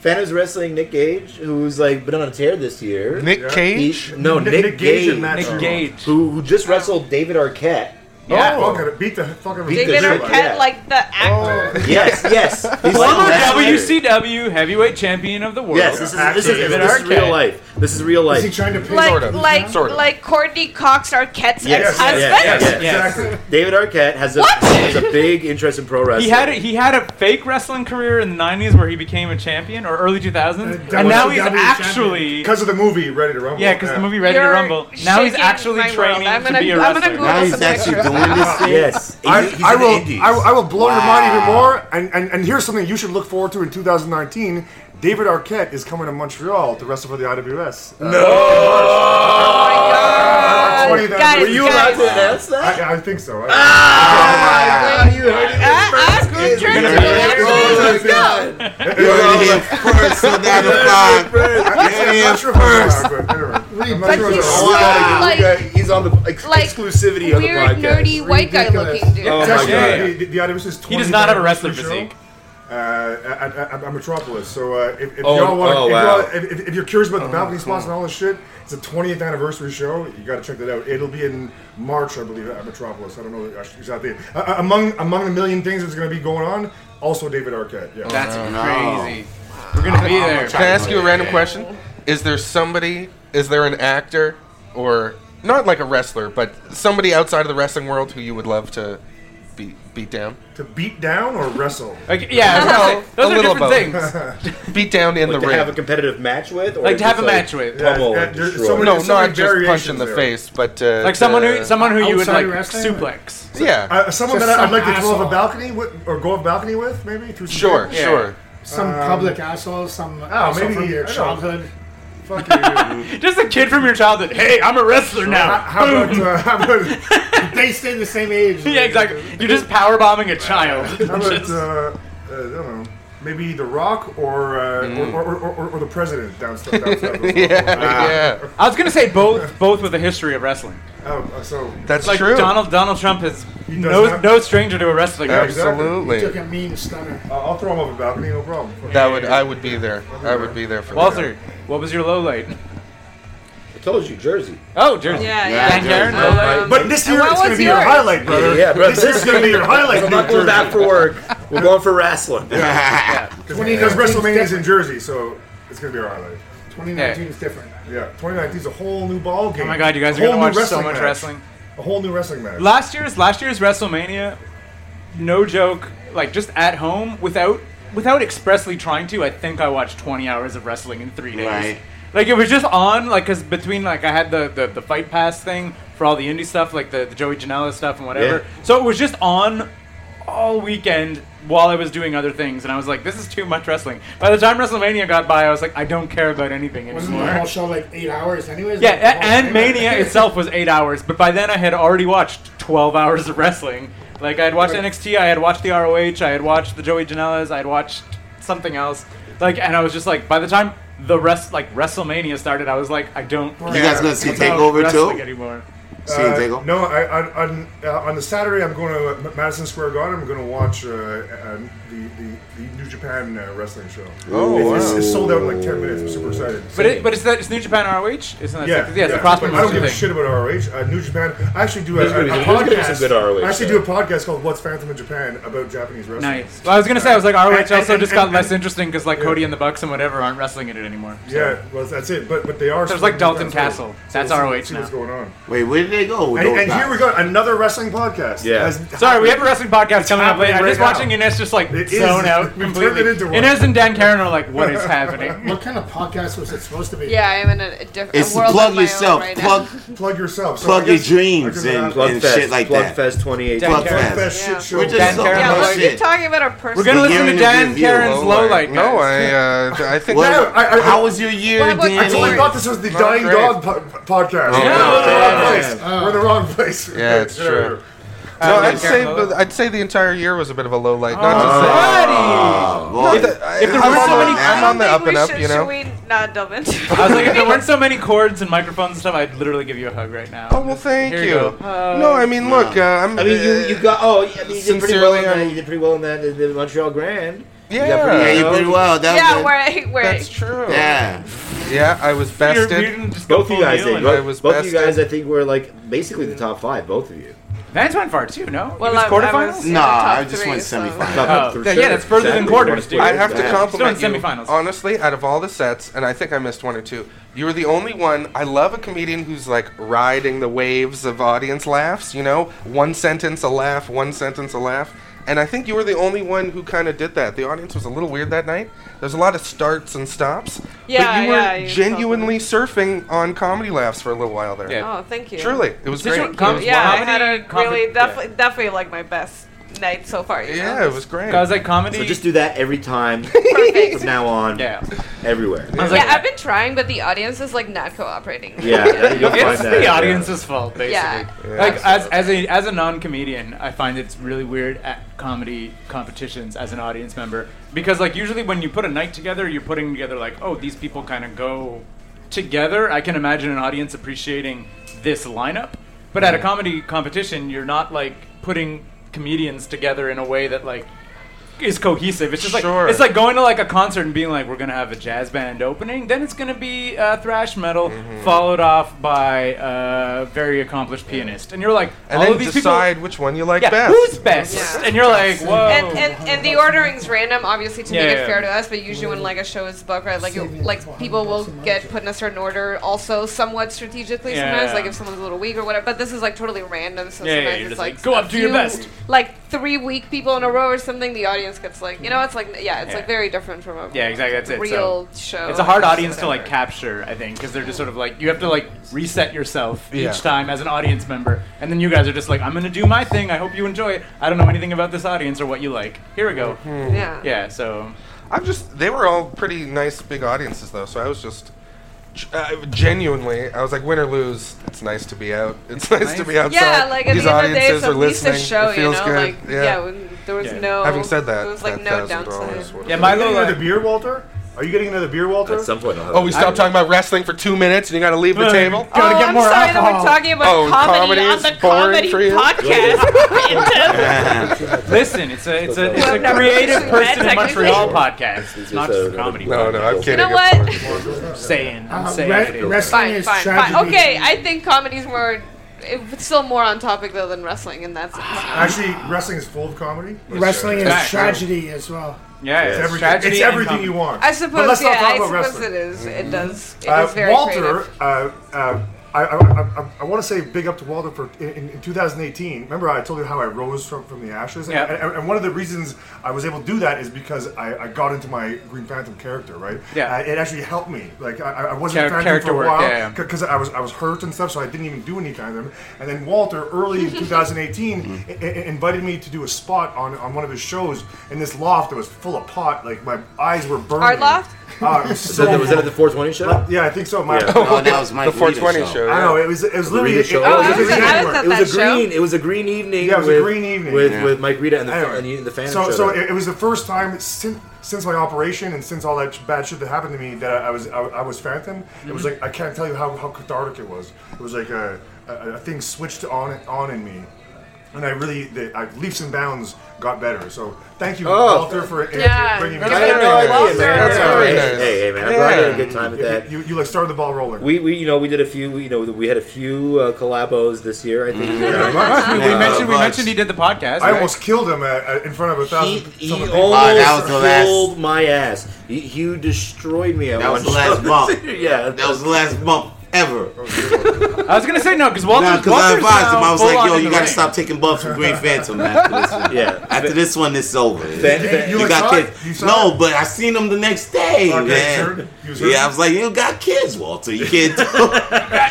Speaker 5: Phantom's wrestling Nick Gage, who's like been on a tear this year.
Speaker 3: Nick
Speaker 9: Yeah.
Speaker 3: Cage.
Speaker 5: He- no,
Speaker 9: Nick-
Speaker 5: Nick,
Speaker 9: Nick Gage
Speaker 5: Gage,
Speaker 9: and Matt-
Speaker 4: Nick
Speaker 9: Oh.
Speaker 4: Gage.
Speaker 5: who, who just wrestled David Arquette
Speaker 4: Yeah.
Speaker 9: Oh, fuck it. Beat the fuck out of
Speaker 5: Beat
Speaker 9: the
Speaker 5: the
Speaker 9: shit
Speaker 5: shit
Speaker 9: out
Speaker 5: out
Speaker 9: of
Speaker 5: of
Speaker 9: it.
Speaker 5: Yeah.
Speaker 14: Ted, like the actor.
Speaker 5: Yes, yes. He's
Speaker 4: Former
Speaker 5: like,
Speaker 4: WCW heavyweight champion of the world.
Speaker 5: Yes, this is, this is,
Speaker 4: David
Speaker 5: this is real
Speaker 4: Arquette.
Speaker 5: life. This is real life.
Speaker 10: Is he trying to pick?
Speaker 14: Like,
Speaker 3: Sort of.
Speaker 14: like,
Speaker 3: Sort of.
Speaker 14: like Courtney Cox Arquette's
Speaker 5: Yes,
Speaker 14: ex-husband.
Speaker 5: yes, yes,
Speaker 4: Yes.
Speaker 9: Exactly.
Speaker 5: David Arquette has a,
Speaker 14: What?
Speaker 5: has a big interest in pro wrestling.
Speaker 4: He had a, he had a fake wrestling career in the '90s where he became a champion, or early 2000s,
Speaker 9: Uh,
Speaker 4: and now he's
Speaker 10: WCW
Speaker 4: actually
Speaker 9: Because of the movie Ready to Rumble.
Speaker 4: yeah, because the movie Ready to
Speaker 14: You're
Speaker 4: Rumble. Now he's
Speaker 14: shaking
Speaker 4: actually
Speaker 14: my world.
Speaker 4: training
Speaker 14: I'm
Speaker 4: to
Speaker 14: gonna-
Speaker 4: be a
Speaker 14: I'm gonna
Speaker 4: wrestler.
Speaker 14: Google
Speaker 13: Now he's
Speaker 14: Some
Speaker 13: actually
Speaker 14: pictures.
Speaker 13: doing this thing.
Speaker 5: yes.
Speaker 9: I,
Speaker 5: He's- he's
Speaker 9: I
Speaker 5: in the
Speaker 9: will,
Speaker 5: Indies.
Speaker 9: I, will- I will blow your mind even more. And, and, and here's something you should look forward to in 2019. David Arquette is coming to Montreal to wrestle for the IWS.
Speaker 14: Oh
Speaker 9: Uh,
Speaker 14: my
Speaker 9: 20th
Speaker 14: god.
Speaker 9: anniversary.
Speaker 14: Guys,
Speaker 9: Were you
Speaker 14: guys.
Speaker 5: announce that?
Speaker 9: I, I think so. I,
Speaker 14: Ah,
Speaker 5: You heard it.
Speaker 14: ah, group church
Speaker 13: gonna
Speaker 14: building.
Speaker 13: be-
Speaker 14: Let's go.
Speaker 13: First and out of five.
Speaker 9: I'm not sure if I'm wrong, but anyway. I'm not
Speaker 14: But
Speaker 9: sure if
Speaker 14: he's
Speaker 9: I'm
Speaker 14: so
Speaker 9: wrong.
Speaker 14: like,
Speaker 5: He's on the ex-
Speaker 14: like
Speaker 5: exclusivity of the
Speaker 14: weird,
Speaker 5: podcast.
Speaker 14: nerdy white guy
Speaker 10: Ridiculous.
Speaker 14: looking dude.
Speaker 5: Oh my
Speaker 9: Actually,
Speaker 5: god.
Speaker 9: the, the, the IWS is 20th
Speaker 4: He does not have a wrestler
Speaker 9: anniversary show,
Speaker 4: physique.
Speaker 9: Uh, at, at, at Metropolis. So uh, if, if
Speaker 5: Oh,
Speaker 9: y'all want,
Speaker 5: oh,
Speaker 9: if,
Speaker 5: wow.
Speaker 9: y'all- if, if, if you're curious about
Speaker 10: Uh-huh.
Speaker 9: the balcony spots and all this shit, it's a 20th anniversary show. You got to check that out. It'll be in March, I believe, at Metropolis. I don't know exactly. Uh, Uh, among among the million things that's going to be going on, also David Arquette. Yeah.
Speaker 4: That's
Speaker 13: No.
Speaker 4: crazy. We're gonna be there.
Speaker 3: Can I ask you a random question? Is there somebody? Is there an actor or not like a wrestler, but somebody outside of the wrestling world who you would love to beat beat down?
Speaker 9: to beat down or wrestle.
Speaker 4: Like, yeah, I was gonna say,
Speaker 3: Well,
Speaker 4: those
Speaker 3: a
Speaker 4: are
Speaker 3: little
Speaker 4: different
Speaker 3: both.
Speaker 4: things.
Speaker 3: Beat down in
Speaker 5: Like
Speaker 3: the
Speaker 5: to have a
Speaker 3: ring.
Speaker 5: competitive match with, or
Speaker 4: Like to have
Speaker 5: just,
Speaker 4: a match with.
Speaker 5: pummel
Speaker 9: Yeah,
Speaker 5: and
Speaker 9: there's
Speaker 5: destroy.
Speaker 9: so many-
Speaker 3: No,
Speaker 9: there's so many
Speaker 3: not just punch in
Speaker 9: variations
Speaker 3: the
Speaker 9: there.
Speaker 3: face, but uh,
Speaker 4: Like someone who
Speaker 3: uh,
Speaker 4: someone who you would
Speaker 10: Outside
Speaker 4: like
Speaker 10: wrestling?
Speaker 4: suplex.
Speaker 3: yeah,
Speaker 9: Uh, someone
Speaker 10: Just
Speaker 9: that I'd
Speaker 10: some
Speaker 9: like to throw off a
Speaker 10: asshole.
Speaker 9: balcony with, or go off a balcony with, maybe. Through some
Speaker 3: sure,
Speaker 9: people?
Speaker 4: Yeah.
Speaker 3: sure.
Speaker 10: Some public asshole, some asshole
Speaker 9: Oh, maybe- uh,
Speaker 10: from your
Speaker 9: I don't-
Speaker 10: childhood.
Speaker 9: Fuck you. dude.
Speaker 4: Just a kid from your childhood. Hey, I'm a wrestler
Speaker 9: how,
Speaker 4: now.
Speaker 9: how about uh, how about
Speaker 10: They stay the same age.
Speaker 4: Yeah, exactly. You're just power bombing a child.
Speaker 9: How about uh, uh, I don't know, maybe The Rock or uh,
Speaker 4: Mm.
Speaker 9: or, or, or, or, or the President down down
Speaker 3: yeah,
Speaker 4: I was gonna say both, both with a history of wrestling.
Speaker 9: Oh, uh, so
Speaker 3: that's
Speaker 4: Like
Speaker 3: true.
Speaker 4: Donald Donald Trump is
Speaker 9: He does
Speaker 4: no
Speaker 9: have-
Speaker 4: no stranger to a wrestling. match.
Speaker 10: Took
Speaker 3: Absolutely,
Speaker 10: a mean stunner.
Speaker 9: uh, I'll throw him off a balcony, no problem.
Speaker 3: that would I would be there. I would be there for
Speaker 4: Walter, what was your low light?
Speaker 5: I told you, Jersey.
Speaker 4: Oh, Jersey.
Speaker 14: Yeah,
Speaker 4: Dan
Speaker 14: yeah.
Speaker 4: Karen, low light.
Speaker 14: Um,
Speaker 9: But this
Speaker 14: and
Speaker 9: year
Speaker 14: what
Speaker 9: it's going to
Speaker 14: was
Speaker 9: be your
Speaker 14: yours?
Speaker 9: highlight, brother.
Speaker 5: Yeah, brother.
Speaker 9: This year's going to be your highlight.
Speaker 5: I'm not going back for work. We're going for wrestling.
Speaker 9: because WrestleMania's in Jersey, so it's going to be our highlight.
Speaker 10: 2019 is different.
Speaker 9: Yeah, 2019 is a whole new ball game.
Speaker 4: Oh my God, you guys
Speaker 9: A
Speaker 4: are gonna
Speaker 9: whole new
Speaker 4: watch so much
Speaker 9: match.
Speaker 4: wrestling.
Speaker 9: A whole new wrestling match.
Speaker 4: Last year's last year's WrestleMania, no joke, like just at home without without expressly trying to. I think I watched 20 hours of wrestling in three days.
Speaker 13: Right.
Speaker 4: Like it was just on, like because between like I had the, the the fight pass thing for all the indie stuff, like the, the Joey Janela stuff and whatever.
Speaker 5: Yeah.
Speaker 4: So it was just on all weekend while I was doing other things, and I was like, this is too much wrestling. By the time WrestleMania got by, I was like, I don't care about anything
Speaker 10: Wasn't
Speaker 4: anymore.
Speaker 10: the whole show like eight hours, anyways?
Speaker 4: Yeah,
Speaker 10: Like, the
Speaker 4: a-
Speaker 10: whole
Speaker 4: and
Speaker 10: thing?
Speaker 4: Mania itself was eight hours, but by then I had already watched 12 hours of wrestling. Like, I had watched NXT, I had watched the ROH, I had watched the Joey Janela's, I had watched something else. Like, and I was just like, by the time the rest, like, WrestleMania started, I was like, I don't.
Speaker 13: You guys gonna see
Speaker 4: about
Speaker 13: Takeover
Speaker 4: wrestling
Speaker 13: too?
Speaker 4: Anymore.
Speaker 13: See
Speaker 9: Uh,
Speaker 13: Takeover?
Speaker 9: No, I, I, on, uh, on the Saturday, I'm going to uh, M- Madison Square Garden. I'm going to watch uh, uh, the, the, the New Japan uh, wrestling show.
Speaker 13: Oh,
Speaker 9: It's- it's,
Speaker 13: wow.
Speaker 9: it's sold out in like 10 minutes. I'm super excited.
Speaker 4: But, it, but it's, that, it's New Japan ROH? Isn't that
Speaker 9: yeah,
Speaker 4: yeah, it's a
Speaker 9: yeah,
Speaker 4: cross
Speaker 9: but I don't give
Speaker 4: promotion
Speaker 9: a
Speaker 4: thing.
Speaker 9: shit about ROH. Uh, New Japan. I actually do a,
Speaker 5: There's gonna be
Speaker 9: a- a
Speaker 5: some- there's gonna be
Speaker 9: podcast.
Speaker 5: some good ROH
Speaker 9: I actually do
Speaker 5: stuff.
Speaker 9: a podcast called "What's Phantom in Japan" about Japanese wrestling.
Speaker 4: Nice. Well, I was gonna say I was like ROH
Speaker 9: And- and-
Speaker 4: also just
Speaker 9: and-
Speaker 4: got
Speaker 9: and-
Speaker 4: less interesting because like Cody and the Bucks and whatever aren't wrestling in it anymore. So.
Speaker 9: Yeah, well, that's it. But but they are.
Speaker 4: There's
Speaker 9: still
Speaker 4: like Dalton
Speaker 9: wrestling.
Speaker 4: Castle.
Speaker 9: So
Speaker 4: That's
Speaker 9: we'll see-
Speaker 4: ROH
Speaker 9: See what's
Speaker 4: now.
Speaker 9: going on.
Speaker 13: Wait, where did they go? with
Speaker 9: And,
Speaker 13: those
Speaker 9: and here
Speaker 13: guys?
Speaker 9: we go, another wrestling podcast.
Speaker 5: Yeah.
Speaker 9: As-
Speaker 4: Sorry, we have a wrestling podcast coming up
Speaker 9: happening
Speaker 4: later. I'm
Speaker 9: right
Speaker 4: just
Speaker 9: now.
Speaker 4: watching Ines just like
Speaker 9: It is.
Speaker 4: zone
Speaker 9: We've
Speaker 4: out
Speaker 9: turned
Speaker 4: completely.
Speaker 9: it into one.
Speaker 4: Inez and Dan Karen are like, what is happening?
Speaker 10: What kind of podcast was it supposed to be?
Speaker 14: Yeah, I'm in a, a different
Speaker 13: It's
Speaker 14: world.
Speaker 13: plug
Speaker 14: of my
Speaker 13: yourself.
Speaker 14: Own right
Speaker 13: plug
Speaker 14: Now.
Speaker 9: plug yourself. So
Speaker 13: plug
Speaker 9: I
Speaker 13: your
Speaker 9: guess- I
Speaker 13: dreams
Speaker 9: guess
Speaker 13: and,
Speaker 9: I'll-
Speaker 5: Plug
Speaker 13: and
Speaker 5: Fest,
Speaker 13: shit like
Speaker 5: Plug
Speaker 13: that.
Speaker 5: Fest 2018.
Speaker 4: Dan
Speaker 13: Plug
Speaker 9: Plug
Speaker 13: Fest.
Speaker 9: Fest
Speaker 14: Yeah.
Speaker 9: shit show.
Speaker 13: We're just
Speaker 4: Dan Karen
Speaker 14: Yeah,
Speaker 13: Oh,
Speaker 14: we're
Speaker 13: shit.
Speaker 14: talking about a person.
Speaker 4: We're gonna
Speaker 13: We're
Speaker 4: listen to
Speaker 13: hearing
Speaker 4: Dan
Speaker 13: the review.
Speaker 4: Karen's
Speaker 13: Oh,
Speaker 4: low
Speaker 13: my
Speaker 4: light.
Speaker 3: No,
Speaker 4: guys.
Speaker 3: I uh, I think
Speaker 13: What-
Speaker 9: Yeah, I- I-
Speaker 13: how was your year,
Speaker 14: What about-
Speaker 9: I totally
Speaker 13: Danny?
Speaker 9: thought this was the Dying
Speaker 3: great.
Speaker 9: Dog po- podcast. We're in the wrong place. We're in the wrong place.
Speaker 3: Yeah, it's
Speaker 9: Get out of
Speaker 3: true.
Speaker 9: here.
Speaker 3: No,
Speaker 4: Dan
Speaker 3: I'd say
Speaker 4: Karen.
Speaker 3: I'd say the entire year was a bit of a low light. Not
Speaker 4: Oh,
Speaker 3: to say.
Speaker 13: Oh, boy.
Speaker 3: If
Speaker 4: there
Speaker 3: I'm
Speaker 4: were
Speaker 3: on
Speaker 4: so
Speaker 3: the-
Speaker 4: many-
Speaker 3: I'm on the
Speaker 14: I
Speaker 3: up
Speaker 14: don't think
Speaker 3: and
Speaker 14: we
Speaker 3: up,
Speaker 14: should,
Speaker 3: you know.
Speaker 14: Should we not delve into?
Speaker 4: I was like, if there weren't so many cords and microphones and stuff, I'd literally give you a hug right now.
Speaker 3: Oh well, thank
Speaker 4: Here
Speaker 3: you.
Speaker 4: go.
Speaker 3: no, I mean, look, uh, I'm.
Speaker 5: I mean, you, you got oh, yeah, I mean, you did pretty well in
Speaker 3: Sincerely,
Speaker 5: that.
Speaker 3: I'm-
Speaker 5: You did pretty well in that in the Montreal Grand.
Speaker 3: yeah,
Speaker 5: got pretty-
Speaker 13: Yeah, you pretty well. That
Speaker 14: yeah,
Speaker 13: was
Speaker 14: where where
Speaker 3: that's true.
Speaker 13: it. Yeah.
Speaker 3: Yeah, I was
Speaker 4: You're-
Speaker 3: bested.
Speaker 4: you didn't just go
Speaker 5: Both of you
Speaker 4: full
Speaker 5: guys
Speaker 4: heel
Speaker 5: did.
Speaker 4: and-
Speaker 3: I
Speaker 5: Both,
Speaker 3: was
Speaker 5: both of you
Speaker 3: bested.
Speaker 5: guys, I think, were like basically the top five. Both of you.
Speaker 4: Vance went far too. No,
Speaker 7: Well,
Speaker 4: he was
Speaker 7: I- I
Speaker 4: quarterfinals.
Speaker 7: was in the
Speaker 4: Nah,
Speaker 7: top
Speaker 4: I just
Speaker 7: three,
Speaker 4: went
Speaker 7: so-
Speaker 4: semifinals. Oh, yeah, yeah, that's further than quarters, dude.
Speaker 3: I have to
Speaker 4: Yeah.
Speaker 3: compliment
Speaker 4: Still in
Speaker 3: you.
Speaker 4: semifinals.
Speaker 3: Honestly, out of all the sets, and I think I missed one or two, you were the only one. I love a comedian who's like riding the waves of audience laughs. You know, one sentence a laugh, one sentence a laugh. And I think you were the only one who kind of did that. The audience was a little weird that night. There's a lot of starts and stops.
Speaker 7: Yeah,
Speaker 3: but you were
Speaker 7: yeah, you
Speaker 3: genuinely surfing on comedy laughs for a little while there.
Speaker 7: Yeah. Oh, thank you.
Speaker 3: Truly, it was
Speaker 4: Did you-
Speaker 3: great.
Speaker 4: com-
Speaker 3: It was
Speaker 7: yeah,
Speaker 3: wild.
Speaker 7: I had a
Speaker 4: comedy-
Speaker 7: really definitely definitely like my best night so far. You know?
Speaker 3: Yeah, it was great.
Speaker 4: I was like comedy.
Speaker 2: So just do that every time from now on.
Speaker 4: Yeah.
Speaker 2: Everywhere.
Speaker 4: I was
Speaker 7: yeah,
Speaker 4: like,
Speaker 7: I've been trying, but the audience is like not cooperating.
Speaker 2: Yeah, you'll find
Speaker 4: it's
Speaker 2: that,
Speaker 4: the
Speaker 2: yeah.
Speaker 4: audience's fault, basically.
Speaker 7: Yeah.
Speaker 3: Yeah.
Speaker 4: Like as, as a as a non comedian, I find it's really weird at comedy competitions as an audience member because like usually when you put a night together, you're putting together like oh these people kind of go together. I can imagine an audience appreciating this lineup, but at a comedy competition, you're not like putting comedians together in a way that like is cohesive. It's just like
Speaker 3: Sure.
Speaker 4: it's like going to like a concert and being like, we're gonna have a jazz band opening, then it's gonna be uh, thrash metal,
Speaker 3: Mm-hmm.
Speaker 4: followed off by a very accomplished pianist, and you're like,
Speaker 3: and
Speaker 4: all
Speaker 3: then
Speaker 4: of these
Speaker 3: decide
Speaker 4: people,
Speaker 3: which one you like
Speaker 4: yeah,
Speaker 3: best.
Speaker 4: who's best,
Speaker 7: Yeah.
Speaker 4: and you're like, whoa,
Speaker 7: And, and and the ordering's random, obviously to
Speaker 4: Yeah,
Speaker 7: make
Speaker 4: yeah.
Speaker 7: it fair to us. But usually when like a show is booked, right, like you, like people will get put in a certain order, also somewhat strategically
Speaker 4: Yeah.
Speaker 7: sometimes, like if someone's a little weak or whatever. But this is like totally random, so
Speaker 4: Yeah, yeah,
Speaker 7: sometimes
Speaker 4: you're just
Speaker 7: it's like
Speaker 4: like, go up,
Speaker 7: a
Speaker 4: do your
Speaker 7: few-
Speaker 4: best.
Speaker 7: Like three weak people in a row or something, the audience gets like you know it's like yeah, it's
Speaker 4: Yeah.
Speaker 7: like very different from a
Speaker 4: yeah, exactly, that's it.
Speaker 7: real
Speaker 4: so.
Speaker 7: show.
Speaker 4: It's a hard
Speaker 7: or
Speaker 4: audience to like
Speaker 7: whatever.
Speaker 4: capture, I think, because they're just sort of like you have to like reset yourself
Speaker 3: Yeah.
Speaker 4: each time as an audience member, and then you guys are just like, I'm gonna do my thing. I hope you enjoy it. I don't know anything about this audience or what you like. Here we go.
Speaker 3: Mm-hmm.
Speaker 7: Yeah.
Speaker 4: Yeah, so
Speaker 3: I'm just. They were all pretty nice, big audiences though. So I was just. g- Uh, genuinely, I was like, win or lose, it's nice to be out. It's nice, to be outside.
Speaker 7: Yeah, like at
Speaker 3: These
Speaker 7: the end of the day,
Speaker 3: audiences
Speaker 7: it's at
Speaker 3: are
Speaker 7: least a
Speaker 3: listening.
Speaker 7: show,
Speaker 3: it
Speaker 7: you
Speaker 3: feels
Speaker 7: know.
Speaker 3: good.
Speaker 7: Like yeah, when there was
Speaker 4: Yeah.
Speaker 7: no.
Speaker 3: Having said that,
Speaker 7: there was like
Speaker 3: that
Speaker 7: no
Speaker 3: thousand dollars
Speaker 7: downside.
Speaker 3: was-
Speaker 4: yeah,
Speaker 9: Are
Speaker 4: my
Speaker 9: you getting
Speaker 4: little uh,
Speaker 9: another beer, Walter? Are you getting another beer, Walter?
Speaker 2: At some point, I'll have
Speaker 3: Oh, we stopped talking about wrestling for two minutes, and you got to leave the table.
Speaker 4: Gotta
Speaker 7: oh,
Speaker 4: get
Speaker 7: I'm
Speaker 4: more
Speaker 7: sorry that
Speaker 4: alcohol.
Speaker 7: we're talking about
Speaker 3: Oh,
Speaker 7: comedy,
Speaker 3: comedy
Speaker 7: on
Speaker 3: is
Speaker 7: the
Speaker 3: boring
Speaker 7: comedy
Speaker 3: for you?
Speaker 7: podcast.
Speaker 4: Listen, it's a it's a it's
Speaker 7: Well,
Speaker 4: a
Speaker 7: no,
Speaker 4: creative
Speaker 7: actually,
Speaker 4: person
Speaker 7: that
Speaker 4: in Montreal
Speaker 2: technically-
Speaker 4: podcast. It's not just a comedy.
Speaker 3: No, no, I'm
Speaker 7: you
Speaker 3: kidding.
Speaker 7: know
Speaker 3: I'm sorry.
Speaker 7: what?
Speaker 4: I'm saying, I'm
Speaker 9: Uh-huh.
Speaker 15: Uh,
Speaker 4: saying
Speaker 15: re-
Speaker 4: it is.
Speaker 15: wrestling
Speaker 7: fine,
Speaker 15: is
Speaker 7: fine,
Speaker 15: tragedy.
Speaker 7: fine. Okay, I think comedy's more. It's still more on topic though than wrestling, and that's.
Speaker 9: Actually, wrestling is full of comedy.
Speaker 15: Wrestling is
Speaker 4: Fact.
Speaker 15: tragedy as well.
Speaker 4: Yeah,
Speaker 9: It's
Speaker 4: it's
Speaker 9: everything,
Speaker 4: tragedy.
Speaker 9: it's
Speaker 4: and
Speaker 9: everything
Speaker 4: comedy.
Speaker 9: you want.
Speaker 7: I suppose.
Speaker 9: But let's
Speaker 7: yeah,
Speaker 9: not talk
Speaker 7: I
Speaker 9: about
Speaker 7: suppose
Speaker 9: wrestling.
Speaker 7: it is. It does. It is
Speaker 9: Uh,
Speaker 7: very
Speaker 9: Walter,
Speaker 7: creative.
Speaker 9: uh, uh, I, I, I, want to say big up to Walter for in, in 2018. Remember, I told you how I rose from, from the ashes,
Speaker 4: Yeah.
Speaker 9: and, and, and one of the reasons I was able to do that is because I, I got into my Green Phantom character. Right?
Speaker 4: Yeah.
Speaker 9: Uh, it actually helped me. Like I, I wasn't
Speaker 4: Char-
Speaker 9: a Phantom
Speaker 4: character
Speaker 9: for a
Speaker 4: work,
Speaker 9: while
Speaker 4: yeah, yeah.
Speaker 9: because I was I was hurt and stuff, so I didn't even do any kind of them. And then Walter, early in 2018,
Speaker 2: Mm-hmm.
Speaker 9: i- i- invited me to do a spot on, on one of his shows in this loft that was full of pot. Like my eyes were burning.
Speaker 7: Art loft?
Speaker 9: Uh, it was so
Speaker 2: So that, was that
Speaker 9: full.
Speaker 2: at the 420 show?
Speaker 9: Yeah, I think so. My,
Speaker 2: Yeah.
Speaker 6: Oh, that was my
Speaker 3: The 420 show.
Speaker 9: I know it was. It was literally.
Speaker 2: Green
Speaker 9: It,
Speaker 2: show.
Speaker 9: it
Speaker 2: Oh,
Speaker 9: was
Speaker 2: I
Speaker 9: a
Speaker 2: was
Speaker 9: green
Speaker 7: at- I was
Speaker 9: network.
Speaker 7: at
Speaker 2: It was a
Speaker 7: that
Speaker 2: green. It was a green evening.
Speaker 9: Yeah, it was a
Speaker 2: with,
Speaker 9: green evening.
Speaker 2: with
Speaker 9: Yeah.
Speaker 2: with Mike Rita and the,
Speaker 9: Anyway,
Speaker 2: and the, the fan.
Speaker 9: so,
Speaker 2: show
Speaker 9: so
Speaker 2: there.
Speaker 9: it, it was the first time since since my operation and since all that sh- bad shit that happened to me that I, I was I, I was phantom. It was
Speaker 2: Mm-hmm.
Speaker 9: like I can't tell you how, how cathartic it was. It was like a, a, a thing switched on on in me, and I really the, I leaps and bounds got better. So thank you,
Speaker 2: Oh.
Speaker 9: Walter, for uh,
Speaker 7: Yeah.
Speaker 9: bringing me.
Speaker 3: That's
Speaker 2: I
Speaker 3: very
Speaker 2: had no
Speaker 3: nice.
Speaker 2: idea, man.
Speaker 3: That's
Speaker 2: Yeah.
Speaker 3: very
Speaker 2: hey,
Speaker 3: nice.
Speaker 2: hey, hey, man! I'm glad I had a good time at
Speaker 9: You,
Speaker 2: that.
Speaker 9: you, you like started the ball rolling.
Speaker 2: We, we you know we did a few you know we had a few uh, collabos this year. I think. you know.
Speaker 4: We
Speaker 2: uh,
Speaker 6: Yeah.
Speaker 4: mentioned we
Speaker 6: Much.
Speaker 4: mentioned he did the podcast.
Speaker 9: I
Speaker 4: right?
Speaker 9: almost killed him uh, uh, in front of a
Speaker 2: He,
Speaker 9: thousand.
Speaker 2: he
Speaker 9: some of
Speaker 2: almost
Speaker 9: the people.
Speaker 6: Oh, that was the last-
Speaker 2: killed my ass. He, he destroyed me at
Speaker 6: That
Speaker 2: one
Speaker 6: was the
Speaker 2: show.
Speaker 6: last month.
Speaker 2: yeah,
Speaker 6: That was the last month ever.
Speaker 4: I was gonna say no because Walter.
Speaker 6: Nah, because I advised him. I was like, yo, you gotta
Speaker 4: ring.
Speaker 6: stop taking buffs from Green Phantom after this one.
Speaker 2: yeah.
Speaker 6: After this one, it's over.
Speaker 2: Fan-
Speaker 9: You
Speaker 6: You
Speaker 9: like
Speaker 6: got
Speaker 9: saw it? You
Speaker 6: kids.
Speaker 9: saw
Speaker 6: No,
Speaker 9: it?
Speaker 6: but I seen him the next day,
Speaker 9: Okay,
Speaker 6: man.
Speaker 9: sure. You was
Speaker 6: Yeah, I
Speaker 9: hurt?
Speaker 6: was like, you got kids, Walter. You can't do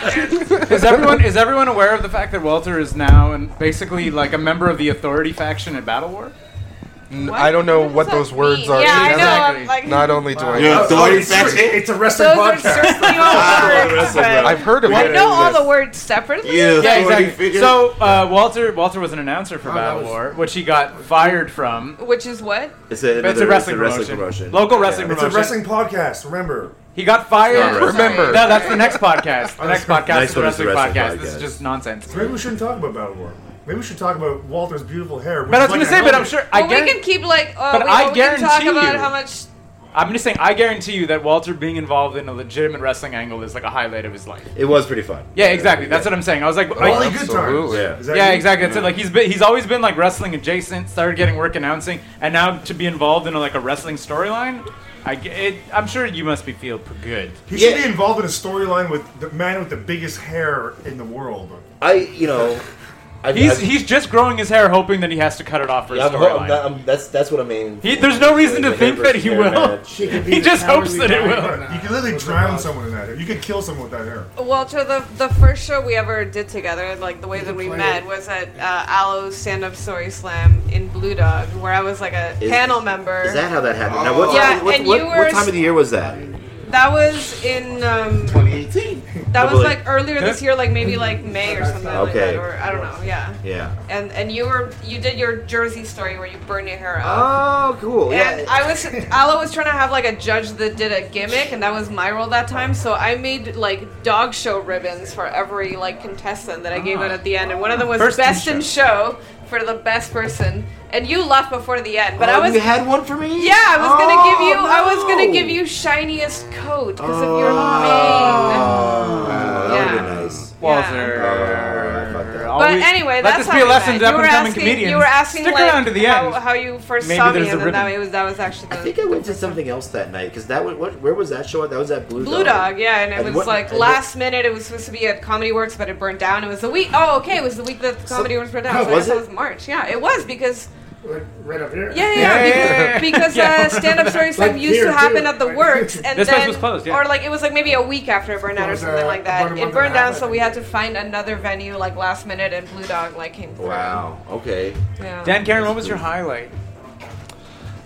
Speaker 4: Is everyone is everyone aware of the fact that Walter is now and basically like a member of the Authority faction at Battle War?
Speaker 3: N- I don't know what
Speaker 7: does
Speaker 3: those
Speaker 7: that
Speaker 3: words
Speaker 7: mean?
Speaker 3: are.
Speaker 7: Yeah, I know.
Speaker 3: together.
Speaker 7: I'm like,
Speaker 3: Not only do I
Speaker 6: Your
Speaker 3: know,
Speaker 9: Oh,
Speaker 6: authority
Speaker 9: it's,
Speaker 6: faction?
Speaker 9: it's a wrestling
Speaker 7: those are
Speaker 9: podcast.
Speaker 7: certainly all words. but
Speaker 3: I've heard of it.
Speaker 7: I know all the words separately.
Speaker 6: Yeah,
Speaker 4: Yeah,
Speaker 6: authority
Speaker 4: exactly.
Speaker 6: figure.
Speaker 4: So uh, Walter Walter was an announcer
Speaker 9: Oh,
Speaker 4: for Battle
Speaker 15: was-
Speaker 4: War, which he got fired from.
Speaker 7: Which is what?
Speaker 2: It's a,
Speaker 4: It's a wrestling, promotion. Local wrestling
Speaker 9: It's a
Speaker 4: promotion.
Speaker 9: wrestling podcast. Remember.
Speaker 4: He got fired.
Speaker 2: Sorry.
Speaker 3: Remember.
Speaker 4: No, that's the next podcast. The next podcast
Speaker 2: Next
Speaker 4: is the
Speaker 2: one is the
Speaker 4: wrestling podcast.
Speaker 2: wrestling
Speaker 4: This
Speaker 2: podcast.
Speaker 4: is just nonsense.
Speaker 9: Maybe we shouldn't talk about Battle War. Maybe we should talk about Walter's beautiful hair.
Speaker 4: But I was gonna say, but I'm sure I
Speaker 7: Well, we
Speaker 4: guarantee-
Speaker 7: can keep like. Uh,
Speaker 4: But
Speaker 7: we,
Speaker 4: I
Speaker 7: well, we can talk
Speaker 4: guarantee
Speaker 7: about
Speaker 4: you-
Speaker 7: how much
Speaker 4: I'm just saying, I guarantee you that Walter being involved in a legitimate wrestling angle is like a highlight of his life.
Speaker 6: It was pretty fun.
Speaker 4: Yeah, exactly. That's what I'm saying. I was like,
Speaker 6: Only
Speaker 4: like-
Speaker 6: good times. Absolutely. Yeah. Is that
Speaker 4: yeah
Speaker 6: you?
Speaker 4: exactly. That's it.
Speaker 6: Yeah.
Speaker 4: Like he's been, he's always been like wrestling adjacent. Started getting work announcing, and now to be involved in like a wrestling storyline. I g- it, I'm sure you must be feel p- good.
Speaker 9: He should be involved in a storyline with the man with the biggest hair in the world.
Speaker 6: I, you know, I've-
Speaker 4: he's
Speaker 6: I've-
Speaker 4: he's just growing his hair, hoping that he has to cut it off for
Speaker 6: Yeah,
Speaker 4: a
Speaker 6: I'm- I'm
Speaker 4: storyline.
Speaker 6: not- I'm- that's that's what I mean.
Speaker 4: He- there's no reason to think that he will. He just hopes that it will.
Speaker 9: You could literally drown someone in that hair. You could kill someone with that hair.
Speaker 7: Walter, the the first show we ever did together, like the way that we
Speaker 9: play
Speaker 7: met,
Speaker 9: it.
Speaker 7: was at uh, Aloe's Stand Up Story Slam in Blue Dog, where I was like a
Speaker 6: Is-
Speaker 7: panel member.
Speaker 6: Is that how that happened? Now, what,
Speaker 7: Yeah,
Speaker 6: time, what,
Speaker 7: and
Speaker 6: what,
Speaker 7: you
Speaker 6: what
Speaker 7: were
Speaker 6: time of the year was that?
Speaker 7: That was in um, 2018. That was
Speaker 6: Double
Speaker 7: like
Speaker 6: it.
Speaker 7: earlier this year, like maybe like May or something like
Speaker 6: Okay.
Speaker 7: that, or I don't know. Yeah.
Speaker 6: Yeah.
Speaker 7: And and you were you did your Jersey story where you burned your hair
Speaker 6: off. Oh, cool.
Speaker 7: And I was Ala was trying to have like a judge that did a gimmick, and that was my role that time. So I made like dog show ribbons for every like contestant that I gave out at the end, and one of them was
Speaker 6: Ah. First in
Speaker 7: best in show for the best person. And you left before the end, but
Speaker 6: Oh,
Speaker 7: I was
Speaker 6: you had one for me. Oh,
Speaker 7: Yeah, I was gonna give you. I was gonna
Speaker 6: no.
Speaker 7: give you shiniest coat because of your mane.
Speaker 6: Uh, that would have been nice.
Speaker 4: Walter.
Speaker 7: But anyway,
Speaker 4: let
Speaker 7: that's
Speaker 4: this be a
Speaker 7: how
Speaker 4: lesson
Speaker 7: we met.
Speaker 4: to
Speaker 7: You were
Speaker 4: up-and-coming
Speaker 7: asking-
Speaker 4: comedians.
Speaker 7: You were asking
Speaker 4: Stick
Speaker 7: like,
Speaker 4: around to the
Speaker 7: how,
Speaker 4: end.
Speaker 7: how you first
Speaker 6: Maybe
Speaker 7: saw me,
Speaker 6: there's
Speaker 7: and
Speaker 6: a
Speaker 7: then that
Speaker 6: ribbon.
Speaker 7: was that was actually the
Speaker 6: I think I went to something else that night because that was what? Where was that show? at? That was at Blue.
Speaker 7: Blue Dog, yeah, and it
Speaker 6: And
Speaker 7: was
Speaker 6: what-
Speaker 7: like
Speaker 6: and what-
Speaker 7: last minute. It was supposed to be at Comedy Works, but it burnt down. It was the week. Oh, okay, it was the week that the
Speaker 16: So-
Speaker 7: Comedy Works burnt down.
Speaker 16: Oh,
Speaker 7: so I
Speaker 16: was
Speaker 7: guess it
Speaker 16: it?
Speaker 7: was March. Yeah, it was because
Speaker 16: Right, right up here.
Speaker 7: yeah, yeah, yeah, because, because uh, stand-up story time
Speaker 16: Like
Speaker 7: used
Speaker 16: here,
Speaker 7: to
Speaker 16: too.
Speaker 7: happen at the Works, and
Speaker 4: This place
Speaker 7: then
Speaker 4: was closed, yeah.
Speaker 7: or like it was like maybe a week after it burned down or
Speaker 16: was, uh,
Speaker 7: something like that.
Speaker 16: about a
Speaker 7: It
Speaker 16: month
Speaker 7: burned
Speaker 16: and a half,
Speaker 7: down, so we had to find another venue like last minute, and Blue Dog like came through.
Speaker 6: Wow. Okay.
Speaker 7: Yeah.
Speaker 4: Dan Karen, what was your highlight?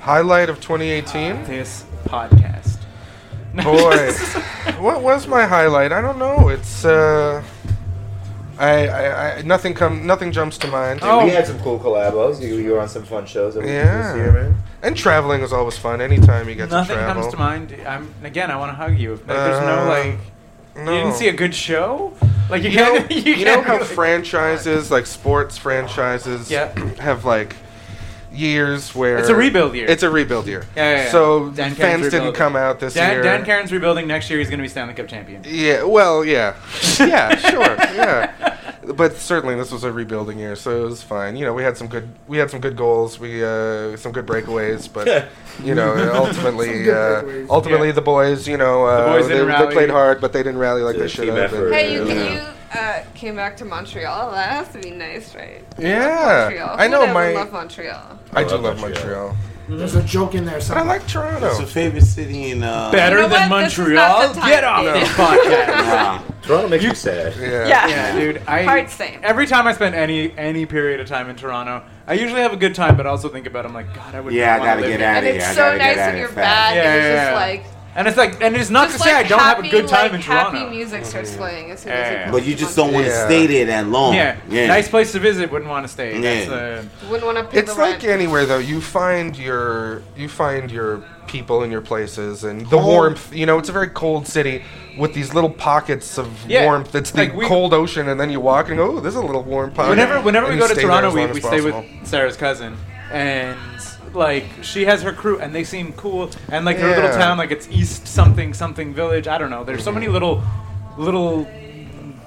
Speaker 3: Highlight of 2018?
Speaker 4: This podcast.
Speaker 3: Boy, what was my highlight? I don't know. It's uh, I, I, I nothing come nothing jumps to mind.
Speaker 4: Oh.
Speaker 6: Dude, We had some cool collabos. You, you were on some fun shows that we did
Speaker 3: yeah,
Speaker 6: this year, man.
Speaker 3: and traveling is always fun. Anytime you get
Speaker 4: Nothing
Speaker 3: to travel,
Speaker 4: comes to mind. I'm again. I want to hug you. Like, there's no
Speaker 3: Uh,
Speaker 4: like. You
Speaker 3: no.
Speaker 4: didn't see a good show. Like you,
Speaker 3: you know,
Speaker 4: can't. you
Speaker 3: you know
Speaker 4: can't
Speaker 3: how
Speaker 4: go-
Speaker 3: franchises, like sports franchises,
Speaker 4: Yeah.
Speaker 3: have like years where
Speaker 4: It's a rebuild year.
Speaker 3: It's a rebuild year.
Speaker 4: Yeah, yeah, yeah.
Speaker 3: So
Speaker 4: Dan Karen's
Speaker 3: fans didn't
Speaker 4: rebuilding.
Speaker 3: come out this
Speaker 4: Dan,
Speaker 3: year.
Speaker 4: Dan Karen's rebuilding next year. He's going to be Stanley Cup champion.
Speaker 3: Yeah. Well. Yeah. Yeah. sure. Yeah. But certainly this was a rebuilding year, so it was fine. You know, we had some good we had some good goals, we uh, some good breakaways, but you know,
Speaker 6: Some
Speaker 3: ultimately
Speaker 6: good
Speaker 3: uh,
Speaker 6: breakaways.
Speaker 3: ultimately
Speaker 6: Yeah.
Speaker 3: the boys, you know, uh,
Speaker 6: boys
Speaker 3: they,
Speaker 6: didn't
Speaker 3: they
Speaker 6: rally.
Speaker 3: played hard, but they didn't rally like
Speaker 6: It's a
Speaker 3: they should
Speaker 6: team
Speaker 3: have.
Speaker 6: effort.
Speaker 7: Hey, you,
Speaker 3: and,
Speaker 7: you uh, came back to Montreal. That has to be nice, right?
Speaker 3: Yeah,
Speaker 7: Montreal.
Speaker 3: I
Speaker 7: Who
Speaker 3: know
Speaker 7: doesn't
Speaker 3: my-
Speaker 7: love Montreal.
Speaker 3: I do love Montreal.
Speaker 16: There's a joke in there somewhere.
Speaker 3: I like Toronto.
Speaker 17: It's a favorite city in uh,
Speaker 4: Better
Speaker 16: You know
Speaker 4: than
Speaker 16: what? This is not
Speaker 4: Montreal.
Speaker 16: the time.
Speaker 4: Get off
Speaker 16: No.
Speaker 4: this podcast.
Speaker 6: Toronto makes you sad.
Speaker 7: Yeah.
Speaker 4: dude. I
Speaker 7: Hard same.
Speaker 4: every time I spend any any period of time in Toronto, I usually have a good time, but also think about it, I'm like, God, I would.
Speaker 17: Yeah, I
Speaker 4: wanna
Speaker 17: gotta
Speaker 4: live
Speaker 17: get
Speaker 4: here.
Speaker 17: outta
Speaker 7: And it's so nice when you're back.
Speaker 4: Yeah,
Speaker 7: and it's
Speaker 4: yeah,
Speaker 7: just
Speaker 4: yeah.
Speaker 7: like
Speaker 4: And it's like, and it's not to
Speaker 7: just
Speaker 4: say
Speaker 7: like
Speaker 4: I don't
Speaker 7: happy,
Speaker 4: have a good time in
Speaker 7: like,
Speaker 4: Toronto.
Speaker 7: Happy music starts playing as soon as
Speaker 4: Yeah.
Speaker 7: it
Speaker 17: But you just don't want to
Speaker 3: Yeah.
Speaker 17: stay there that long.
Speaker 4: Yeah.
Speaker 17: yeah.
Speaker 4: nice place to visit. Wouldn't want to stay. That's,
Speaker 17: Yeah.
Speaker 4: uh,
Speaker 7: wouldn't want to pay
Speaker 3: It's
Speaker 7: the
Speaker 3: like
Speaker 7: rent.
Speaker 3: anywhere though. You find your you find your people and your places and the
Speaker 4: Home.
Speaker 3: warmth. You know, it's a very cold city with these little pockets of
Speaker 4: Yeah,
Speaker 3: warmth. It's the
Speaker 4: like we-
Speaker 3: cold ocean, and then you walk and go, "Oh, there's a little warm pocket."
Speaker 4: Whenever whenever
Speaker 3: and
Speaker 4: we
Speaker 3: you
Speaker 4: go to
Speaker 3: stay there
Speaker 4: Toronto,
Speaker 3: as
Speaker 4: we,
Speaker 3: long
Speaker 4: we
Speaker 3: as
Speaker 4: stay
Speaker 3: possible.
Speaker 4: with Sarah's cousin, and like she has her crew, and they seem cool, and like their little
Speaker 3: Yeah. Mm-hmm.
Speaker 4: town, like it's East something something village. I don't know. There's so many little little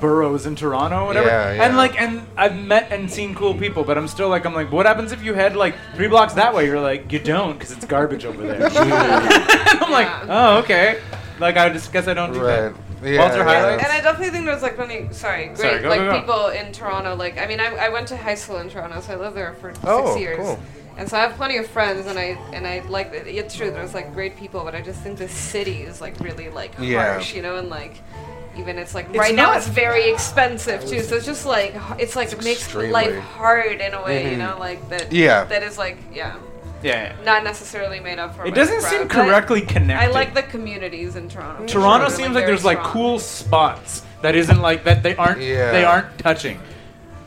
Speaker 4: boroughs in Toronto, whatever.
Speaker 3: Yeah, yeah.
Speaker 4: And like, and I've met and seen cool people, but I'm still like, I'm like, what happens if you head like three blocks that way? You're like, you don't, because it's garbage over there. And I'm like, oh okay. Like I just guess I don't do
Speaker 3: Right.
Speaker 4: that.
Speaker 3: Yeah,
Speaker 4: Walter
Speaker 3: yeah.
Speaker 4: highlights.
Speaker 7: And I definitely think there's like plenty. Sorry, great.
Speaker 4: Sorry, go,
Speaker 7: like
Speaker 4: go, go.
Speaker 7: people in Toronto. Like I mean, I, I went to high school in Toronto, so I lived there for
Speaker 3: Oh,
Speaker 7: six years.
Speaker 3: cool.
Speaker 7: And so I have plenty of friends, and I and I like it. It's true. There's like great people, but I just think the city is like really like
Speaker 3: Yeah.
Speaker 7: harsh, you know, and like. Even it's like
Speaker 4: It's
Speaker 7: right now
Speaker 4: not-
Speaker 7: it's very expensive too, so it's just like h- it's like makes life
Speaker 3: extremely-
Speaker 7: hard in a way, you
Speaker 4: Mhm.
Speaker 7: know, like that.
Speaker 3: Yeah.
Speaker 7: That is like yeah,
Speaker 4: yeah.
Speaker 7: not necessarily made up for.
Speaker 4: It
Speaker 7: by
Speaker 4: doesn't
Speaker 7: the
Speaker 4: seem
Speaker 7: crowd, but
Speaker 4: correctly connected.
Speaker 7: I like the communities in Toronto.
Speaker 4: Toronto
Speaker 7: They're,
Speaker 4: seems like
Speaker 7: very
Speaker 4: there's like
Speaker 7: strong.
Speaker 4: cool spots that isn't like that they aren't
Speaker 3: Yeah.
Speaker 4: they aren't touching.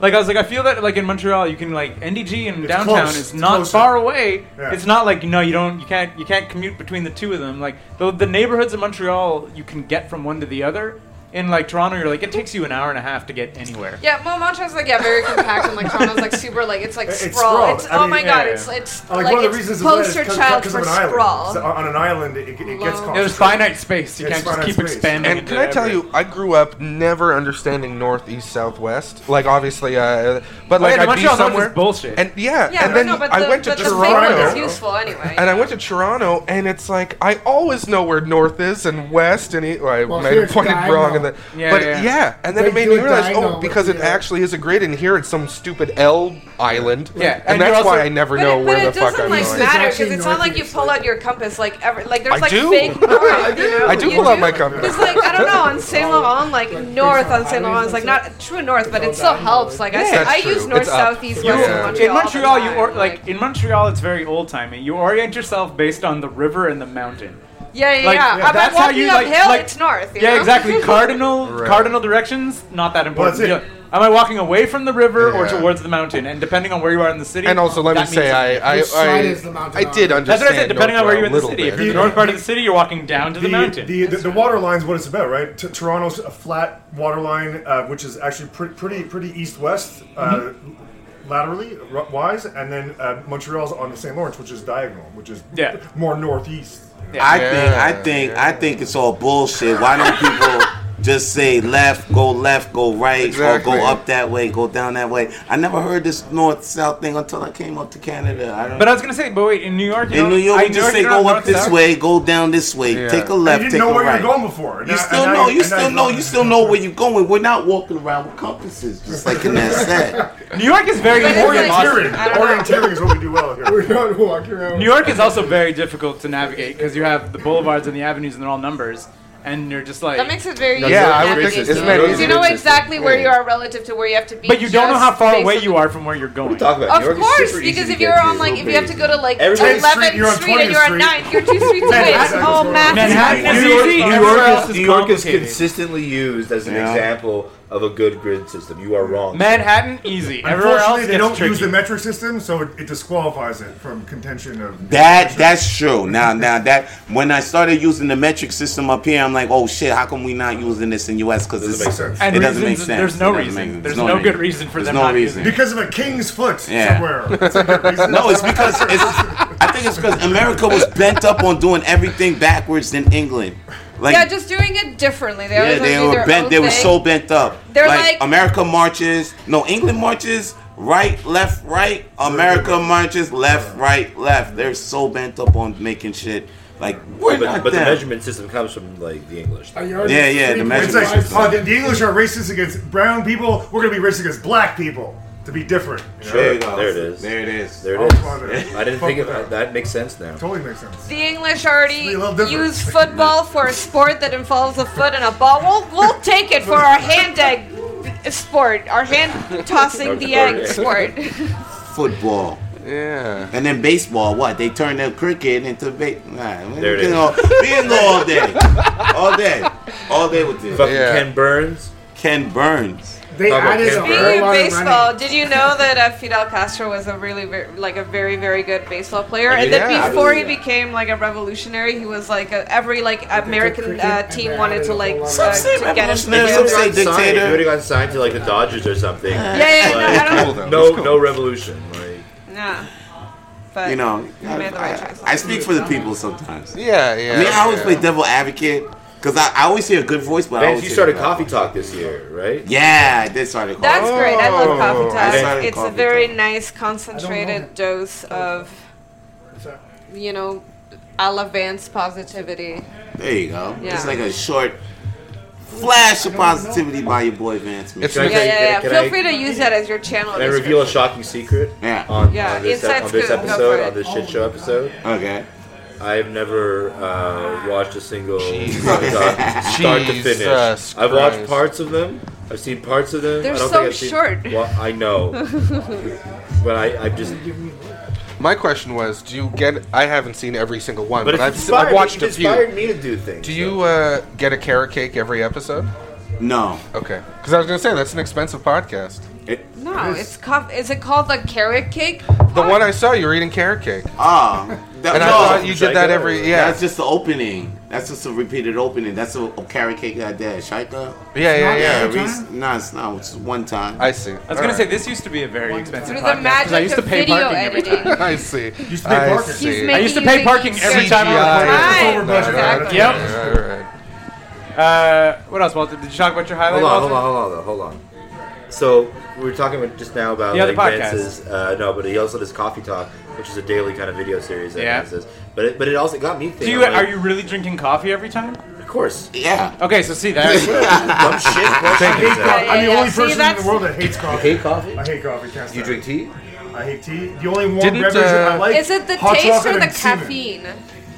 Speaker 4: Like I was like I feel that like in Montreal you can like NDG and downtown
Speaker 9: close.
Speaker 4: is
Speaker 9: It's
Speaker 4: not
Speaker 9: closer.
Speaker 4: far away.
Speaker 9: Yeah.
Speaker 4: It's not like no you don't you can't you can't commute between the two of them. Like the the neighborhoods in Montreal you can get from one to the other. in like Toronto, you're like it takes you an hour and a half to get anywhere.
Speaker 7: Yeah, well, Montreux's like yeah, very compact, and like Toronto's like super like it's like
Speaker 4: It's
Speaker 7: sprawl.
Speaker 4: sprawled.
Speaker 7: It's,
Speaker 4: I
Speaker 7: oh
Speaker 4: mean,
Speaker 7: my
Speaker 4: yeah,
Speaker 7: god,
Speaker 4: yeah.
Speaker 7: it's it's
Speaker 9: Like,
Speaker 7: like
Speaker 9: one of the
Speaker 7: it's
Speaker 9: reasons is
Speaker 7: poster
Speaker 9: that it's 'cause-
Speaker 7: child
Speaker 9: 'cause
Speaker 7: for
Speaker 9: of an
Speaker 7: sprawl.
Speaker 9: island. So on an island, it, it, it gets
Speaker 7: Alone.
Speaker 9: concentrated.
Speaker 4: There's finite space. You
Speaker 9: It's
Speaker 4: can't just
Speaker 9: finite
Speaker 4: keep
Speaker 9: space.
Speaker 4: expanding.
Speaker 3: And can I tell you, I grew up never understanding north, east, southwest. Like obviously, uh, but
Speaker 4: Oh,
Speaker 3: like I'd
Speaker 4: yeah,
Speaker 3: be
Speaker 4: Montreal North is
Speaker 3: somewhere.
Speaker 4: bullshit.
Speaker 3: And yeah,
Speaker 4: Yeah,
Speaker 3: and then
Speaker 4: no, but
Speaker 3: I
Speaker 4: the-
Speaker 3: went to
Speaker 4: but the fake
Speaker 3: Toronto.
Speaker 4: one is
Speaker 7: useful anyway.
Speaker 3: And I went to Toronto, and it's like I always know where north is and west, and e- well, I
Speaker 10: Well,
Speaker 3: might
Speaker 10: here
Speaker 3: have
Speaker 10: it's
Speaker 3: pointed wrong, and
Speaker 10: diagonal.
Speaker 3: then
Speaker 10: Yeah,
Speaker 3: but
Speaker 10: yeah.
Speaker 3: yeah. and then
Speaker 10: They
Speaker 3: it made
Speaker 10: do
Speaker 3: me
Speaker 10: it
Speaker 3: realize,
Speaker 10: diagonal
Speaker 3: oh, because it
Speaker 10: with the, uh,
Speaker 3: actually is a grid, and here it's some stupid L island,
Speaker 4: Yeah,
Speaker 3: and,
Speaker 4: and
Speaker 3: that's
Speaker 4: you're
Speaker 3: why
Speaker 4: also-
Speaker 3: I never
Speaker 4: But
Speaker 3: know
Speaker 4: it-
Speaker 3: where
Speaker 4: but
Speaker 3: the
Speaker 4: it
Speaker 3: fuck
Speaker 4: doesn't,
Speaker 3: I'm
Speaker 4: like,
Speaker 3: going.
Speaker 7: matter because it's not like you pull out your compass like every like there's
Speaker 3: I
Speaker 7: like
Speaker 3: do.
Speaker 7: fake north, you know?
Speaker 3: I do
Speaker 7: You
Speaker 3: pull out my compass.
Speaker 7: It's like I don't know on Saint Laurent, like north on Saint Laurent is like not true north, but it still helps. Like I said,
Speaker 4: That's
Speaker 7: I
Speaker 4: true.
Speaker 7: use north,
Speaker 4: It's up.
Speaker 7: south, east,
Speaker 4: You-
Speaker 7: west in
Speaker 3: uh,
Speaker 7: Montreal.
Speaker 4: In Montreal, you or, like in Montreal, it's very old timey. You orient yourself based on the river and the mountain.
Speaker 7: Yeah, yeah,
Speaker 4: Like,
Speaker 7: yeah.
Speaker 4: yeah,
Speaker 7: I'm
Speaker 4: that's how
Speaker 7: walking
Speaker 4: you, like-
Speaker 7: uphill.
Speaker 4: like-
Speaker 7: it's north. You
Speaker 4: Yeah,
Speaker 7: know?
Speaker 4: exactly. Cardinal
Speaker 2: Right.
Speaker 4: cardinal directions not that important.
Speaker 2: Well, that's
Speaker 4: Yeah. Am I walking away from the river or
Speaker 3: Yeah.
Speaker 4: towards the mountain? And depending on where you are in the city,
Speaker 3: And also, let me
Speaker 4: that means
Speaker 3: say, I I,
Speaker 4: something.
Speaker 3: I, I did understand.
Speaker 4: That's what I said. Depending on where you're in the
Speaker 3: Northwell a
Speaker 4: city,
Speaker 3: little
Speaker 4: if
Speaker 3: bit.
Speaker 4: you're in the north part of the city, you're walking down to the, mountain.
Speaker 9: The, the, the water line's what it's about, right? T- Toronto's a flat water line, uh, which is actually pre- pretty pretty east west uh,
Speaker 4: Mm-hmm.
Speaker 9: laterally r- wise, and then uh, Montreal's on the St. Lawrence, which is diagonal, which is
Speaker 4: Yeah.
Speaker 9: more northeast.
Speaker 6: I think I think I think it's all bullshit. Why don't people just say left, go left, go right, or
Speaker 3: Exactly.
Speaker 6: go up that way, go down that way? I never heard this north south thing until I came up to Canada. I don't
Speaker 4: But I was gonna say, but wait, in New York, you
Speaker 6: in
Speaker 4: don't-
Speaker 6: New York,
Speaker 4: I-
Speaker 6: we just say
Speaker 4: you're not
Speaker 6: go up
Speaker 4: north,
Speaker 6: this
Speaker 4: south.
Speaker 6: way, go down this way, take a left,
Speaker 9: you
Speaker 6: take
Speaker 9: didn't know
Speaker 6: a
Speaker 9: where
Speaker 6: right.
Speaker 9: you were going before.
Speaker 6: You
Speaker 9: Now-
Speaker 6: still
Speaker 9: now
Speaker 6: know, you
Speaker 9: and now
Speaker 6: still
Speaker 9: you
Speaker 6: know, you still know where you're going. We're not walking around with compasses, just like in that set.
Speaker 4: New York is very
Speaker 9: orienteering.
Speaker 4: I don't know.
Speaker 9: orienteering is what we do well here.
Speaker 10: We're not walking around.
Speaker 4: New York is also very difficult to navigate because you have the boulevards and the avenues, and they're all numbers, and you're just like
Speaker 7: That makes it very
Speaker 4: Yeah,
Speaker 7: easy.
Speaker 4: I
Speaker 7: to
Speaker 4: would think
Speaker 7: navigate, though.
Speaker 4: it's not
Speaker 7: Because
Speaker 4: easy
Speaker 7: you
Speaker 4: to
Speaker 7: know
Speaker 4: exist.
Speaker 7: exactly where you are relative to where you have to be.
Speaker 4: But you don't know
Speaker 7: just
Speaker 4: how far
Speaker 7: based
Speaker 4: away
Speaker 7: on-
Speaker 4: you are from where you're going.
Speaker 7: Of course, because if you're on like if you have to go to like
Speaker 4: Every
Speaker 7: 11th
Speaker 4: street,
Speaker 7: street,
Speaker 4: you're on
Speaker 7: and
Speaker 4: 20th
Speaker 7: you're on
Speaker 4: Street.
Speaker 7: 9th, you're two streets away. Oh, math.
Speaker 4: Manhattan is easy.
Speaker 5: New
Speaker 4: everywhere
Speaker 5: York
Speaker 4: else
Speaker 5: is,
Speaker 4: is
Speaker 5: New York is
Speaker 4: complicated.
Speaker 5: consistently used as an
Speaker 4: Yeah.
Speaker 5: example of a good grid system. You are wrong.
Speaker 4: Manhattan, easy. Everywhere else
Speaker 9: Unfortunately, they
Speaker 4: gets
Speaker 9: don't
Speaker 4: tricky.
Speaker 9: use the metric system, so it, it disqualifies it from contention of
Speaker 6: That that's true. Now now that when I started using the metric system up here, I'm like, oh shit, how come we not using this in US? Because it
Speaker 9: make sense.
Speaker 4: And
Speaker 6: It doesn't make
Speaker 4: reasons-
Speaker 6: sense.
Speaker 4: there's
Speaker 6: It
Speaker 4: no
Speaker 6: doesn't make
Speaker 4: reason.
Speaker 6: sense.
Speaker 4: There's no good reason for
Speaker 6: There's
Speaker 4: them
Speaker 6: no
Speaker 4: not
Speaker 6: reason.
Speaker 9: because of a king's foot
Speaker 6: Yeah.
Speaker 9: somewhere. It's a good reason.
Speaker 6: No, it's because it's. I think it's because America was bent up on doing everything backwards than England. Like
Speaker 7: yeah, just doing it differently. They
Speaker 6: yeah,
Speaker 7: always
Speaker 6: they
Speaker 7: wanna do
Speaker 6: were
Speaker 7: their
Speaker 6: bent.
Speaker 7: own
Speaker 6: They were
Speaker 7: thing.
Speaker 6: so bent up.
Speaker 7: They're like-
Speaker 6: America marches. No, England marches. Right, left, right. America marches. Left, right, left. They're so bent up on making shit like we're
Speaker 5: but
Speaker 6: not
Speaker 5: but the
Speaker 6: them.
Speaker 5: measurement system comes from like the English.
Speaker 6: Yeah, yeah, the
Speaker 9: It's
Speaker 6: measurement
Speaker 9: like,
Speaker 6: system.
Speaker 9: oh, the, the English are racist against brown people. We're gonna be racist against black people to be different. you know?
Speaker 5: Sure, there, it is.
Speaker 6: There it is.
Speaker 5: There
Speaker 9: Oh,
Speaker 5: it is.
Speaker 9: fuck it.
Speaker 5: I didn't
Speaker 9: Fuck
Speaker 5: think of
Speaker 9: it
Speaker 5: that.
Speaker 9: up.
Speaker 5: That makes sense now.
Speaker 9: Totally makes sense.
Speaker 7: The English already use football for a sport that involves a foot and a ball. We'll, we'll take it for our hand egg sport, our hand tossing the egg sport.
Speaker 6: Football.
Speaker 3: Yeah.
Speaker 6: And then baseball. What they turned their cricket into baseball. Nah,
Speaker 5: There it
Speaker 6: there we can
Speaker 5: is.
Speaker 6: all, we can go all day, all day, all day with this.
Speaker 5: Fucking Yeah. Ken Burns.
Speaker 6: Ken Burns.
Speaker 10: They
Speaker 6: Talk about
Speaker 10: added
Speaker 6: Ken
Speaker 10: a
Speaker 6: Burns.
Speaker 10: whole
Speaker 7: Speaking of
Speaker 10: lot of
Speaker 7: baseball, did you know that uh, Fidel Castro was a really, ver- like a very, very good baseball player, and
Speaker 14: Yeah,
Speaker 7: that before he
Speaker 14: absolutely.
Speaker 7: became like a revolutionary, he was like a, every like American
Speaker 14: cricket
Speaker 7: uh,
Speaker 14: and
Speaker 7: team
Speaker 14: they
Speaker 7: wanted
Speaker 14: added
Speaker 7: to
Speaker 14: a
Speaker 7: like
Speaker 14: whole lot
Speaker 7: uh,
Speaker 14: of- Some say
Speaker 7: to get him.
Speaker 5: If he
Speaker 7: to
Speaker 5: would've
Speaker 7: do
Speaker 5: gotten
Speaker 7: it.
Speaker 5: signed- If he would have gotten signed to like the Dodgers or something.
Speaker 7: Yeah, yeah, no,
Speaker 5: like,
Speaker 7: I
Speaker 6: don't-
Speaker 5: no, no revolution. Like,
Speaker 7: Yeah, but
Speaker 6: you know,
Speaker 7: he
Speaker 6: I,
Speaker 7: made the right
Speaker 6: I-
Speaker 7: choice.
Speaker 6: I speak for the people sometimes.
Speaker 3: Yeah,
Speaker 6: I mean,
Speaker 5: yeah,
Speaker 6: I always
Speaker 5: yeah.
Speaker 6: play devil advocate because I, I always hear a good voice, but I
Speaker 5: Vance,
Speaker 6: always
Speaker 5: you
Speaker 6: hear
Speaker 5: started
Speaker 6: the bad
Speaker 5: coffee
Speaker 6: voice.
Speaker 5: talk this year, right?
Speaker 6: Yeah, I did start a coffee.
Speaker 7: That's great. I love
Speaker 6: Oh,
Speaker 7: coffee
Speaker 6: I
Speaker 7: talk.
Speaker 6: started
Speaker 7: It's a
Speaker 6: coffee
Speaker 7: very nice, concentrated dose of, you know, Alavance positivity.
Speaker 6: There you go.
Speaker 7: Yeah.
Speaker 6: It's like a short flash of positivity by your boy Vance.
Speaker 5: It's
Speaker 7: Yeah,
Speaker 6: McKinney.
Speaker 5: like-
Speaker 7: yeah, yeah.
Speaker 5: can
Speaker 7: Feel
Speaker 5: I-
Speaker 7: free to use that as your channel.
Speaker 5: Can I reveal a shocking secret?
Speaker 6: Yeah.
Speaker 5: On,
Speaker 7: Yeah,
Speaker 5: on this, e-
Speaker 7: inside
Speaker 5: on this
Speaker 7: scoop, go
Speaker 5: episode,
Speaker 7: for it.
Speaker 5: on this shit show episode.
Speaker 6: Okay.
Speaker 5: I've never uh, watched a single coffee talk start to finish.
Speaker 3: Jesus
Speaker 5: I've watched
Speaker 3: Christ.
Speaker 5: parts of them. I've seen parts of them.
Speaker 7: They're
Speaker 5: I don't
Speaker 7: so
Speaker 5: think I've seen,
Speaker 7: short.
Speaker 5: Well, I know,
Speaker 7: description.
Speaker 5: but I, I just.
Speaker 3: My question was, do you get? I haven't seen every single one,
Speaker 5: But
Speaker 3: but,
Speaker 5: it's
Speaker 3: I've,
Speaker 5: inspired,
Speaker 3: I've watched
Speaker 5: it
Speaker 3: a few.
Speaker 5: inspired me to do things.
Speaker 3: Do you uh, get a carrot cake every episode?
Speaker 6: No.
Speaker 3: Okay. Because I was gonna say that's an expensive podcast.
Speaker 7: No, it's cuff. Is it called the carrot cake?
Speaker 3: The one I saw you were eating carrot cake.
Speaker 6: Ah,
Speaker 3: and I thought you did that every yeah.
Speaker 6: That's just the opening. That's just a repeated opening. That's a, a carrot cake that I did. Shaika.
Speaker 3: Yeah, yeah, yeah.
Speaker 6: Every, nah, it's not. It's one time.
Speaker 3: I see. I
Speaker 4: was gonna say this used to be a very expensive
Speaker 7: Through the
Speaker 4: podcast. 'cause
Speaker 7: magic
Speaker 4: I used to
Speaker 7: of
Speaker 4: pay
Speaker 7: video
Speaker 4: parking every
Speaker 7: editing.
Speaker 4: time.
Speaker 3: I see.
Speaker 4: Used
Speaker 3: to pay I parking. see.
Speaker 4: I
Speaker 3: He's
Speaker 4: used to
Speaker 3: making
Speaker 4: pay
Speaker 3: you
Speaker 4: parking
Speaker 3: think
Speaker 4: every time I
Speaker 3: CGI.
Speaker 4: was over
Speaker 3: Right.
Speaker 4: budget.
Speaker 3: Exactly. Right, right,
Speaker 4: Yep. Uh, what else, Walter? Did you talk about your highlight?
Speaker 5: Hold on, hold
Speaker 4: Walter?
Speaker 5: on, hold on, though, hold on. So we were talking about just now about
Speaker 4: The other
Speaker 5: like
Speaker 4: podcast.
Speaker 5: Vance's, uh, no, but he also does Coffee Talk, which is a daily kind of video series. That
Speaker 4: Yeah.
Speaker 5: Vance does. But it, but it also got me
Speaker 4: Do
Speaker 5: thinking.
Speaker 4: you,
Speaker 5: like,
Speaker 4: are you really drinking coffee every time?
Speaker 5: Of course.
Speaker 6: Yeah.
Speaker 4: Okay, so see that.
Speaker 5: Dumb shit.
Speaker 4: Thank you.
Speaker 9: I'm the only person in
Speaker 7: that's-
Speaker 9: the world that hates coffee.
Speaker 5: hate coffee?
Speaker 9: I hate coffee. Can't stand
Speaker 5: You
Speaker 9: it.
Speaker 5: drink tea?
Speaker 9: I hate tea. The only warm
Speaker 4: Didn't,
Speaker 9: beverage that I
Speaker 4: uh,
Speaker 9: like
Speaker 7: Is it the
Speaker 9: hot
Speaker 7: taste
Speaker 9: chocolate
Speaker 7: or the
Speaker 9: and semen.
Speaker 7: caffeine?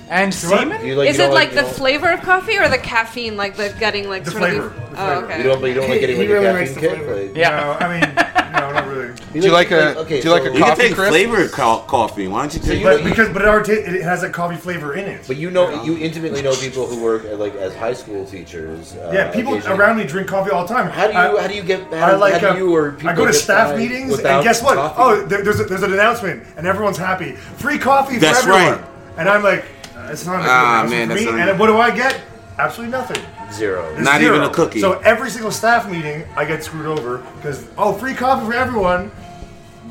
Speaker 4: And semen?
Speaker 5: You like-
Speaker 7: is
Speaker 5: you
Speaker 7: it
Speaker 5: don't
Speaker 7: like
Speaker 5: you
Speaker 7: the
Speaker 5: don't-
Speaker 7: flavor of coffee or the caffeine, like the getting like
Speaker 9: The
Speaker 7: sort
Speaker 9: flavor,
Speaker 7: of?
Speaker 9: the
Speaker 7: oh,
Speaker 9: flavor.
Speaker 7: okay.
Speaker 5: You don't, but you don't like getting
Speaker 18: He
Speaker 5: rid of
Speaker 18: really likes
Speaker 5: caffeine
Speaker 18: the
Speaker 5: kit?
Speaker 18: flavor.
Speaker 5: Like,
Speaker 4: Yeah.
Speaker 9: No, I mean, no, not really.
Speaker 3: Do you like a- do you like a
Speaker 6: You can
Speaker 3: Coffee
Speaker 6: take
Speaker 3: crisp?
Speaker 6: flavored co- coffee. Why don't you take?
Speaker 9: But because but it, already- it has a coffee flavor in it.
Speaker 5: But you know, you intimately know people who work at, like as high school teachers. Uh,
Speaker 9: yeah, people
Speaker 5: occasionally.
Speaker 9: around me drink coffee all the time.
Speaker 5: How do you
Speaker 9: I-
Speaker 5: how do you get? How,
Speaker 9: I like
Speaker 5: how
Speaker 9: uh,
Speaker 5: do you or people
Speaker 9: I go to
Speaker 5: get
Speaker 9: staff
Speaker 5: by
Speaker 9: meetings
Speaker 5: without
Speaker 9: and guess what?
Speaker 5: coffee?
Speaker 9: Oh, there, there's a, there's an announcement and everyone's happy. Free coffee
Speaker 6: That's
Speaker 9: for everyone.
Speaker 6: right.
Speaker 9: And I'm like, uh, it's not an
Speaker 6: Ah,
Speaker 9: announcement
Speaker 6: man,
Speaker 9: for
Speaker 6: that's
Speaker 9: me.
Speaker 6: not-
Speaker 9: And what do I get? Absolutely nothing.
Speaker 5: zero.
Speaker 9: There's
Speaker 6: Not even a cookie.
Speaker 9: So every single staff meeting, I get screwed over because oh, free coffee for everyone.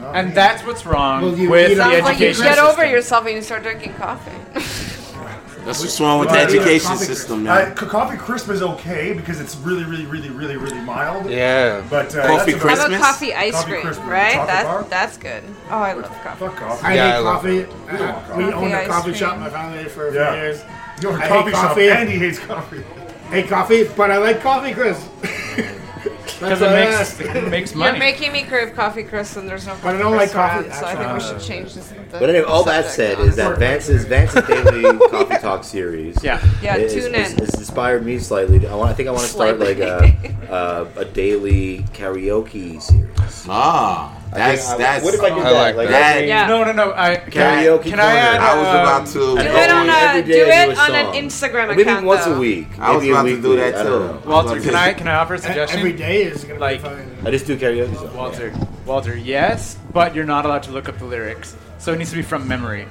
Speaker 9: Not
Speaker 4: And
Speaker 9: me.
Speaker 4: that's what's wrong
Speaker 18: Well, you
Speaker 4: with
Speaker 18: eat
Speaker 4: the
Speaker 18: up-
Speaker 7: Sounds
Speaker 4: education
Speaker 7: like you get
Speaker 4: system.
Speaker 7: over yourself and you start drinking coffee.
Speaker 6: That's what's wrong with the
Speaker 9: Well, I mean,
Speaker 6: education
Speaker 18: coffee-
Speaker 6: system,
Speaker 9: Uh,
Speaker 6: man.
Speaker 9: c- coffee crisp is okay because it's really, really, really, really, really mild.
Speaker 3: Yeah.
Speaker 9: But
Speaker 6: Coffee
Speaker 9: uh, that's
Speaker 7: How
Speaker 6: crisp?
Speaker 9: about-
Speaker 7: about
Speaker 6: Christmas?
Speaker 7: coffee ice
Speaker 9: Coffee
Speaker 7: cream,
Speaker 9: Christmas,
Speaker 7: right?
Speaker 9: chocolate bar?
Speaker 7: That that's good. Oh, I love coffee.
Speaker 9: Fuck off.
Speaker 18: I
Speaker 3: Yeah, I
Speaker 18: hate
Speaker 3: love
Speaker 18: coffee.
Speaker 9: We don't want
Speaker 18: Uh, we
Speaker 9: coffee.
Speaker 18: owned a
Speaker 7: Coffee
Speaker 18: coffee
Speaker 7: ice
Speaker 18: shop.
Speaker 7: cream.
Speaker 18: My family did for a
Speaker 9: Yeah.
Speaker 18: few years.
Speaker 9: You're a
Speaker 18: I hate
Speaker 9: coffee shop,
Speaker 18: coffee.
Speaker 9: and he hates coffee.
Speaker 18: Hate coffee, but I like coffee, Chris.
Speaker 4: because it makes it makes
Speaker 7: You're
Speaker 4: money.
Speaker 7: making me crave coffee, Chris, and there's no.
Speaker 18: I don't like
Speaker 7: Crisp
Speaker 18: coffee,
Speaker 7: around, So I think we
Speaker 18: actually.
Speaker 7: should change this. the
Speaker 5: But anyway, all that said
Speaker 7: subject.
Speaker 5: is that Vance's Vance's daily coffee talk series.
Speaker 4: Yeah.
Speaker 7: Yeah,
Speaker 5: is-
Speaker 7: tune
Speaker 5: is-
Speaker 7: in.
Speaker 5: Has inspired me slightly. to- I want. I think I want to start like a uh, a daily karaoke series.
Speaker 6: Ah, that's
Speaker 5: I think I-
Speaker 6: that's.
Speaker 5: What if I do
Speaker 3: I
Speaker 5: that?
Speaker 3: like
Speaker 5: Like
Speaker 6: that.
Speaker 5: every-
Speaker 7: Yeah.
Speaker 4: No, no, no. I can,
Speaker 5: Karaoke
Speaker 4: can I add?
Speaker 5: corner.
Speaker 6: I was about
Speaker 4: um,
Speaker 6: to.
Speaker 7: Do it on a
Speaker 5: Every day
Speaker 7: do
Speaker 5: I do
Speaker 7: it
Speaker 5: a
Speaker 7: on an
Speaker 5: song.
Speaker 7: Instagram account.
Speaker 5: Maybe once
Speaker 7: though.
Speaker 5: a week.
Speaker 6: I was
Speaker 5: Maybe a
Speaker 6: about to
Speaker 5: week
Speaker 6: do that
Speaker 5: I don't
Speaker 6: too.
Speaker 5: know.
Speaker 4: Walter, can I can I offer a suggestion?
Speaker 18: Every day is gonna
Speaker 4: Like-
Speaker 18: be fun.
Speaker 5: I just do karaoke songs.
Speaker 4: Walter, Walter, yes, but you're not allowed to look up the lyrics, so it needs to be from memory.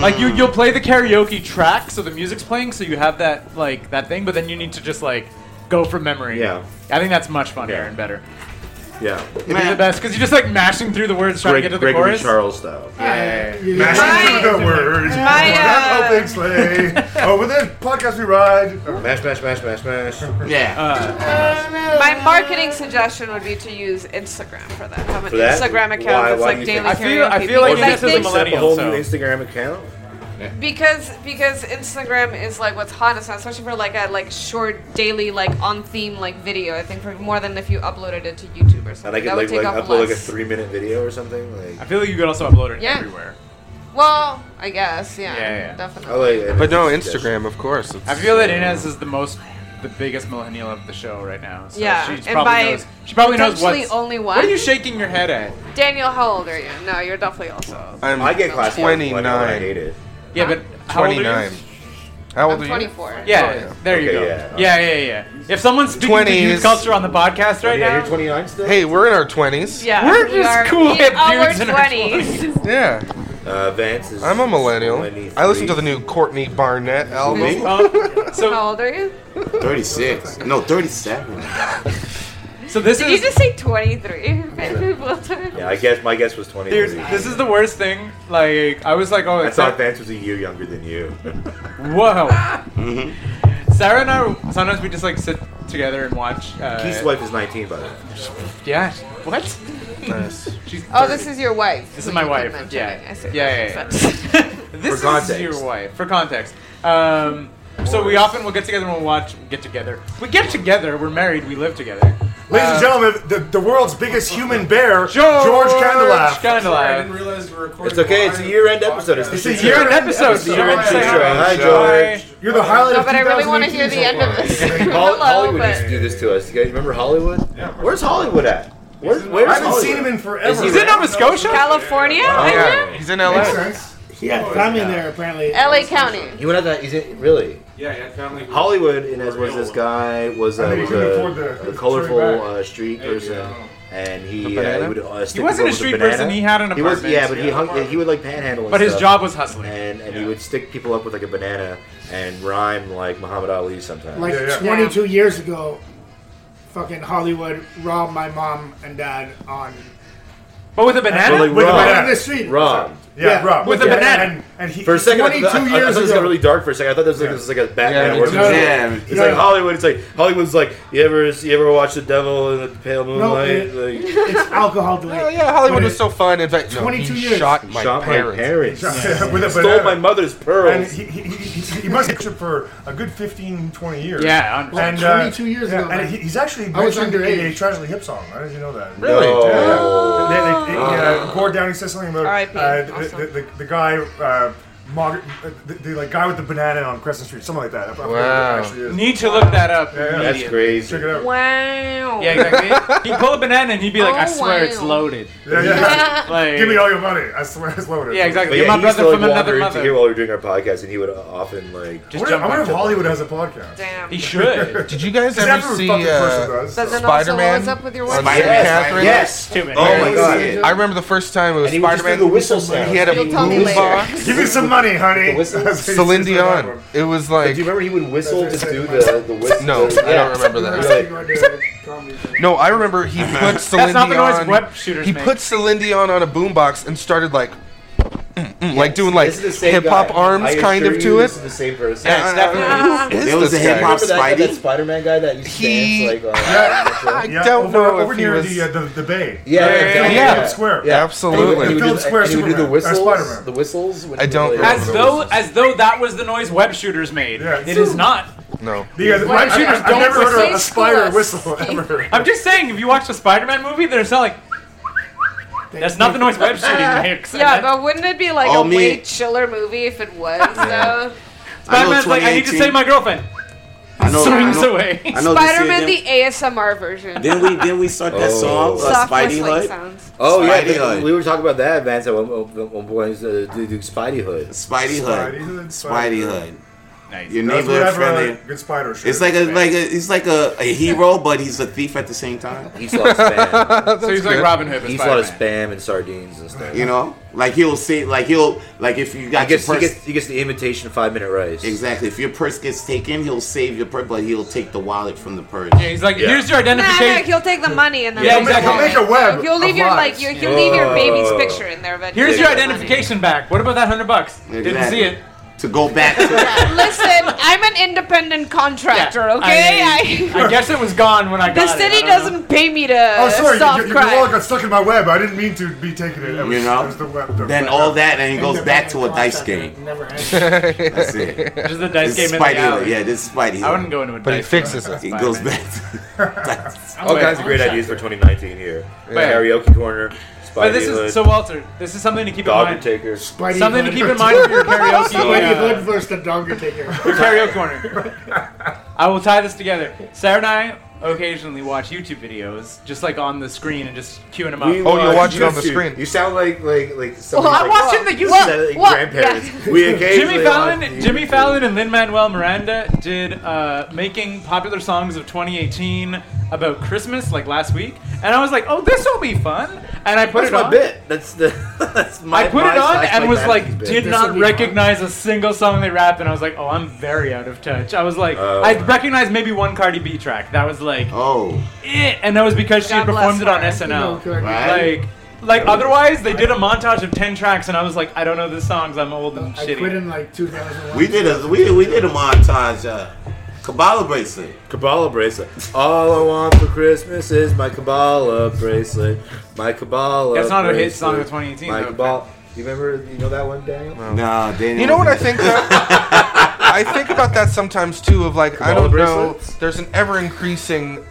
Speaker 4: Like you, you'll play the karaoke track, so the music's playing, so you have that like that thing, but then you need to just like go from memory.
Speaker 5: Yeah.
Speaker 4: I think that's much funnier
Speaker 5: Yeah.
Speaker 4: and better.
Speaker 5: Yeah.
Speaker 4: It'd be the best because you're just like mashing through the words trying to
Speaker 5: Greg,
Speaker 4: get to the
Speaker 5: Gregory
Speaker 4: chorus.
Speaker 5: Charles style.
Speaker 18: Yeah.
Speaker 9: Mashing through the
Speaker 7: My-
Speaker 9: words.
Speaker 7: my, uh,
Speaker 9: That helping slay. Over the podcast we ride.
Speaker 5: Mash, mash, mash, mash, mash.
Speaker 6: Yeah.
Speaker 4: Uh,
Speaker 7: My marketing suggestion would be to use Instagram for that. Have an
Speaker 5: For that?
Speaker 7: Instagram account
Speaker 5: Why-
Speaker 7: that's
Speaker 5: why do
Speaker 7: like
Speaker 5: you think-
Speaker 7: daily
Speaker 4: I feel-
Speaker 7: karaoke.
Speaker 4: I feel like
Speaker 7: because
Speaker 4: this is a
Speaker 7: think-
Speaker 5: Set up a
Speaker 4: millennial,
Speaker 5: whole
Speaker 4: so-
Speaker 5: new Instagram account.
Speaker 7: because because Instagram is like what's hot now, especially for like a like short daily like on theme like video. I think for more than if you uploaded it to YouTube or something.
Speaker 5: And I
Speaker 7: that
Speaker 5: could like, like
Speaker 7: would take off
Speaker 5: upload like a
Speaker 7: less.
Speaker 5: three minute video or something.
Speaker 4: I
Speaker 5: Like,
Speaker 4: feel like you could also upload it
Speaker 7: Yeah.
Speaker 4: everywhere.
Speaker 7: Well, I guess yeah,
Speaker 4: Yeah, yeah.
Speaker 5: I
Speaker 7: definitely.
Speaker 5: like it.
Speaker 3: But no,
Speaker 5: It's just-
Speaker 3: Instagram, of course. It's,
Speaker 4: I feel that Inez is the most, the biggest millennial of the show right now. So
Speaker 7: Yeah,
Speaker 4: she
Speaker 7: and
Speaker 4: probably
Speaker 7: by
Speaker 4: knows. She probably knows
Speaker 7: potentially
Speaker 4: what's.
Speaker 7: only one.
Speaker 4: What are you shaking your head at?
Speaker 7: Daniel, how old are you? No, you're definitely also.
Speaker 3: I'm
Speaker 5: I get class
Speaker 3: 29.
Speaker 5: I hate it.
Speaker 4: Yeah, but how old are you?
Speaker 3: 29. How old
Speaker 7: I'm
Speaker 3: are you?
Speaker 7: 24.
Speaker 3: Oh,
Speaker 4: Yeah,
Speaker 3: yeah.
Speaker 4: there you
Speaker 5: Okay,
Speaker 4: go.
Speaker 5: yeah.
Speaker 4: Yeah, yeah, yeah, If someone's speaking to
Speaker 3: 20s.
Speaker 4: youth culture on the podcast right
Speaker 5: Oh, yeah,
Speaker 4: now,
Speaker 5: you're 29 still.
Speaker 3: Hey, we're in our 20s.
Speaker 7: Yeah,
Speaker 4: We're
Speaker 7: we
Speaker 4: just
Speaker 7: are
Speaker 4: cool
Speaker 7: in
Speaker 4: hip
Speaker 7: our
Speaker 4: dudes in our
Speaker 7: 20s.
Speaker 3: Yeah.
Speaker 5: uh, Vance is.
Speaker 3: I'm a millennial.
Speaker 5: 23.
Speaker 3: I listen to the new Courtney Barnett album.
Speaker 4: Oh,
Speaker 7: How
Speaker 4: so
Speaker 7: old are you?
Speaker 6: Thirty six. No, thirty seven.
Speaker 4: so this
Speaker 7: Did
Speaker 4: is
Speaker 7: you just say 23? Walter?
Speaker 5: Yeah, I guess my guess was 20.
Speaker 4: dude, this is the worst thing. Like I was like, oh,
Speaker 5: I
Speaker 4: it's
Speaker 5: thought
Speaker 4: like,
Speaker 5: Vance was a year younger than you. Mm-hmm.
Speaker 4: whoa. Sarah and I sometimes we just like sit together and watch. Uh,
Speaker 5: Keith's wife is 19, by the way.
Speaker 4: Yeah. What?
Speaker 3: Nice.
Speaker 4: She's 30.
Speaker 7: Oh, this is your wife.
Speaker 4: This is my
Speaker 7: You did
Speaker 4: wife,
Speaker 7: mention
Speaker 4: yeah.
Speaker 7: it. I see.
Speaker 4: Yeah, yeah, This
Speaker 5: For context.
Speaker 4: is your wife. For context. Um, so we often will get together and we'll watch. Get together. We get together. We're married. We live together.
Speaker 9: Ladies and
Speaker 4: Uh,
Speaker 9: gentlemen, the, the world's biggest human bear,
Speaker 4: George,
Speaker 9: George Candelaf.
Speaker 4: Candelaf.
Speaker 19: realize we were recording.
Speaker 5: It's okay. It's a year-end episode. It's,
Speaker 9: It's
Speaker 5: it's
Speaker 9: a
Speaker 5: a
Speaker 4: You're
Speaker 9: year-end
Speaker 4: an episode.
Speaker 9: episode.
Speaker 4: George.
Speaker 5: year-end
Speaker 4: Say
Speaker 5: show.
Speaker 4: hi.
Speaker 5: Hi,
Speaker 4: Hi.
Speaker 5: George.
Speaker 9: You're the highlight
Speaker 7: No,
Speaker 9: of
Speaker 7: Oh, but I really want to hear
Speaker 9: 2018
Speaker 7: the
Speaker 9: so
Speaker 7: end of this.
Speaker 5: Hol-
Speaker 7: Hello,
Speaker 5: Hollywood used to
Speaker 7: but
Speaker 5: do this to us. You guys remember Hollywood? Where's Hollywood at? Where, where's
Speaker 9: far. I haven't
Speaker 5: Hollywood?
Speaker 9: seen him in
Speaker 5: Is
Speaker 9: forever.
Speaker 5: he
Speaker 4: Is it Nova Scotia?
Speaker 7: California?
Speaker 3: Yeah, he's in LA.
Speaker 9: Makes sense.
Speaker 18: He had family there apparently.
Speaker 7: LA County.
Speaker 5: He went out that. Is it really?
Speaker 6: Yeah, yeah, family.
Speaker 5: Hollywood, and as was this guy, was,
Speaker 6: I
Speaker 5: uh,
Speaker 6: think
Speaker 5: was
Speaker 6: he couldn't afford
Speaker 5: a,
Speaker 6: the-
Speaker 5: a colorful
Speaker 6: sorry, back.
Speaker 5: uh, street
Speaker 6: Hey,
Speaker 5: person,
Speaker 6: yeah.
Speaker 5: and
Speaker 4: The
Speaker 5: he, uh,
Speaker 4: banana?
Speaker 5: he would uh,
Speaker 4: He
Speaker 5: stick
Speaker 4: wasn't
Speaker 5: people
Speaker 4: a
Speaker 5: with
Speaker 4: street
Speaker 5: banana.
Speaker 4: person, he had an
Speaker 5: He was, yeah,
Speaker 4: apartment,
Speaker 5: but he
Speaker 4: yeah.
Speaker 5: hung, yeah, he would like panhandle. and
Speaker 4: But his
Speaker 5: stuff.
Speaker 4: job was hustling,
Speaker 5: and and he would stick people up with like a banana and rhyme like Muhammad Ali sometimes.
Speaker 10: Like 22 years ago, fucking Hollywood robbed my mom and dad on.
Speaker 4: But with a
Speaker 5: banana? But like
Speaker 10: with a
Speaker 5: robbed.
Speaker 10: banana in the street.
Speaker 5: Robbed.
Speaker 10: Yeah, robbed.
Speaker 5: With a
Speaker 10: Yeah.
Speaker 5: banana.
Speaker 10: And,
Speaker 9: and he,
Speaker 5: For a second, I
Speaker 10: 22
Speaker 5: thought, I, I, thought
Speaker 10: years
Speaker 5: this
Speaker 10: ago.
Speaker 5: got really dark for a second. I thought this was like, this was like a Batman
Speaker 10: Yeah,
Speaker 5: origin
Speaker 10: no, no,
Speaker 5: story.
Speaker 10: no.
Speaker 5: It's
Speaker 10: No.
Speaker 5: like Hollywood. It's like Hollywood's like you ever you ever watch The Devil in the Pale
Speaker 10: No,
Speaker 5: Moonlight?
Speaker 10: it-
Speaker 5: like,
Speaker 10: it's alcohol delay.
Speaker 3: Oh, yeah, Hollywood
Speaker 5: But
Speaker 3: was so fun. In fact, no,
Speaker 9: 22
Speaker 3: he
Speaker 9: years.
Speaker 3: shot my
Speaker 5: Shot my
Speaker 3: parents.
Speaker 5: parents.
Speaker 9: with a
Speaker 5: Stole
Speaker 9: banana.
Speaker 5: my mother's pearls.
Speaker 9: And he, he, he, he, he must have been for a good 15, 20 years.
Speaker 5: Yeah, I'm-
Speaker 9: and, uh,
Speaker 10: Like 22 years
Speaker 9: yeah,
Speaker 10: ago,
Speaker 9: And
Speaker 10: man.
Speaker 9: he, he's actually
Speaker 10: I was
Speaker 9: mentioned in
Speaker 10: underage.
Speaker 9: a Tragically Hip song. I didn't know that.
Speaker 10: Really? No.
Speaker 9: Yeah.
Speaker 6: Oh.
Speaker 9: yeah. They, they, they, uh, Gord Downing said something about
Speaker 10: R.I.P.,
Speaker 9: uh, the,
Speaker 10: awesome.
Speaker 9: the, the, the guy. Uh, Mog- uh, the, the like guy with the banana on Crescent Street, something like that. I forgot what it
Speaker 4: Wow.
Speaker 9: actually is.
Speaker 4: Need to look that up.
Speaker 9: Yeah, yeah.
Speaker 4: That's crazy.
Speaker 9: Check it out.
Speaker 14: Wow.
Speaker 4: Yeah, exactly. He'd pull a banana and he'd be like, I
Speaker 9: Oh,
Speaker 4: swear
Speaker 9: wow.
Speaker 4: it's loaded.
Speaker 9: Yeah, yeah.
Speaker 4: like,
Speaker 9: Give me all your money. I swear it's loaded.
Speaker 4: Yeah, exactly. You're
Speaker 5: But yeah,
Speaker 4: my
Speaker 5: he used
Speaker 4: brother
Speaker 5: to, like,
Speaker 4: from another
Speaker 5: wander into
Speaker 4: mother.
Speaker 5: Here while we were doing our podcast, and he would uh, often like
Speaker 9: I wonder, I wonder if Hollywood has a podcast.
Speaker 14: Damn.
Speaker 4: He should.
Speaker 3: Did you guys
Speaker 9: He's
Speaker 3: ever
Speaker 9: every
Speaker 3: see
Speaker 9: fucking person
Speaker 3: uh,
Speaker 9: does.
Speaker 14: But then also,
Speaker 3: Spider-Man?
Speaker 14: what's up with your
Speaker 3: Or
Speaker 14: wife?
Speaker 3: Spider-Man
Speaker 14: Yes.
Speaker 3: Catherine?
Speaker 14: Yes. Too many.
Speaker 3: Where
Speaker 14: Oh my
Speaker 3: he-
Speaker 14: God.
Speaker 3: I remember the first time it was
Speaker 5: And he would just
Speaker 3: Spider-Man.
Speaker 5: do the whistle sound.
Speaker 3: He had a
Speaker 5: You'll tell me later.
Speaker 3: boombox.
Speaker 9: Give me some money, honey.
Speaker 3: Celine Dion. It was like.
Speaker 5: Do you remember he would whistle to do the the whistle?
Speaker 3: No,
Speaker 5: the-
Speaker 3: I don't remember that. No, I remember he put Celine
Speaker 4: That's not the noise
Speaker 3: Dion.
Speaker 4: web shooters
Speaker 3: he
Speaker 4: make.
Speaker 3: put Celine Dion on a boombox and started like, mm, mm, like doing like
Speaker 5: This is the same
Speaker 3: hip hop
Speaker 5: guy.
Speaker 3: arms
Speaker 5: I
Speaker 3: kind
Speaker 5: assure
Speaker 3: of
Speaker 5: you
Speaker 3: to
Speaker 5: This
Speaker 3: it.
Speaker 5: is the same person.
Speaker 3: Yeah, it's definitely- who is this guy?
Speaker 5: Remember that guy,
Speaker 3: Remember that-
Speaker 5: That Spider-Man guy that used to dance like. Uh,
Speaker 3: I don't
Speaker 9: over,
Speaker 3: know if
Speaker 9: over
Speaker 3: he
Speaker 9: near
Speaker 3: was-
Speaker 9: the, uh, the the bay.
Speaker 5: Yeah, yeah, yeah, yeah.
Speaker 9: Phillips Square.
Speaker 5: Yeah,
Speaker 3: absolutely.
Speaker 5: And he would do
Speaker 9: Phillips
Speaker 5: the-
Speaker 9: Square
Speaker 5: and he would do the
Speaker 9: Superman.
Speaker 5: whistles,
Speaker 9: Uh, Spider-Man.
Speaker 5: The whistles. when
Speaker 3: I
Speaker 5: he
Speaker 3: don't
Speaker 5: would, like-
Speaker 3: remember
Speaker 4: As though, as though that was the noise web shooters made. It is not.
Speaker 3: No.
Speaker 9: The, uh,
Speaker 4: Web
Speaker 9: I've-
Speaker 4: shooters
Speaker 9: I've
Speaker 4: don't
Speaker 9: never heard
Speaker 4: whistle.
Speaker 9: a- a spider whistle ever.
Speaker 4: I'm just saying, if you watch the Spider-Man movie, there's not like. That's not the noise web shooting makes.
Speaker 7: yeah, but wouldn't it be like
Speaker 4: Oh,
Speaker 7: a
Speaker 4: me-
Speaker 7: way chiller movie if it was? though?
Speaker 4: Spider-Man's like, I need to
Speaker 6: 2018
Speaker 4: save my girlfriend.
Speaker 6: I know. I
Speaker 4: Swings
Speaker 6: know,
Speaker 4: away.
Speaker 6: I know
Speaker 7: Spider-Man,
Speaker 6: this
Speaker 7: the ASMR version.
Speaker 6: Then we then we start that
Speaker 5: Oh.
Speaker 6: song, uh,
Speaker 7: Soft
Speaker 6: Spidey
Speaker 7: whistling
Speaker 6: Hood.
Speaker 7: sounds.
Speaker 5: Oh yeah,
Speaker 6: Spidey
Speaker 5: th-
Speaker 6: Hood.
Speaker 5: we were talking about that, Vance, at one, one one point. Uh, do, do Spidey Hood.
Speaker 6: Spidey Hood.
Speaker 9: Spidey Hood, Spidey
Speaker 6: Spidey Hood.
Speaker 4: Nice.
Speaker 6: Your
Speaker 9: That's
Speaker 6: neighborhood
Speaker 9: whatever, uh,
Speaker 6: friendly.
Speaker 9: Good spider shit.
Speaker 6: It's like a like a, he's like a, a hero, but he's a thief at the same time.
Speaker 5: He sells spam.
Speaker 4: So he's like good. Robin Hood, but
Speaker 5: He sells a lot of
Speaker 6: Spider-Man.
Speaker 5: spam and sardines and stuff.
Speaker 6: You know, like he'll say, like he'll like if you got
Speaker 5: he gets,
Speaker 6: your
Speaker 5: he
Speaker 6: purse,
Speaker 5: gets he gets the imitation five minute rice.
Speaker 6: exactly. If your purse gets taken, he'll save your purse, but he'll take the wallet from the purse.
Speaker 4: Yeah, he's like, here's your
Speaker 7: Nah, nah,
Speaker 4: identification.
Speaker 7: he'll take the money and then
Speaker 6: Yeah, exactly. He'll make a web
Speaker 7: He'll leave
Speaker 6: of
Speaker 7: your like
Speaker 6: lies.
Speaker 7: your, he'll leave your baby's
Speaker 6: Oh.
Speaker 7: picture in there eventually.
Speaker 4: Here's your
Speaker 7: Money.
Speaker 4: identification back. What about that hundred bucks? Didn't
Speaker 6: Exactly.
Speaker 4: see it.
Speaker 6: To go back to
Speaker 7: Listen, I'm an independent contractor, okay? I,
Speaker 4: I, guess it was gone when I got
Speaker 7: the
Speaker 4: it.
Speaker 7: city
Speaker 4: I don't know.
Speaker 7: doesn't pay me to
Speaker 9: Oh, sorry.
Speaker 7: solve
Speaker 9: Your, your, your
Speaker 7: crime.
Speaker 9: wallet got stuck in my web. I didn't mean to be taking it. it was,
Speaker 6: you know,
Speaker 9: It was the web. The
Speaker 6: then
Speaker 9: web.
Speaker 6: all that, and he goes back to a dice game. That's it.
Speaker 4: Just the dice
Speaker 6: This
Speaker 4: game in the
Speaker 6: Spidey Hood.
Speaker 4: alley.
Speaker 6: Yeah, this is Spidey.
Speaker 4: I wouldn't go into a
Speaker 3: But he
Speaker 4: dice
Speaker 3: fixes
Speaker 4: game.
Speaker 3: it.
Speaker 6: He Oh, goes back. To
Speaker 5: All kinds of great ideas for 2019 here.
Speaker 4: Yeah.
Speaker 5: Karaoke corner. Spidey
Speaker 4: But this
Speaker 5: Hood,
Speaker 4: is so Walter. This is something to keep
Speaker 5: Dog
Speaker 4: in mind.
Speaker 5: Taker.
Speaker 10: Spidey
Speaker 4: something
Speaker 10: Hood.
Speaker 4: to keep in mind for your karaoke.
Speaker 10: Spidey
Speaker 4: uh,
Speaker 10: Hood versus the Donger Taker.
Speaker 4: Your karaoke corner. I will tie this together. Sarah and I occasionally watch YouTube videos, just like on the screen and just queuing them up.
Speaker 5: We
Speaker 3: Oh, you're
Speaker 5: watch
Speaker 3: watching on the
Speaker 5: YouTube.
Speaker 3: screen.
Speaker 5: You sound like like like
Speaker 4: Well,
Speaker 5: somebody.
Speaker 4: I'm
Speaker 5: like,
Speaker 4: watching the
Speaker 5: Well,
Speaker 4: YouTube.
Speaker 5: well, grandparents. yeah. We occasionally
Speaker 4: Jimmy
Speaker 5: watch
Speaker 4: Fallon,
Speaker 5: YouTube.
Speaker 4: Jimmy Fallon, and Lin Manuel Miranda did uh, making popular songs of 2018 about Christmas, like last week, and I was like, "Oh, this will be fun," and I put
Speaker 5: That's
Speaker 4: it
Speaker 5: my
Speaker 4: on.
Speaker 5: bit. That's the. that's my.
Speaker 4: I put
Speaker 5: my
Speaker 4: it on
Speaker 5: slash
Speaker 4: and
Speaker 5: my
Speaker 4: was
Speaker 5: dad's
Speaker 4: like,
Speaker 5: bit.
Speaker 4: did not recognize a single song they rapped, and I was like, oh, I'm very out of touch. I was like,
Speaker 5: Oh.
Speaker 4: I recognized maybe one Cardi B track. That was like,
Speaker 6: oh,
Speaker 4: it, and that was because she had
Speaker 7: bless
Speaker 4: performed it on
Speaker 7: her.
Speaker 4: SNL.
Speaker 10: You know, Cardi
Speaker 6: Right.
Speaker 4: Like, like otherwise, they did a montage of ten tracks, and I was like, I don't know the songs. I'm old and
Speaker 10: I quit
Speaker 4: shitty.
Speaker 10: in like 2001.
Speaker 6: we did a we, we did a montage. Uh, Kabbalah bracelet.
Speaker 5: Kabbalah bracelet. All I want for Christmas is my Kabbalah bracelet. My Kabbalah.
Speaker 4: That's not a hit
Speaker 5: bracelet.
Speaker 4: song of 2018
Speaker 5: My
Speaker 4: though.
Speaker 5: Kabbalah. You remember? You know that one, Daniel?
Speaker 6: No, Daniel.
Speaker 3: You know what I think? Though? I think about that sometimes too. Of like, I
Speaker 5: Kabbalah
Speaker 3: don't know.
Speaker 5: bracelets?
Speaker 3: There's an ever increasing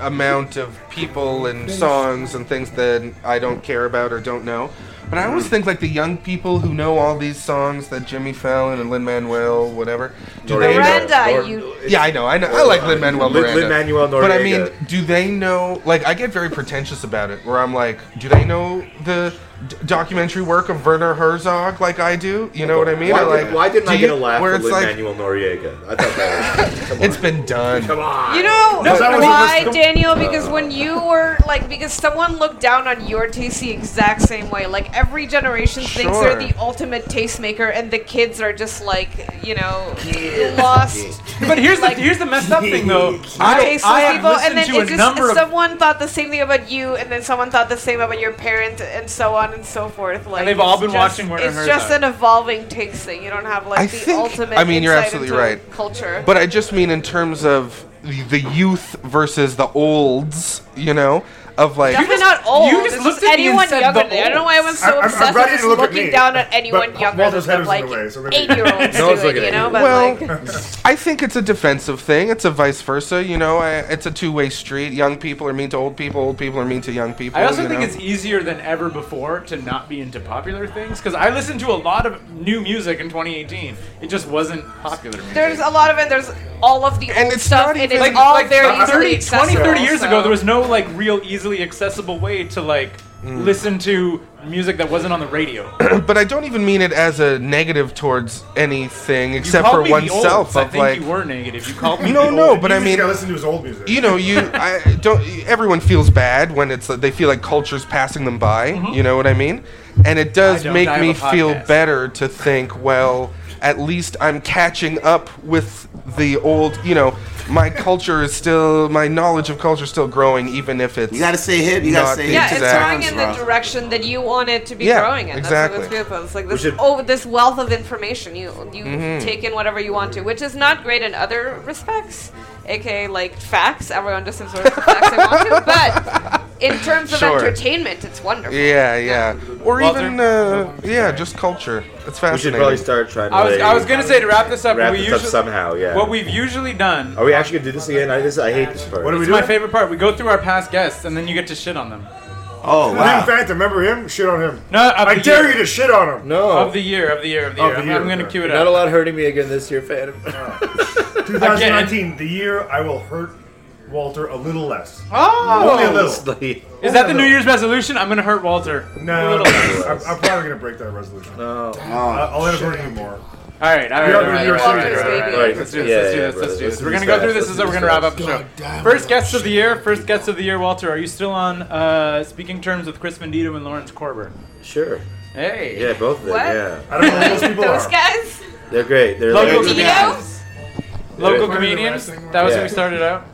Speaker 3: amount of people and songs and things that I don't care about or don't know. But I always think like the young people who know all these songs that Jimmy Fallon and Lin Manuel, whatever. Do they?
Speaker 7: Miranda, you
Speaker 3: Yeah, I know. I know. I like Lin Manuel
Speaker 5: uh, Lin-
Speaker 3: Miranda.
Speaker 5: Lin-Manuel
Speaker 3: But I
Speaker 5: Noriega.
Speaker 3: mean, do they know? Like, I get very pretentious about it. Where I'm like, do they know the d- documentary work of Werner Herzog like I do. You know what I mean?
Speaker 5: Why,
Speaker 3: I
Speaker 5: did,
Speaker 3: like,
Speaker 5: why didn't
Speaker 3: do
Speaker 5: I get
Speaker 3: you-
Speaker 5: a laugh
Speaker 3: where
Speaker 5: from
Speaker 3: it's like,
Speaker 5: Lin-Manuel Noriega? I thought that was... Come on.
Speaker 3: It's been done.
Speaker 5: Come on.
Speaker 7: You know
Speaker 3: No, that was a
Speaker 7: why,
Speaker 3: risk of-
Speaker 7: Daniel? Because when you were like, because someone looked down on your taste the exact same way. Like every generation thinks they're
Speaker 3: Sure.
Speaker 7: the ultimate tastemaker, and the kids are just like, you know, lost.
Speaker 4: But here's the here's the messed up thing though. I,
Speaker 7: tasteless
Speaker 4: I have
Speaker 7: people, and
Speaker 4: listened
Speaker 7: then
Speaker 4: to a
Speaker 7: it just
Speaker 4: number of
Speaker 7: someone thought the same thing about you, and then someone thought the same about your parents, and so on and so forth. Like
Speaker 4: they've all
Speaker 7: it's
Speaker 4: been
Speaker 7: just-
Speaker 4: watching Werner
Speaker 7: It's
Speaker 4: Herzog.
Speaker 7: just an evolving taste thing. You don't have like
Speaker 3: I
Speaker 7: the
Speaker 3: think-
Speaker 7: ultimate.
Speaker 3: I mean, you're
Speaker 7: insight
Speaker 3: absolutely
Speaker 7: into
Speaker 3: right.
Speaker 7: Culture,
Speaker 3: But I just mean in terms of the, the youth versus the olds. You know, of like
Speaker 7: Definitely not old.
Speaker 4: you just
Speaker 7: It's
Speaker 4: looked at me and
Speaker 7: anyone
Speaker 4: said
Speaker 7: younger
Speaker 4: the
Speaker 7: than me. I don't know why I was
Speaker 9: I-
Speaker 7: so
Speaker 9: I'm- I'm
Speaker 7: obsessed
Speaker 9: ready
Speaker 7: with
Speaker 9: to
Speaker 7: just
Speaker 9: look at
Speaker 7: looking
Speaker 9: me,
Speaker 7: down at anyone
Speaker 9: but
Speaker 7: younger
Speaker 9: Walter's
Speaker 7: than
Speaker 9: head
Speaker 7: them, like
Speaker 9: is in the way, so maybe-
Speaker 7: eight year olds
Speaker 5: No one's
Speaker 7: do it,
Speaker 5: looking
Speaker 7: you
Speaker 5: at
Speaker 7: know?
Speaker 5: you.
Speaker 7: But
Speaker 3: Well-
Speaker 7: like,
Speaker 3: I think it's a defensive thing. It's a vice versa. You know, I, it's a two-way street. Young people are mean to old people. Old people are mean to young people.
Speaker 4: I also
Speaker 3: you
Speaker 4: think
Speaker 3: know?
Speaker 4: it's easier than ever before to not be into popular things because I listened to a lot of new music in 2018. It just wasn't popular music.
Speaker 7: there's a lot of it. There's all of the
Speaker 3: And
Speaker 7: old
Speaker 3: it's
Speaker 7: stuff,
Speaker 3: not
Speaker 7: and
Speaker 3: even-
Speaker 7: it's
Speaker 4: like,
Speaker 7: all
Speaker 4: like
Speaker 7: very
Speaker 4: 30,
Speaker 7: easily
Speaker 4: 20, 30 years
Speaker 7: accessible,
Speaker 4: ago, there
Speaker 7: so-
Speaker 4: was no like real easily accessible way to like
Speaker 3: Mm.
Speaker 4: listen to music that wasn't on the radio.
Speaker 3: But I don't even mean it as a negative towards anything
Speaker 4: You
Speaker 3: except
Speaker 4: called
Speaker 3: for
Speaker 4: me the
Speaker 3: oneself.
Speaker 4: olds. I
Speaker 3: of
Speaker 4: think
Speaker 3: like,
Speaker 4: you were negative. You called me.
Speaker 3: no,
Speaker 4: the
Speaker 3: no.
Speaker 4: olds.
Speaker 3: But I mean,
Speaker 9: gotta listen to his old music.
Speaker 3: you know, you I don't. Everyone feels bad when it's they feel like culture's passing them by. You know what I mean? And it does
Speaker 4: Mm-hmm. I don't.
Speaker 3: make
Speaker 4: I have
Speaker 3: me
Speaker 4: a
Speaker 3: feel
Speaker 4: podcast.
Speaker 3: better to think, well, at least I'm catching up with the old. You know, my culture is still my knowledge of culture is still growing, even if it's
Speaker 6: You gotta stay hip. You gotta
Speaker 3: Not
Speaker 6: stay
Speaker 3: the
Speaker 6: hip.
Speaker 7: Yeah,
Speaker 3: Into
Speaker 7: it's
Speaker 3: that.
Speaker 7: growing in the
Speaker 6: Bro.
Speaker 7: direction that you want it to be
Speaker 3: Yeah,
Speaker 7: growing in.
Speaker 3: exactly.
Speaker 7: That's what's beautiful. It's like this
Speaker 5: Which is-
Speaker 7: oh, this wealth of information. You you
Speaker 3: Mm-hmm.
Speaker 7: take in whatever you want to, which is not great in other respects, aka like facts. Everyone just absorbs the facts they want to, but in terms of
Speaker 3: Sure.
Speaker 7: entertainment, it's wonderful.
Speaker 3: Yeah, yeah. Or
Speaker 4: Walter?
Speaker 3: even uh, yeah, just culture. It's
Speaker 5: We should probably
Speaker 3: fascinating.
Speaker 5: start trying to
Speaker 4: I was,
Speaker 5: like,
Speaker 4: I was gonna say to wrap this up.
Speaker 5: wrap
Speaker 4: we
Speaker 5: this
Speaker 4: usually,
Speaker 5: up somehow, yeah.
Speaker 4: What we've usually done.
Speaker 5: Are we actually going to do this again? I, this, I hate this part.
Speaker 9: What are we
Speaker 4: It's
Speaker 9: doing?
Speaker 4: my favorite part. We go through our past guests and then you get to shit on them.
Speaker 6: Oh
Speaker 9: Glenn
Speaker 6: wow.
Speaker 9: Phantom, remember him? Shit on him.
Speaker 4: No, of
Speaker 9: I
Speaker 4: the
Speaker 9: dare
Speaker 4: year.
Speaker 9: you to shit on him.
Speaker 4: Of
Speaker 5: No.
Speaker 4: the year, of the year, of the
Speaker 9: Of
Speaker 4: year.
Speaker 9: the
Speaker 4: I'm,
Speaker 9: year,
Speaker 4: I'm gonna
Speaker 9: okay.
Speaker 4: cue it
Speaker 5: Not a
Speaker 4: up.
Speaker 5: lot hurting me again this year, Phantom.
Speaker 9: 2019, the year I will hurt Walter a little less.
Speaker 4: Oh,
Speaker 9: Only a little.
Speaker 5: Honestly.
Speaker 4: is that the New Year's resolution? I'm gonna hurt Walter. A
Speaker 9: No,
Speaker 4: little.
Speaker 9: I'm, I'm probably gonna break that resolution.
Speaker 5: No.
Speaker 9: Uh, I'll end up hurting him more.
Speaker 4: All right, all right,
Speaker 9: You're
Speaker 4: all right, all right, all
Speaker 9: not doing your
Speaker 4: right,
Speaker 7: serious
Speaker 4: all right,
Speaker 7: baby.
Speaker 4: all right. Let's do
Speaker 5: Yeah,
Speaker 4: this. Let's do
Speaker 5: yeah,
Speaker 4: this. Let's
Speaker 5: brother.
Speaker 4: do this.
Speaker 5: Let's
Speaker 4: We're
Speaker 5: do
Speaker 4: gonna
Speaker 5: this
Speaker 4: go through this.
Speaker 5: fast.
Speaker 4: This is
Speaker 5: Let's
Speaker 4: how
Speaker 5: do
Speaker 4: we're gonna
Speaker 5: this
Speaker 4: wrap up the show.
Speaker 10: God damn.
Speaker 4: First guest of the year. First guest of the year. Walter, are you still on uh, speaking terms with Chris Vendito and Lawrence Corber?
Speaker 5: Sure.
Speaker 4: Hey.
Speaker 5: Yeah, both of them.
Speaker 7: What?
Speaker 5: Yeah.
Speaker 9: I don't know who those people
Speaker 7: Those
Speaker 9: are.
Speaker 7: guys,
Speaker 5: They're great. They're
Speaker 4: Local
Speaker 5: like,
Speaker 4: comedians. Local comedians. That was
Speaker 5: Yeah.
Speaker 4: who we started out.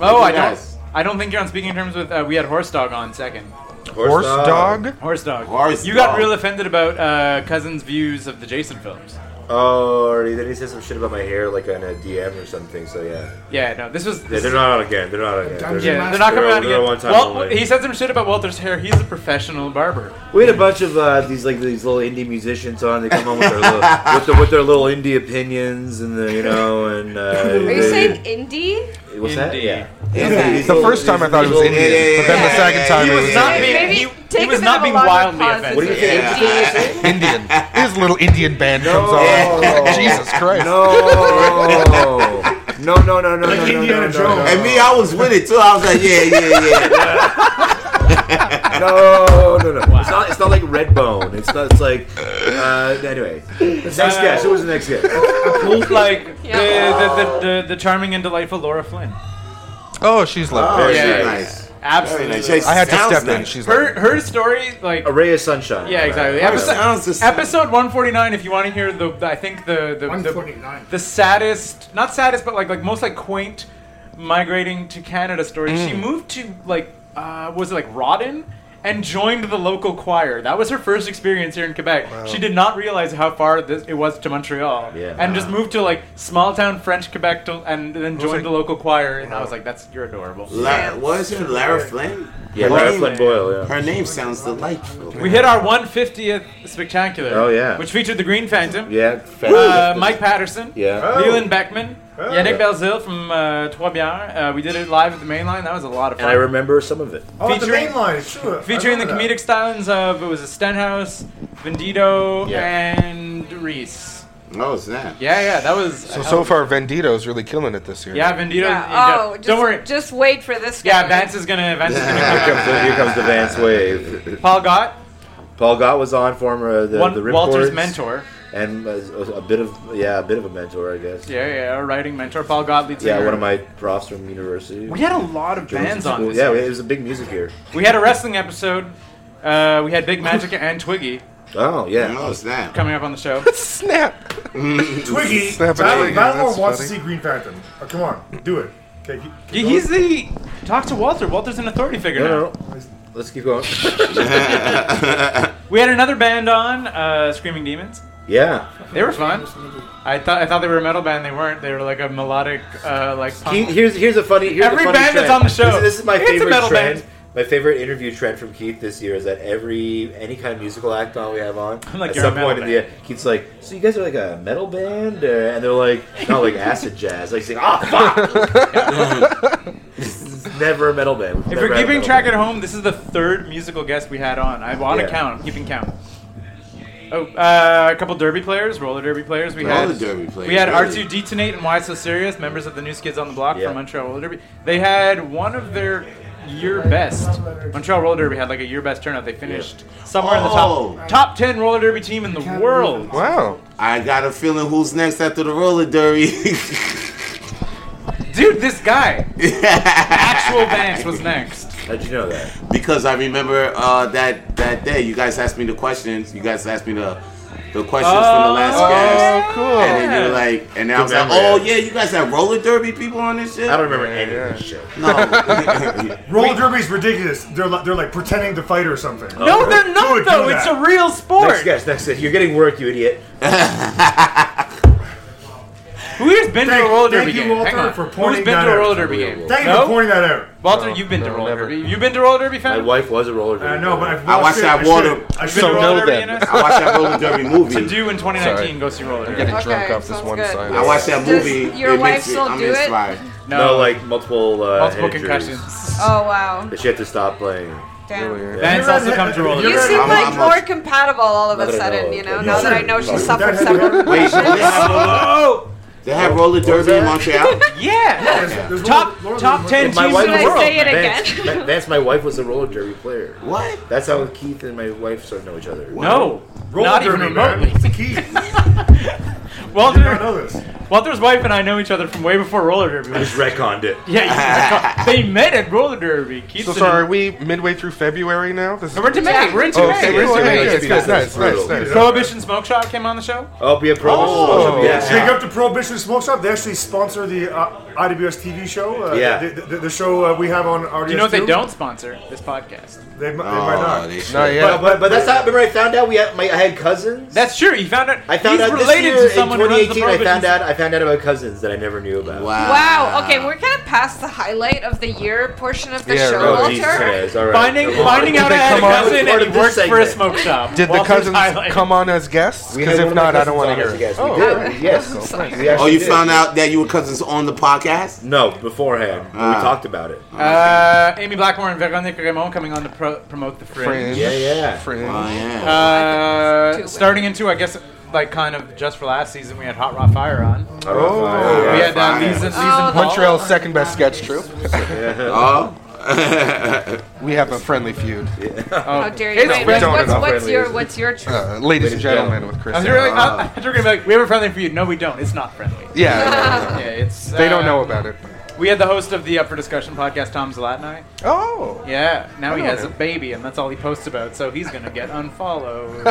Speaker 4: Oh, I don't.
Speaker 6: Yes.
Speaker 4: I don't think you're on speaking terms with. Uh, we had Horse Dog on second.
Speaker 3: Horse dog.
Speaker 4: Horse Dog.
Speaker 6: Horse
Speaker 4: you got
Speaker 6: Dog.
Speaker 4: real offended about uh, Cousin's views of the Jason films.
Speaker 5: Oh, already. Then he said some shit about my hair, like on a DM or something. So yeah,
Speaker 4: Yeah, no, this was.
Speaker 5: yeah they're not on again. They're not on again. They're-
Speaker 4: yeah, they're not coming
Speaker 5: They're-
Speaker 4: out
Speaker 5: they're
Speaker 4: again.
Speaker 5: one time
Speaker 4: Walt-
Speaker 5: only.
Speaker 4: he said some shit about Walter's hair. He's a professional barber.
Speaker 5: We had a bunch of uh, these like these little indie musicians on. They come on with their little, with, the, with their little indie opinions and the, you know and. Uh,
Speaker 7: Are you saying indie?
Speaker 5: What's that?
Speaker 4: Indie.
Speaker 5: Yeah.
Speaker 3: The first time I thought it was
Speaker 5: Indian,
Speaker 3: Indian, but then the second time
Speaker 4: He
Speaker 3: it
Speaker 4: was
Speaker 3: was
Speaker 4: not
Speaker 3: Indian.
Speaker 4: being.
Speaker 7: Maybe
Speaker 4: He,
Speaker 7: take
Speaker 4: he
Speaker 7: a
Speaker 4: was
Speaker 7: bit
Speaker 4: not
Speaker 7: of a
Speaker 4: being
Speaker 7: longer
Speaker 4: wildly
Speaker 7: pause
Speaker 4: offensive.
Speaker 5: What do you think?
Speaker 7: Yeah.
Speaker 3: Indian. His little Indian band comes on. Jesus Christ.
Speaker 5: No. Oh, No, no, no, no, no, no, no,
Speaker 9: Indiana
Speaker 5: no,
Speaker 9: Jones.
Speaker 6: And me, I was with it too. I was like, yeah, yeah, yeah.
Speaker 5: no, no, no. It's not. It's not like Redbone. It's not. It's like. Uh, anyway, Uh, Oh, next guest. Who was the next guest?
Speaker 4: Like
Speaker 7: Yeah.
Speaker 4: the, the, the, the, the charming and delightful Laura Flynn.
Speaker 3: Oh, she's lovely.
Speaker 6: Oh,
Speaker 4: Yeah.
Speaker 6: she's nice.
Speaker 4: Absolutely.
Speaker 6: Very nice. She
Speaker 3: I had to
Speaker 6: sounds
Speaker 3: step in.
Speaker 6: nice.
Speaker 3: She's
Speaker 4: Her
Speaker 3: lovely.
Speaker 4: her story like.
Speaker 5: A ray of sunshine.
Speaker 4: Yeah, exactly.
Speaker 6: Her
Speaker 4: Episode,
Speaker 6: sounds the same.
Speaker 4: episode 149. If you want to hear the, the- I think the the, the
Speaker 10: 149.
Speaker 4: the saddest, not saddest, but like like most like quaint migrating to Canada story.
Speaker 5: Mm.
Speaker 4: She moved to like uh, was it like Rodden and joined the local choir. That was her first experience here in Quebec. She did not realize how far this, it was to Montreal,
Speaker 5: Yeah.
Speaker 4: and just moved to like small town French Quebec to, and then joined
Speaker 3: like-
Speaker 4: the local choir. And I was like, that's you're adorable.
Speaker 6: La- what is her? Lara Flynn?
Speaker 5: Yeah,
Speaker 6: Her
Speaker 5: Lara
Speaker 6: name-
Speaker 5: Flynn Boyle. Yeah.
Speaker 6: Her name sounds delightful.
Speaker 4: We hit our 150th spectacular.
Speaker 5: Oh, yeah.
Speaker 4: which featured the Green Phantom.
Speaker 5: Yeah.
Speaker 4: Uh, Mike Patterson.
Speaker 5: Yeah. Oh.
Speaker 9: Oh,
Speaker 4: Leland Beckman, Yannick
Speaker 5: Yeah.
Speaker 4: Belzil from uh, Trois Bières. Uh, we did it live at the Mainline. That was a lot of
Speaker 5: And
Speaker 4: fun.
Speaker 5: I remember some of it.
Speaker 9: Oh, it's the
Speaker 4: Featuring-
Speaker 9: main line. it's Sure. I
Speaker 4: Featuring the
Speaker 9: remember
Speaker 4: comedic stylings of it was a Stenhouse, Vendito,
Speaker 5: Yeah.
Speaker 4: and Reese.
Speaker 6: Oh, snap.
Speaker 4: Yeah, yeah, that was.
Speaker 3: So so far, Vendito's really killing it this year.
Speaker 4: yeah, Vendito.
Speaker 7: Yeah.
Speaker 4: you
Speaker 7: Oh,
Speaker 4: got-
Speaker 7: just,
Speaker 4: don't worry.
Speaker 7: Just wait for this.
Speaker 4: Yeah,
Speaker 7: guy.
Speaker 4: Vance is gonna. Vance is
Speaker 5: Here
Speaker 4: gonna.
Speaker 5: comes the, here comes the Vance wave.
Speaker 4: Paul Gott,
Speaker 5: Paul Gott was on, former uh, the,
Speaker 4: One-
Speaker 5: the Ripcords,
Speaker 4: Walter's mentor.
Speaker 5: and uh, a bit of yeah, a bit of a mentor, I guess.
Speaker 4: Yeah, yeah, our writing mentor Paul Gottlieb.
Speaker 5: Yeah, one of my profs from university.
Speaker 4: We had a lot of
Speaker 5: Jerusalem
Speaker 4: bands on
Speaker 5: School.
Speaker 4: this
Speaker 5: Yeah,
Speaker 4: year.
Speaker 5: it was a big music year.
Speaker 4: We had a wrestling episode. Uh, we had Big Magic and Twiggy.
Speaker 5: Oh yeah.
Speaker 6: Oh snap!
Speaker 4: Coming up on the show.
Speaker 9: Snap. Twiggy.
Speaker 4: Snap it
Speaker 9: Battle,
Speaker 4: again,
Speaker 9: Battle
Speaker 4: that's
Speaker 9: wants to
Speaker 4: funny.
Speaker 9: see Green Phantom. Oh, come on, do it. Okay,
Speaker 4: Yeah, he's the talk to Walter. Walter's an authority figure
Speaker 9: No,
Speaker 4: now.
Speaker 9: no,
Speaker 5: Let's keep going.
Speaker 4: we had another band on, uh, Screaming Demons.
Speaker 5: Yeah.
Speaker 4: They were fun. I thought I thought they were a metal band. They weren't. They were like a melodic, uh, like.
Speaker 5: He-
Speaker 4: Punk.
Speaker 5: here's here's a funny. Here's a
Speaker 4: Every
Speaker 5: funny
Speaker 4: band that's
Speaker 5: trend.
Speaker 4: on the show.
Speaker 5: This, is- this is my
Speaker 4: It's a
Speaker 5: favorite
Speaker 4: metal
Speaker 5: trend.
Speaker 4: band.
Speaker 5: My favorite interview trend from Keith this year is that every any kind of musical act on we have on,
Speaker 4: I'm like,
Speaker 5: at
Speaker 4: "You're a
Speaker 5: some
Speaker 4: metal
Speaker 5: point in the Keith's like, "So you guys are like a metal band," or, and they're like, "Not like acid jazz." Like, saying, "Ah, fuck!" this is never a metal band. We've
Speaker 4: If
Speaker 5: never
Speaker 4: you're
Speaker 5: had a
Speaker 4: keeping
Speaker 5: metal
Speaker 4: track
Speaker 5: band.
Speaker 4: at home, this is the third musical guest we had on. I'm on
Speaker 5: Yeah.
Speaker 4: a count. I'm keeping count. Oh, uh, a couple derby players, roller derby players. We
Speaker 6: Roller
Speaker 4: had
Speaker 6: derby players,
Speaker 4: We had
Speaker 6: really.
Speaker 4: R2 Detonate and Why So Serious, members of the News Kids on the Block
Speaker 6: Yeah.
Speaker 4: from Montreal Roller Derby. They had one of their year best. Montreal Roller Derby had like a year best turnout. They finished somewhere
Speaker 6: Oh.
Speaker 4: in the top top ten roller derby team in the world.
Speaker 6: Wow. I got a feeling who's next after the roller derby.
Speaker 4: Dude, this guy. Actual Vance was next.
Speaker 5: How'd you know that?
Speaker 6: Because I remember uh, that that day you guys asked me the questions. You guys asked me the the questions from the last
Speaker 4: Oh,
Speaker 6: guest.
Speaker 4: cool.
Speaker 6: And then you're like, and then I
Speaker 4: Good
Speaker 6: was like,
Speaker 4: memory.
Speaker 6: oh yeah, you guys had roller derby people on this shit. I
Speaker 5: don't remember any of this shit.
Speaker 6: No.
Speaker 9: Roller derby is ridiculous. They're li- they're like pretending to fight or something.
Speaker 4: No, they're not, though. It's a real sport.
Speaker 5: Next guest, next guest. You're getting work, you idiot.
Speaker 4: Who's been to a roller
Speaker 9: thank
Speaker 4: derby
Speaker 9: you,
Speaker 4: game?
Speaker 9: Walter,
Speaker 4: Hang on.
Speaker 9: for pointing
Speaker 4: Who's been
Speaker 9: that
Speaker 4: to a
Speaker 9: out.
Speaker 4: roller derby game?
Speaker 9: Thank you
Speaker 4: No?
Speaker 9: for pointing that out.
Speaker 4: Walter, you've been to roller derby. You've been to roller derby,
Speaker 5: My
Speaker 4: fam?
Speaker 5: wife was a roller derby.
Speaker 9: I know, but I've
Speaker 6: I watched that water.
Speaker 9: I
Speaker 4: You've been to roller derby, Enos?
Speaker 6: I watched that roller derby movie.
Speaker 4: To do in 2019,
Speaker 6: Sorry.
Speaker 4: go see roller
Speaker 6: I'm
Speaker 4: derby.
Speaker 6: getting Okay, drunk
Speaker 3: off this sounds one good. silence.
Speaker 6: I watched that
Speaker 3: Does
Speaker 6: movie.
Speaker 3: your
Speaker 6: it
Speaker 3: wife
Speaker 6: makes
Speaker 3: still
Speaker 6: it, I'm
Speaker 3: do it?
Speaker 6: inspired.
Speaker 5: No, Oh, like multiple uh,
Speaker 4: Multiple
Speaker 5: head
Speaker 4: concussions.
Speaker 5: injuries.
Speaker 14: Oh wow.
Speaker 5: But she had to stop playing.
Speaker 14: Damn.
Speaker 4: Vance also comes to roller
Speaker 14: You
Speaker 4: derby.
Speaker 14: seem
Speaker 5: I'm-
Speaker 14: like
Speaker 5: I'm
Speaker 14: more compatible all of
Speaker 5: Not
Speaker 14: a
Speaker 5: that I know
Speaker 14: sudden,
Speaker 5: of,
Speaker 14: you
Speaker 5: but
Speaker 14: know,
Speaker 5: you
Speaker 14: now that I
Speaker 5: should.
Speaker 14: know she
Speaker 5: Sorry.
Speaker 14: suffered
Speaker 5: That-
Speaker 14: separate
Speaker 6: Wait, so they have
Speaker 14: bruises.
Speaker 4: roller,
Speaker 6: they have roller derby in Montreal?
Speaker 4: Yeah. Top top ten
Speaker 5: My
Speaker 4: teams
Speaker 5: wife
Speaker 4: in the
Speaker 5: was-
Speaker 4: world.
Speaker 5: Vance, Ma- Vance, my wife was a roller derby player.
Speaker 6: What?
Speaker 5: That's how Keith and my wife started to know each other.
Speaker 4: No,
Speaker 5: Roller
Speaker 4: not even
Speaker 5: derby, man.
Speaker 4: remotely.
Speaker 5: It's
Speaker 9: a key.
Speaker 4: Walter, Walter's wife and I know each other from way before roller derby.
Speaker 5: I just retconned it.
Speaker 4: Yeah, you- they met at roller derby. Keith
Speaker 3: So
Speaker 4: didn't-
Speaker 3: sorry, are we midway through February now? This
Speaker 4: We're into May. We're into
Speaker 3: oh,
Speaker 4: May.
Speaker 3: Okay, we're into
Speaker 4: We're
Speaker 3: May.
Speaker 4: into
Speaker 3: Yes,
Speaker 4: May.
Speaker 3: yes, nice,
Speaker 5: Brutal.
Speaker 3: nice, nice.
Speaker 4: Prohibition Smoke Shop came on the show.
Speaker 5: Oh, be a pro.
Speaker 9: Oh,
Speaker 5: Yeah.
Speaker 9: Big up to Prohibition Smoke Shop. They actually sponsor the uh, IWS TV show. Uh,
Speaker 4: Yeah.
Speaker 9: The, the, the show uh, we have on RDS.
Speaker 4: Do you know what they
Speaker 9: too.
Speaker 4: don't sponsor? This podcast.
Speaker 9: They, mi- they might
Speaker 5: Oh,
Speaker 9: not.
Speaker 5: But, but, but that's how. Remember, I found out we had, my, I had cousins.
Speaker 4: That's true. You found out.
Speaker 5: I found
Speaker 4: he's
Speaker 5: out this
Speaker 4: related
Speaker 5: year,
Speaker 4: to someone
Speaker 5: in
Speaker 4: who runs the
Speaker 5: 2018. I found
Speaker 4: prohibition-
Speaker 5: out. I found out about cousins that I never knew about.
Speaker 14: Wow. Okay, we're kind of past the highlight of the year portion of the show,
Speaker 5: oh,
Speaker 14: Walter.
Speaker 5: Jesus, yes, all right.
Speaker 4: Finding
Speaker 5: Come on.
Speaker 4: finding out I
Speaker 3: Did they
Speaker 4: had a
Speaker 3: come on?
Speaker 4: cousin
Speaker 3: Part
Speaker 4: and
Speaker 3: of
Speaker 4: he
Speaker 3: this
Speaker 4: worked for a
Speaker 3: segment.
Speaker 4: smoke shop.
Speaker 3: Did the
Speaker 4: Walter's
Speaker 3: cousins
Speaker 4: highlight.
Speaker 3: come on as guests?
Speaker 6: We
Speaker 3: Because
Speaker 6: had
Speaker 3: if
Speaker 6: one of
Speaker 3: not,
Speaker 6: our
Speaker 3: I don't want to
Speaker 6: cousins
Speaker 3: hear it.
Speaker 6: on as a guest. We
Speaker 3: Oh,
Speaker 6: did. Yes.
Speaker 3: nice.
Speaker 6: Oh, you found out that you were cousins on the podcast?
Speaker 5: No, beforehand.
Speaker 6: Ah.
Speaker 5: We talked about it.
Speaker 4: Uh, Amy Blackmore and Veronica Ramon coming on to pro- promote the Fringe.
Speaker 5: Fringe. Yeah, yeah.
Speaker 3: Fringe.
Speaker 5: Oh,
Speaker 4: Uh, starting into, I guess, like kind of just for last season, we had Hot Rod Fire on.
Speaker 3: Oh,
Speaker 4: we had uh, Lisa, Lisa Paul.
Speaker 3: Montreal's second best sketch troupe.
Speaker 6: Oh.
Speaker 3: we have a friendly feud.
Speaker 4: Oh,
Speaker 14: How dare you?
Speaker 4: it's
Speaker 14: Wait,
Speaker 4: friendly.
Speaker 14: what's, what's, what's your what's your truth?
Speaker 3: Uh, ladies and gentlemen, with Chris.
Speaker 4: I was really, I, I thought you were gonna be like, we have a friendly for you. No, we don't. It's not friendly.
Speaker 3: Yeah.
Speaker 4: yeah. It's
Speaker 3: They don't
Speaker 4: uh,
Speaker 3: know about it.
Speaker 4: We had the host of the Up for Discussion podcast, Tom Zlatni.
Speaker 3: Oh.
Speaker 4: Yeah. Now
Speaker 3: I
Speaker 4: he
Speaker 3: know
Speaker 4: has a
Speaker 3: him.
Speaker 4: baby, and that's all he posts about. So he's gonna get unfollowed.
Speaker 14: Wow.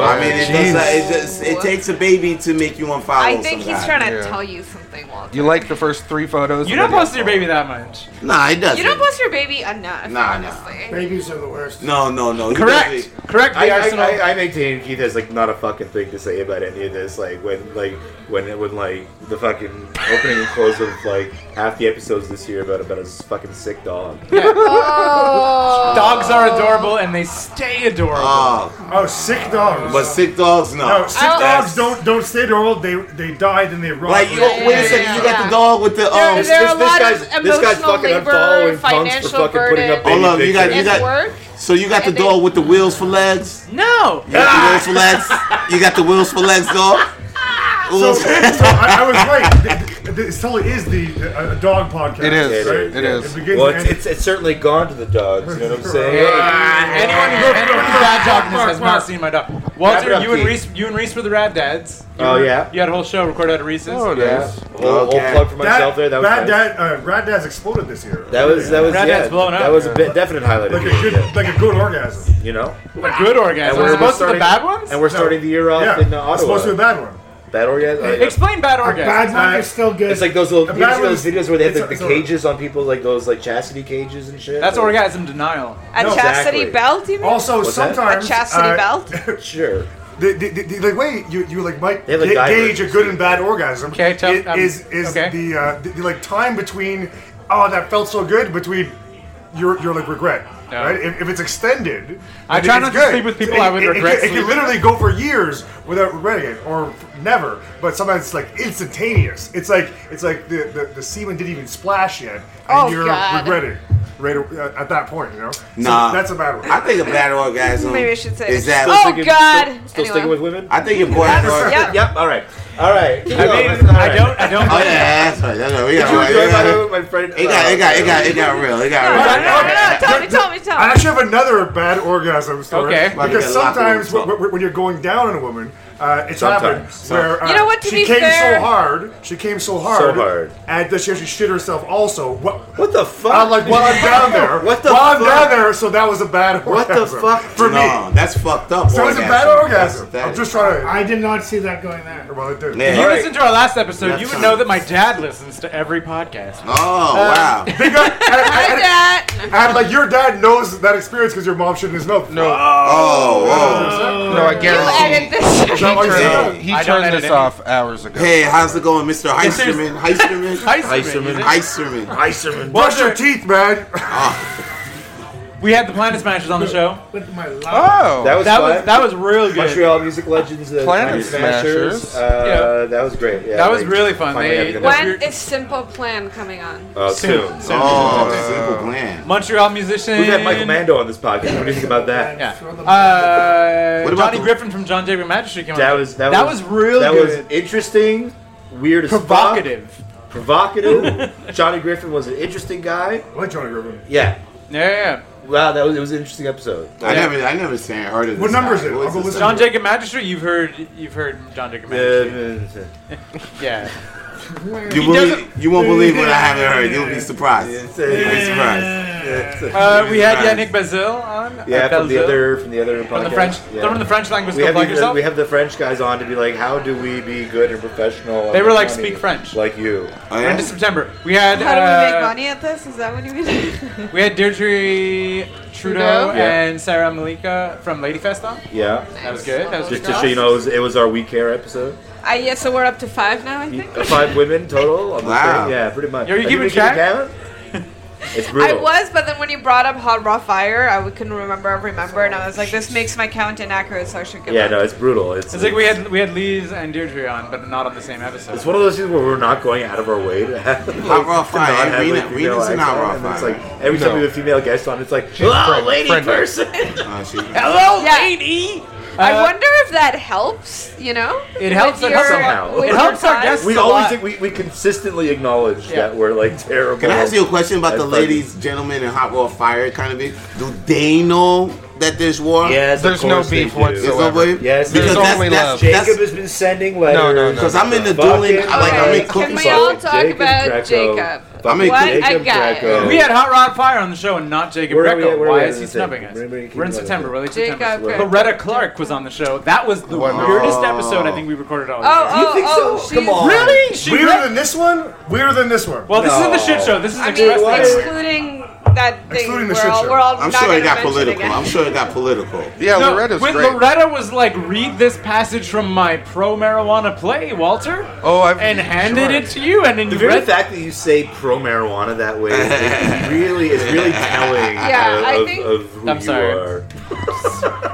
Speaker 6: I mean, it,
Speaker 3: Jeez.
Speaker 6: does, uh, it, just, it takes a baby to make you unfollow
Speaker 14: I think he's
Speaker 6: somebody.
Speaker 14: trying to
Speaker 3: Yeah.
Speaker 14: tell you something, Walter.
Speaker 3: You like the first three photos?
Speaker 4: You don't post your baby that much.
Speaker 6: Nah, it doesn't.
Speaker 14: You don't post your baby enough,
Speaker 6: Nah, nah.
Speaker 14: honestly.
Speaker 10: Babies are the worst.
Speaker 6: No, no, no. he doesn't.
Speaker 4: Correct.
Speaker 5: I,
Speaker 6: the
Speaker 5: I,
Speaker 6: Arsenal-
Speaker 5: I, I maintain Keith has like not a fucking thing to say about any of this. Like when, like when, when like the fucking opening and close of like half the episodes this year about about his fucking sick dog.
Speaker 14: Oh.
Speaker 4: Dogs are adorable, and they stay adorable.
Speaker 5: Ah.
Speaker 6: Oh.
Speaker 9: Oh, sick dogs.
Speaker 6: But sick dogs, no.
Speaker 9: No, sick
Speaker 4: Oh,
Speaker 9: dogs don't don't stay normal. They they die then they run.
Speaker 6: Like, you, wait a second, you got the dog with the. Um,
Speaker 9: There- there are a lot of emotional labor,
Speaker 5: punks for fucking putting up
Speaker 6: Hold
Speaker 5: baby
Speaker 6: up, you got,
Speaker 5: pictures.
Speaker 6: you got. So you got the dog with the wheels for legs?
Speaker 4: No.
Speaker 6: You got
Speaker 5: Ah!
Speaker 6: the wheels for legs? You got the wheels for legs dog?
Speaker 9: So, so I, I was right. It still is the uh, a dog podcast.
Speaker 5: It is.
Speaker 9: Right?
Speaker 5: It
Speaker 9: Yeah,
Speaker 5: is.
Speaker 9: It begins
Speaker 5: Well,
Speaker 9: and
Speaker 5: it's, it's, it's certainly gone to the dogs. You know what I'm saying?
Speaker 4: anyone who goes to Rad Dogmas
Speaker 3: Mark.
Speaker 4: has not seen my dog.
Speaker 5: Wrap it
Speaker 4: Walter,
Speaker 5: up,
Speaker 4: you and
Speaker 5: Keith.
Speaker 4: Reese, you and Reese were the Rad Dads. You
Speaker 5: Oh,
Speaker 4: were-
Speaker 5: yeah.
Speaker 4: You had a whole show recorded at Reese's.
Speaker 5: Oh, nice. Yeah. Whole- whole plug for myself there, that was nice.
Speaker 9: Rad, Dad, uh, Rad Dad's exploded this year.
Speaker 5: That was that was
Speaker 9: Rad
Speaker 5: yeah,
Speaker 9: Dad's blown up.
Speaker 5: That was a bit, definite highlight.
Speaker 9: Like
Speaker 5: of
Speaker 9: a
Speaker 5: the year,
Speaker 9: good, like a good orgasm.
Speaker 5: yeah. You know,
Speaker 4: A good orgasm.
Speaker 5: we're-
Speaker 4: As
Speaker 5: we're
Speaker 4: opposed to the
Speaker 5: starting-
Speaker 4: bad ones?
Speaker 5: And we're
Speaker 9: No.
Speaker 5: starting the year off
Speaker 9: Yeah,
Speaker 5: in uh,
Speaker 9: it's
Speaker 5: Ottawa.
Speaker 9: supposed to be a bad one. Uh,
Speaker 5: Bad orgasm. Oh, yeah.
Speaker 4: Explain bad orgasm.
Speaker 9: still good.
Speaker 5: It's like those little
Speaker 9: A
Speaker 5: you ever
Speaker 9: bad
Speaker 5: see
Speaker 9: one
Speaker 5: those
Speaker 9: is-
Speaker 5: videos where they have
Speaker 9: it's
Speaker 5: like,
Speaker 9: a-
Speaker 5: the
Speaker 9: it's a-
Speaker 5: cages on people, like those like chastity cages and shit.
Speaker 4: That's
Speaker 5: Like-
Speaker 4: orgasm denial.
Speaker 14: A
Speaker 5: No,
Speaker 14: chastity
Speaker 5: exactly.
Speaker 14: belt, you mean?
Speaker 9: Also, sometimes
Speaker 14: a chastity
Speaker 9: uh,
Speaker 14: belt.
Speaker 5: Sure.
Speaker 9: The, the, the, the way you, you like might
Speaker 5: They have a
Speaker 9: ga-
Speaker 5: diver.
Speaker 9: gauge a good and bad orgasm
Speaker 5: Okay, tell-
Speaker 9: i-
Speaker 5: um,
Speaker 9: is is
Speaker 5: okay.
Speaker 9: the, uh, the, the, like time between oh that felt so good between your your like regret
Speaker 4: Yeah.
Speaker 9: right if, if it's extended
Speaker 4: I
Speaker 9: then
Speaker 4: try
Speaker 9: it's
Speaker 4: not to
Speaker 9: good.
Speaker 4: sleep with people
Speaker 9: It-
Speaker 4: I would
Speaker 9: it- it
Speaker 4: regret
Speaker 9: can- It,
Speaker 4: sleeping
Speaker 9: can literally go for years without regretting it or f- never but sometimes it's like instantaneous it's like it's like the the, the semen didn't even splash yet and
Speaker 14: Oh,
Speaker 9: you're
Speaker 14: God.
Speaker 9: regretting right a- at that point you know So
Speaker 6: Nah.
Speaker 9: that's a bad one
Speaker 6: I think a bad orgasm
Speaker 14: Maybe I should say-
Speaker 6: is that.
Speaker 14: Still Oh, sticking- God! still-
Speaker 5: still sticking with women?
Speaker 6: I think you're going
Speaker 5: Yep. Yep. All right. All right. I
Speaker 6: mean, I don't. I don't. Oh yeah, that's right. That's right. We
Speaker 5: Did
Speaker 6: got
Speaker 5: you
Speaker 6: right.
Speaker 5: enjoy
Speaker 6: We
Speaker 5: my-
Speaker 6: got-
Speaker 5: my friend- uh,
Speaker 6: It got. It got. It got. It got real. It got real.
Speaker 14: No, no, no, tell me, tell me, tell
Speaker 9: I
Speaker 14: me.
Speaker 9: actually have another bad orgasm story.
Speaker 6: Okay. Might be a
Speaker 9: Because
Speaker 6: lot of
Speaker 9: sometimes when, when- when you're going down on a woman, uh, it's
Speaker 5: Sometimes.
Speaker 9: happened where uh,
Speaker 14: You know what, to
Speaker 9: she
Speaker 14: be
Speaker 9: came
Speaker 14: fair-
Speaker 9: so hard, she came so hard,
Speaker 5: hard.
Speaker 9: and that she actually shit herself. Also, what?
Speaker 5: What the fuck?
Speaker 9: I'm like, while I'm down there,
Speaker 5: What the
Speaker 9: while
Speaker 5: fuck?
Speaker 9: I'm down there, so that was a bad
Speaker 5: What the
Speaker 9: orgasm
Speaker 5: fuck?
Speaker 9: for
Speaker 6: No,
Speaker 9: me.
Speaker 6: that's fucked up.
Speaker 9: So it was a bad orgasm. I'm just trying to.
Speaker 10: I did not see that going there.
Speaker 9: Well, it did.
Speaker 4: If you
Speaker 6: All right.
Speaker 4: listen to our last episode,
Speaker 6: That's
Speaker 4: you would
Speaker 6: fine.
Speaker 4: know that my dad listens to every podcast.
Speaker 6: Oh wow.
Speaker 9: Uh,
Speaker 14: Hi, Dad.
Speaker 9: And like your dad knows that experience because your mom shit in his mouth. No.
Speaker 6: Oh,
Speaker 3: No, I
Speaker 14: You
Speaker 3: guarantee.
Speaker 14: edit this.
Speaker 3: He turned,
Speaker 6: Hey.
Speaker 3: he
Speaker 4: I don't
Speaker 3: turned
Speaker 4: edit
Speaker 3: this
Speaker 4: anything.
Speaker 3: off hours ago.
Speaker 6: Hey, how's it going, Mr. Heisterman? Heisterman?
Speaker 4: Heisterman.
Speaker 3: Uh,
Speaker 6: Heisterman.
Speaker 5: Iserman.
Speaker 9: Brush your
Speaker 4: Walter-
Speaker 9: teeth, man.
Speaker 4: We had the Planet Smashers on the show.
Speaker 10: With my love.
Speaker 3: Oh,
Speaker 5: That was
Speaker 4: That
Speaker 5: fun.
Speaker 4: was that was real good.
Speaker 5: Montreal Music Legends, the
Speaker 3: Planet
Speaker 5: Planet Smashers.
Speaker 3: Smashers.
Speaker 5: Uh, That was great. Yeah,
Speaker 4: That was really fun.
Speaker 5: finally
Speaker 4: They-
Speaker 5: having a-
Speaker 4: What?
Speaker 14: When is Simple Plan coming on?
Speaker 5: Uh, soon.
Speaker 4: Soon.
Speaker 6: Oh, simple plan.
Speaker 4: Montreal musician.
Speaker 5: We've had Michael Mando on this podcast. What do you think about that?
Speaker 4: Yeah.
Speaker 10: Throw them-
Speaker 4: Uh,
Speaker 6: What about
Speaker 4: Johnny
Speaker 6: the-
Speaker 4: Griffin from John Jacob Magistrate came on.
Speaker 5: That was that,
Speaker 4: that was, real
Speaker 5: That
Speaker 4: good.
Speaker 5: was interesting, weird, as fuck,
Speaker 4: provocative.
Speaker 5: provocative. Johnny Griffin was an interesting guy.
Speaker 9: I like Johnny Griffin.
Speaker 5: Yeah.
Speaker 4: Yeah, yeah,
Speaker 5: Wow, that was it was an interesting episode.
Speaker 6: I never, I never seen heard of this.
Speaker 9: What number is
Speaker 6: guy.
Speaker 9: it?
Speaker 6: Who
Speaker 9: I'll go
Speaker 6: this
Speaker 4: yeah.
Speaker 9: listen
Speaker 6: guy?
Speaker 4: John Jacob Magistrate. You've heard you've heard John Jacob Magistrate.
Speaker 5: Uh,
Speaker 4: yeah.
Speaker 6: You, believe, you won't believe what I haven't heard. You'll be surprised. You'll be surprised.
Speaker 4: Uh, we had
Speaker 6: Right.
Speaker 4: Yannick Bazil on. uh,
Speaker 5: Yeah, from the
Speaker 4: Bazil.
Speaker 5: other from the other
Speaker 4: From the
Speaker 5: podcast.
Speaker 4: French,
Speaker 5: Yeah.
Speaker 4: from the French language.
Speaker 5: we
Speaker 4: Go
Speaker 5: have,
Speaker 4: plug
Speaker 5: the,
Speaker 4: yourself.
Speaker 5: we have the French guys on to be like, how do we be good and professional?
Speaker 4: They
Speaker 5: and
Speaker 4: were like,
Speaker 5: funny
Speaker 4: "Speak French."
Speaker 5: like you.
Speaker 6: Oh,
Speaker 4: End of
Speaker 6: yeah?
Speaker 4: September. We had
Speaker 14: How do we make
Speaker 4: uh,
Speaker 14: money at this? Is that what you mean?
Speaker 4: We had Deirdre Trudeau
Speaker 14: Trudeau?
Speaker 5: Yeah.
Speaker 4: and Sarah Malika from Ladyfest on.
Speaker 5: Yeah,
Speaker 4: That was good. That was
Speaker 5: just
Speaker 4: good.
Speaker 5: to show you know, it was, it was our We Care episode.
Speaker 14: I yeah. So we're up to five now, I think.
Speaker 5: Uh, Five women total. On the
Speaker 6: Wow.
Speaker 5: thing. Yeah, pretty much.
Speaker 4: Are you
Speaker 5: Have
Speaker 4: keeping
Speaker 5: been
Speaker 4: track?
Speaker 5: Count? It's
Speaker 14: I
Speaker 5: brutal.
Speaker 14: was, but then when you brought up Hot Raw Fire, I couldn't remember remember, and I was like, this makes my count inaccurate, so I should give
Speaker 5: Yeah,
Speaker 14: up.
Speaker 5: no, it's brutal. It's,
Speaker 4: It's like we had we had Lees and Deirdre on, but not on the same episode.
Speaker 5: It's one of those things where we're not going out of our way to have like,
Speaker 6: Hot Raw
Speaker 5: to
Speaker 6: Fire.
Speaker 5: not have,
Speaker 6: Rena-
Speaker 5: like, female
Speaker 6: Rena's in Hot Raw
Speaker 5: accent, and
Speaker 6: Fire.
Speaker 5: It's like every time we have a female guest on, it's like,
Speaker 3: friendly,
Speaker 5: oh, lady
Speaker 3: friendly."
Speaker 5: person.
Speaker 6: Oh, she-
Speaker 4: Hello,
Speaker 14: Yeah.
Speaker 4: lady.
Speaker 14: I
Speaker 4: Uh,
Speaker 14: wonder if that helps. You know,
Speaker 4: It helps
Speaker 14: with
Speaker 4: us
Speaker 14: your-
Speaker 5: somehow.
Speaker 14: with
Speaker 5: It
Speaker 14: your
Speaker 4: helps our
Speaker 14: time.
Speaker 4: guests.
Speaker 5: We
Speaker 4: It's a
Speaker 5: always
Speaker 4: lot.
Speaker 5: think we, we consistently acknowledge
Speaker 4: Yeah.
Speaker 5: that we're like terrible.
Speaker 6: Can I ask you a question about
Speaker 5: That's
Speaker 6: the ladies, gentlemen, and hot raw fire kind of thing? Do they know that there's war?
Speaker 5: Yes, of
Speaker 3: There's no
Speaker 5: course they
Speaker 3: beef
Speaker 5: do.
Speaker 6: There's
Speaker 3: whatsoever.
Speaker 6: no way.
Speaker 5: Yes,
Speaker 6: because
Speaker 5: there's
Speaker 6: that's,
Speaker 3: only
Speaker 6: that's,
Speaker 3: love.
Speaker 5: Jacob
Speaker 6: that's,
Speaker 5: has been sending letters.
Speaker 3: No, no, no. 'Cause
Speaker 6: I'm in the
Speaker 5: Fucking
Speaker 6: dueling- like, I'm in
Speaker 5: letters.
Speaker 6: cooking
Speaker 14: Can we all
Speaker 5: Fucking
Speaker 14: talk about
Speaker 5: Greco.
Speaker 14: Jacob?
Speaker 5: Fucking
Speaker 6: What a
Speaker 5: Jacob
Speaker 14: guy.
Speaker 5: Greco.
Speaker 4: we had Hot Rod Fire on the show and not Jacob
Speaker 5: Where are we at?
Speaker 4: Greco.
Speaker 5: Where are we
Speaker 4: Why
Speaker 5: at
Speaker 4: is
Speaker 5: in
Speaker 4: he
Speaker 5: the
Speaker 4: snubbing
Speaker 5: thing?
Speaker 4: us?
Speaker 5: We're in- we're in
Speaker 4: We're in
Speaker 5: Canada.
Speaker 4: September. We're late
Speaker 14: Jacob
Speaker 4: September.
Speaker 14: Greco.
Speaker 4: Loretta Clark was on the show. That was the
Speaker 3: Wow.
Speaker 4: weirdest episode I think we recorded all
Speaker 14: Oh,
Speaker 4: year.
Speaker 14: oh,
Speaker 5: think
Speaker 14: oh!
Speaker 5: so?
Speaker 14: she's-
Speaker 5: Come on.
Speaker 4: Really? She
Speaker 9: Weirder
Speaker 4: read-
Speaker 9: than this one? Weirder than this one.
Speaker 4: well, this isn't the shit show. This is
Speaker 14: I mean,
Speaker 4: Express.
Speaker 5: what?
Speaker 4: Express.
Speaker 14: excluding that thing,
Speaker 9: Excluding the
Speaker 14: we're
Speaker 9: shit
Speaker 14: all,
Speaker 9: show.
Speaker 14: we're all
Speaker 6: I'm
Speaker 14: not
Speaker 6: sure it
Speaker 14: gonna
Speaker 6: got
Speaker 14: mention
Speaker 6: political.
Speaker 14: Again.
Speaker 6: I'm sure it got political.
Speaker 3: Yeah,
Speaker 4: No,
Speaker 3: Loretta's
Speaker 4: when
Speaker 3: great.
Speaker 4: Loretta was like, read this passage from my pro marijuana play, Walter,
Speaker 3: oh, I've
Speaker 4: and handed
Speaker 3: sure.
Speaker 4: it to you, and then
Speaker 5: The
Speaker 4: you
Speaker 5: very
Speaker 4: read
Speaker 5: fact that you say pro marijuana that way is like, really is really telling
Speaker 14: Yeah,
Speaker 5: of,
Speaker 14: I
Speaker 5: of-
Speaker 14: think-
Speaker 5: of who
Speaker 4: I'm
Speaker 5: you
Speaker 4: sorry.
Speaker 5: are.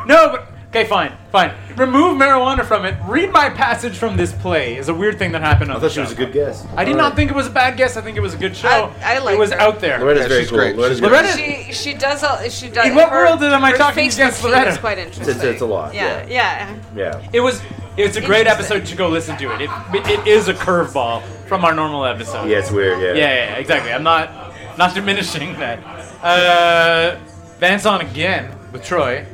Speaker 4: No, but okay, fine, fine. Remove marijuana from it. Read my passage from this play is a weird thing that happened on
Speaker 5: I
Speaker 4: the
Speaker 5: thought she
Speaker 4: show.
Speaker 5: was a good guess.
Speaker 4: I did not think it was a bad guess. I think it was a good show.
Speaker 14: I- I like
Speaker 4: it was
Speaker 14: her.
Speaker 4: out there.
Speaker 5: Loretta's
Speaker 3: Yeah,
Speaker 5: very
Speaker 3: she's
Speaker 5: cool.
Speaker 3: great.
Speaker 5: Loretta's
Speaker 3: She's
Speaker 5: great.
Speaker 4: Loretta-
Speaker 14: She she does a, she does.
Speaker 4: In what
Speaker 14: her-
Speaker 4: world am I
Speaker 14: her
Speaker 4: talking
Speaker 14: Facebook
Speaker 4: against
Speaker 14: feed
Speaker 4: Loretta?
Speaker 14: Is quite
Speaker 5: It's,
Speaker 14: interesting.
Speaker 5: it's a lot.
Speaker 14: yeah,
Speaker 5: Yeah.
Speaker 14: yeah.
Speaker 5: Yeah.
Speaker 4: It was It's a great episode. You should go listen to it. It, it is a curveball from our normal episode.
Speaker 5: Yeah, it's weird, yeah.
Speaker 4: Yeah, yeah, exactly. I'm not not diminishing that. Uh, Vance on again with Troy.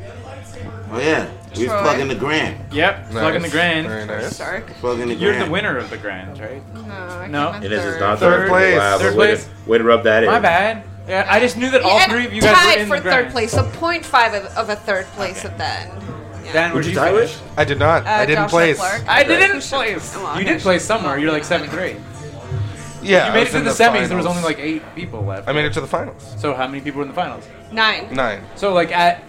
Speaker 6: Oh yeah, we was
Speaker 4: Troy.
Speaker 6: plugging the grand.
Speaker 4: Yep, plugging the grand.
Speaker 6: Very nice.
Speaker 7: Stark.
Speaker 6: Plugging the
Speaker 4: You're
Speaker 6: grand.
Speaker 4: the winner of the grand, right?
Speaker 7: No,
Speaker 4: no.
Speaker 5: It is it's not third,
Speaker 4: place.
Speaker 5: Wow, but
Speaker 4: third
Speaker 5: way to-
Speaker 4: place.
Speaker 5: Way to rub that in.
Speaker 4: My bad. Yeah, I just knew that all
Speaker 7: and
Speaker 4: three of you guys
Speaker 7: tied
Speaker 4: were in
Speaker 7: for
Speaker 4: the grand.
Speaker 7: third place, so 0.5 of, of a third place at Uh, that.
Speaker 4: Dan, where'd
Speaker 3: Who'd you
Speaker 4: you
Speaker 3: tie
Speaker 4: finish?
Speaker 3: I did not. I didn't place.
Speaker 4: I didn't place. You did place somewhere. You're like seventh grade.
Speaker 3: Yeah,
Speaker 4: You
Speaker 3: I
Speaker 4: made it
Speaker 3: was
Speaker 4: to
Speaker 3: in
Speaker 4: the,
Speaker 3: the
Speaker 4: semis. There
Speaker 3: finals.
Speaker 4: was only like eight people left.
Speaker 3: I made it to the finals.
Speaker 4: So how many people were in the finals?
Speaker 7: Nine.
Speaker 3: Nine.
Speaker 4: So like at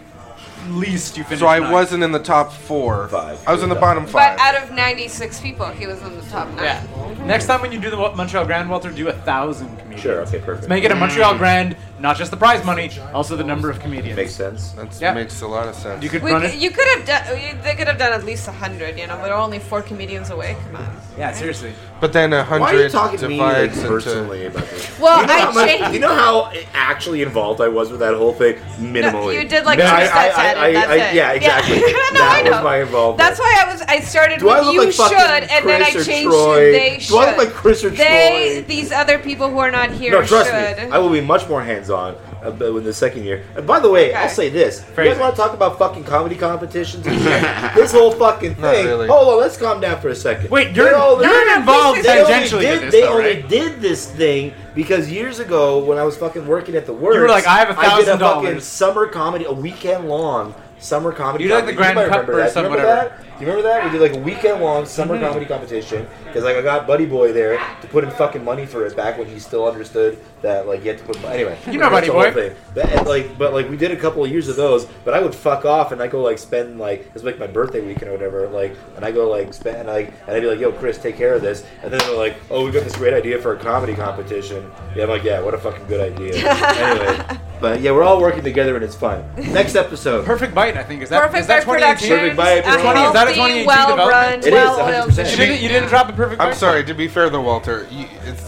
Speaker 4: least you finished.
Speaker 3: So I
Speaker 4: ninth.
Speaker 3: wasn't in the top four. Five. I was in the bottom
Speaker 7: But
Speaker 3: five.
Speaker 7: out of 96 people, he was in the top nine.
Speaker 4: Yeah. Next time when you do the Wa- Montreal Grand, Walter, do a thousand comedians.
Speaker 5: Sure, okay, perfect.
Speaker 4: Make it a Montreal Grand, not just the prize money, also the number of comedians.
Speaker 5: Makes sense.
Speaker 3: That
Speaker 4: Yeah.
Speaker 3: makes a lot of sense.
Speaker 4: You could
Speaker 7: We,
Speaker 4: run
Speaker 7: c-
Speaker 4: it.
Speaker 7: you could have done. you- They could have done at least hundred. You know, we're only four comedians away. Come on.
Speaker 4: Yeah, seriously.
Speaker 3: But then a
Speaker 5: Why are you
Speaker 3: hundred
Speaker 5: talking to me like,
Speaker 3: divides
Speaker 5: personally
Speaker 3: into.
Speaker 5: about this?
Speaker 7: Well,
Speaker 5: you know
Speaker 7: I
Speaker 5: how much-
Speaker 7: changed-
Speaker 5: You know how actually involved I was with that whole thing? Minimally.
Speaker 7: you did, like, two steps at it, that's it.
Speaker 5: Yeah,
Speaker 7: Yeah.
Speaker 5: exactly.
Speaker 7: No,
Speaker 5: that
Speaker 7: I know.
Speaker 5: was my involvement.
Speaker 7: That's why I was. I started
Speaker 5: Do I
Speaker 7: with
Speaker 5: look
Speaker 7: you
Speaker 5: like
Speaker 7: should,
Speaker 5: fucking
Speaker 7: and then I
Speaker 5: Chris or
Speaker 7: changed
Speaker 5: Troy?
Speaker 7: to they should.
Speaker 5: Do I look like Chris or
Speaker 7: They,
Speaker 5: Troy?
Speaker 7: these other people who are not here,
Speaker 5: no, trust
Speaker 7: should.
Speaker 5: me. I will be much more hands-on uh, but in the second year. And by the way, I'll
Speaker 7: Okay.
Speaker 5: say this: you
Speaker 4: Phrasing.
Speaker 5: guys want to talk about fucking comedy competitions? and shit? this whole fucking
Speaker 3: Not
Speaker 5: thing.
Speaker 3: really.
Speaker 5: Hold on, let's calm down for a second.
Speaker 4: Wait, you're-
Speaker 5: They all-
Speaker 4: you're No, no, involved
Speaker 5: they only
Speaker 4: tangentially
Speaker 5: Did,
Speaker 4: in this,
Speaker 5: they
Speaker 4: though,
Speaker 5: only
Speaker 4: right?
Speaker 5: did this thing because years ago, when I was fucking working at the works,
Speaker 4: were like, "I have a
Speaker 5: did
Speaker 4: thousand
Speaker 5: fucking
Speaker 4: dollars."
Speaker 5: Summer comedy, a weekend long summer comedy.
Speaker 4: You did, like, the
Speaker 5: competition.
Speaker 4: Grand
Speaker 5: might
Speaker 4: Cup
Speaker 5: remember
Speaker 4: or
Speaker 5: that.
Speaker 4: some
Speaker 5: remember
Speaker 4: whatever.
Speaker 5: that? Do you remember that? We did like a weekend long summer
Speaker 2: Mm-hmm.
Speaker 5: comedy competition because like I got Buddy Boy there to put in fucking money for it back when he still understood that like you had to put anyway.
Speaker 4: You know Buddy
Speaker 5: that's the whole
Speaker 4: Boy.
Speaker 5: thing. That- and, like, but like we did a couple of years of those. But I would fuck off and I go like spend like it's like my birthday weekend or whatever. Like and I go like spend and like and I'd be like, yo, Chris, take care of this. And then they're like, oh, we got this great idea for a comedy competition. Yeah, I'm like, yeah, what a fucking good idea. anyway, but yeah, we're all working together and it's fun. Next episode.
Speaker 4: Perfect bite, I think. Is that
Speaker 7: Perfect
Speaker 4: is that
Speaker 7: Bite
Speaker 4: 2018?
Speaker 7: Productions.
Speaker 5: Perfect Bite,
Speaker 7: a
Speaker 5: Perfect Bite.
Speaker 4: Is that a
Speaker 7: healthy,
Speaker 4: 2018
Speaker 7: well-run,
Speaker 4: development?
Speaker 5: It is,
Speaker 7: well-oiled
Speaker 5: 100%.
Speaker 4: You
Speaker 7: machine.
Speaker 4: didn't, you didn't drop a perfect
Speaker 3: I'm
Speaker 4: bite?
Speaker 3: sorry. To be fair, though, Walter, you, it's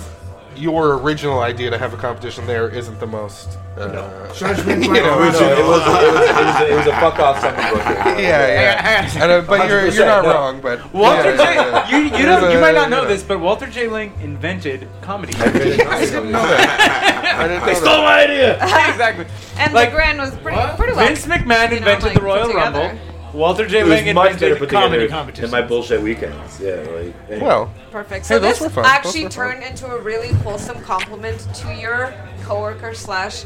Speaker 3: your original idea to have a competition. There isn't the most. Uh,
Speaker 20: Judgment
Speaker 3: you
Speaker 20: by
Speaker 3: know,
Speaker 20: all.
Speaker 5: No, it was, it was, it was, it was a fuck off summer birthday.
Speaker 3: Yeah, yeah. And, uh, but you're you're
Speaker 5: 100%,
Speaker 3: not
Speaker 5: no.
Speaker 3: wrong. But
Speaker 4: Walter
Speaker 3: yeah, yeah, yeah.
Speaker 4: J. You, you,
Speaker 3: There's
Speaker 4: don't, you
Speaker 3: a-
Speaker 4: might not know
Speaker 3: yeah.
Speaker 4: this, but Walter J. Lang invented comedy.
Speaker 3: I didn't know that. I didn't know that.
Speaker 5: Stole my idea.
Speaker 4: exactly.
Speaker 7: And
Speaker 4: Like,
Speaker 7: the grand was pretty,
Speaker 4: What?
Speaker 7: pretty well.
Speaker 4: Vince McMahon
Speaker 7: you know,
Speaker 4: invented
Speaker 7: like,
Speaker 4: the
Speaker 7: put
Speaker 4: Royal
Speaker 7: together.
Speaker 4: Rumble. Walter J.
Speaker 5: It was
Speaker 4: Lang
Speaker 5: much better put
Speaker 4: invented
Speaker 5: together
Speaker 4: comedy
Speaker 5: than
Speaker 4: competition.
Speaker 5: my bullshit weekends. Yeah, like anyway.
Speaker 3: Well,
Speaker 7: Perfect.
Speaker 3: Hey,
Speaker 7: So
Speaker 3: those
Speaker 7: this
Speaker 3: were fun. Those
Speaker 7: actually
Speaker 3: were fun.
Speaker 7: turned into a really wholesome compliment to your coworker slash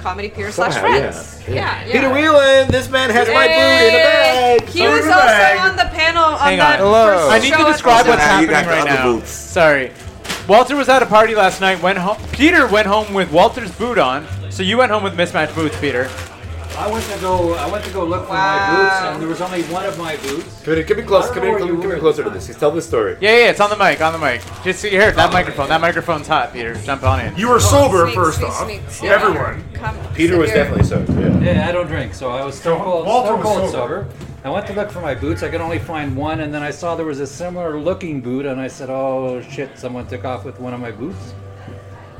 Speaker 7: comedy peer slash
Speaker 5: Somehow, yeah.
Speaker 7: friends. Yeah, yeah.
Speaker 5: Peter Whelan, this man has my food in a
Speaker 7: Hey,
Speaker 5: bag.
Speaker 7: He was also on the panel on
Speaker 4: Hang
Speaker 7: that
Speaker 4: on.
Speaker 3: Hello.
Speaker 7: first
Speaker 4: I need
Speaker 7: show
Speaker 4: to
Speaker 7: at
Speaker 4: describe
Speaker 7: the-
Speaker 4: what's
Speaker 6: Nah, you got
Speaker 4: happening right
Speaker 6: the other
Speaker 4: now.
Speaker 6: boots.
Speaker 4: Sorry. Walter was at a party last night. Went home. Peter went home with Walter's boot on. So you went home with mismatched boots, Peter.
Speaker 2: I went to go. I went to go look for my boots, and there was only one of my boots.
Speaker 5: Come in, come in close. Come in, come in, come in closer to this. Tell the story.
Speaker 4: Yeah, yeah, it's on the mic, on the mic. Just see here, that microphone. That microphone's hot, Peter. Jump on in.
Speaker 9: You were sober,
Speaker 7: Sneaks,
Speaker 9: first
Speaker 7: sneaks,
Speaker 9: off.
Speaker 7: sneaks.
Speaker 9: Everyone.
Speaker 7: Come
Speaker 5: Peter
Speaker 7: sit
Speaker 5: was
Speaker 7: here.
Speaker 5: definitely so. Yeah.
Speaker 2: Yeah, I don't drink, so I was still
Speaker 9: So,
Speaker 2: cold,
Speaker 9: Walter
Speaker 2: still
Speaker 9: was
Speaker 2: cold
Speaker 9: sober.
Speaker 2: sober. I went to look for my boots. I could only find one, and then I saw there was a similar looking boot, and I said, "Oh shit! Someone took off with one of my boots."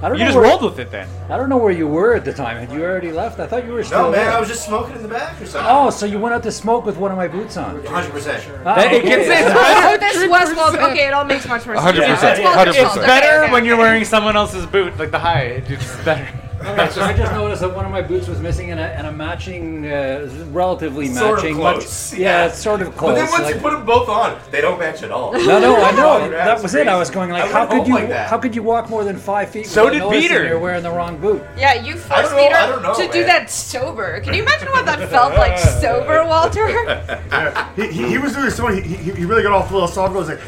Speaker 2: I don't
Speaker 4: You
Speaker 2: know
Speaker 4: just
Speaker 2: where,
Speaker 4: rolled with it then.
Speaker 2: I don't know where you were at the time. Had you already left? I thought you were still there.
Speaker 5: just smoking in the back or something.
Speaker 2: Oh, so you went out to smoke with one of my boots on?
Speaker 5: 100%.
Speaker 2: Ah,
Speaker 4: That- it
Speaker 2: okay.
Speaker 4: gets- it's
Speaker 7: So
Speaker 4: better-
Speaker 7: this was well. Okay, it all makes much more sense.
Speaker 3: 100%,
Speaker 7: It's well
Speaker 3: 100%.
Speaker 7: controlled.
Speaker 4: It's
Speaker 3: Okay,
Speaker 4: better
Speaker 7: okay,
Speaker 4: when you're
Speaker 7: okay.
Speaker 4: wearing someone else's boot, like the high. It's better.
Speaker 2: Okay, so I just noticed that one of my boots was missing and a, and a matching, uh, relatively
Speaker 5: Sort of
Speaker 2: matching.
Speaker 5: close,
Speaker 2: much,
Speaker 5: yeah.
Speaker 2: yeah. it's sort of
Speaker 5: But
Speaker 2: close.
Speaker 5: then once
Speaker 2: like-
Speaker 5: you put them both on, they don't match at all.
Speaker 2: no, no, I know.
Speaker 5: That's
Speaker 2: that was it. I was going like,
Speaker 5: I
Speaker 2: how
Speaker 5: went
Speaker 2: could
Speaker 5: home
Speaker 2: you?
Speaker 5: like that.
Speaker 2: how could you walk more than five feet?
Speaker 4: So
Speaker 2: without
Speaker 4: did
Speaker 2: noticing
Speaker 4: Peter.
Speaker 2: You're wearing the wrong boot.
Speaker 7: Yeah, you forced
Speaker 5: don't know-
Speaker 7: Peter
Speaker 5: I don't know,
Speaker 7: to do
Speaker 5: man.
Speaker 7: that sober. Can you imagine what that felt like sober, Walter?
Speaker 9: He, he, he was doing so. He, he, he really got all philosophical. He's like,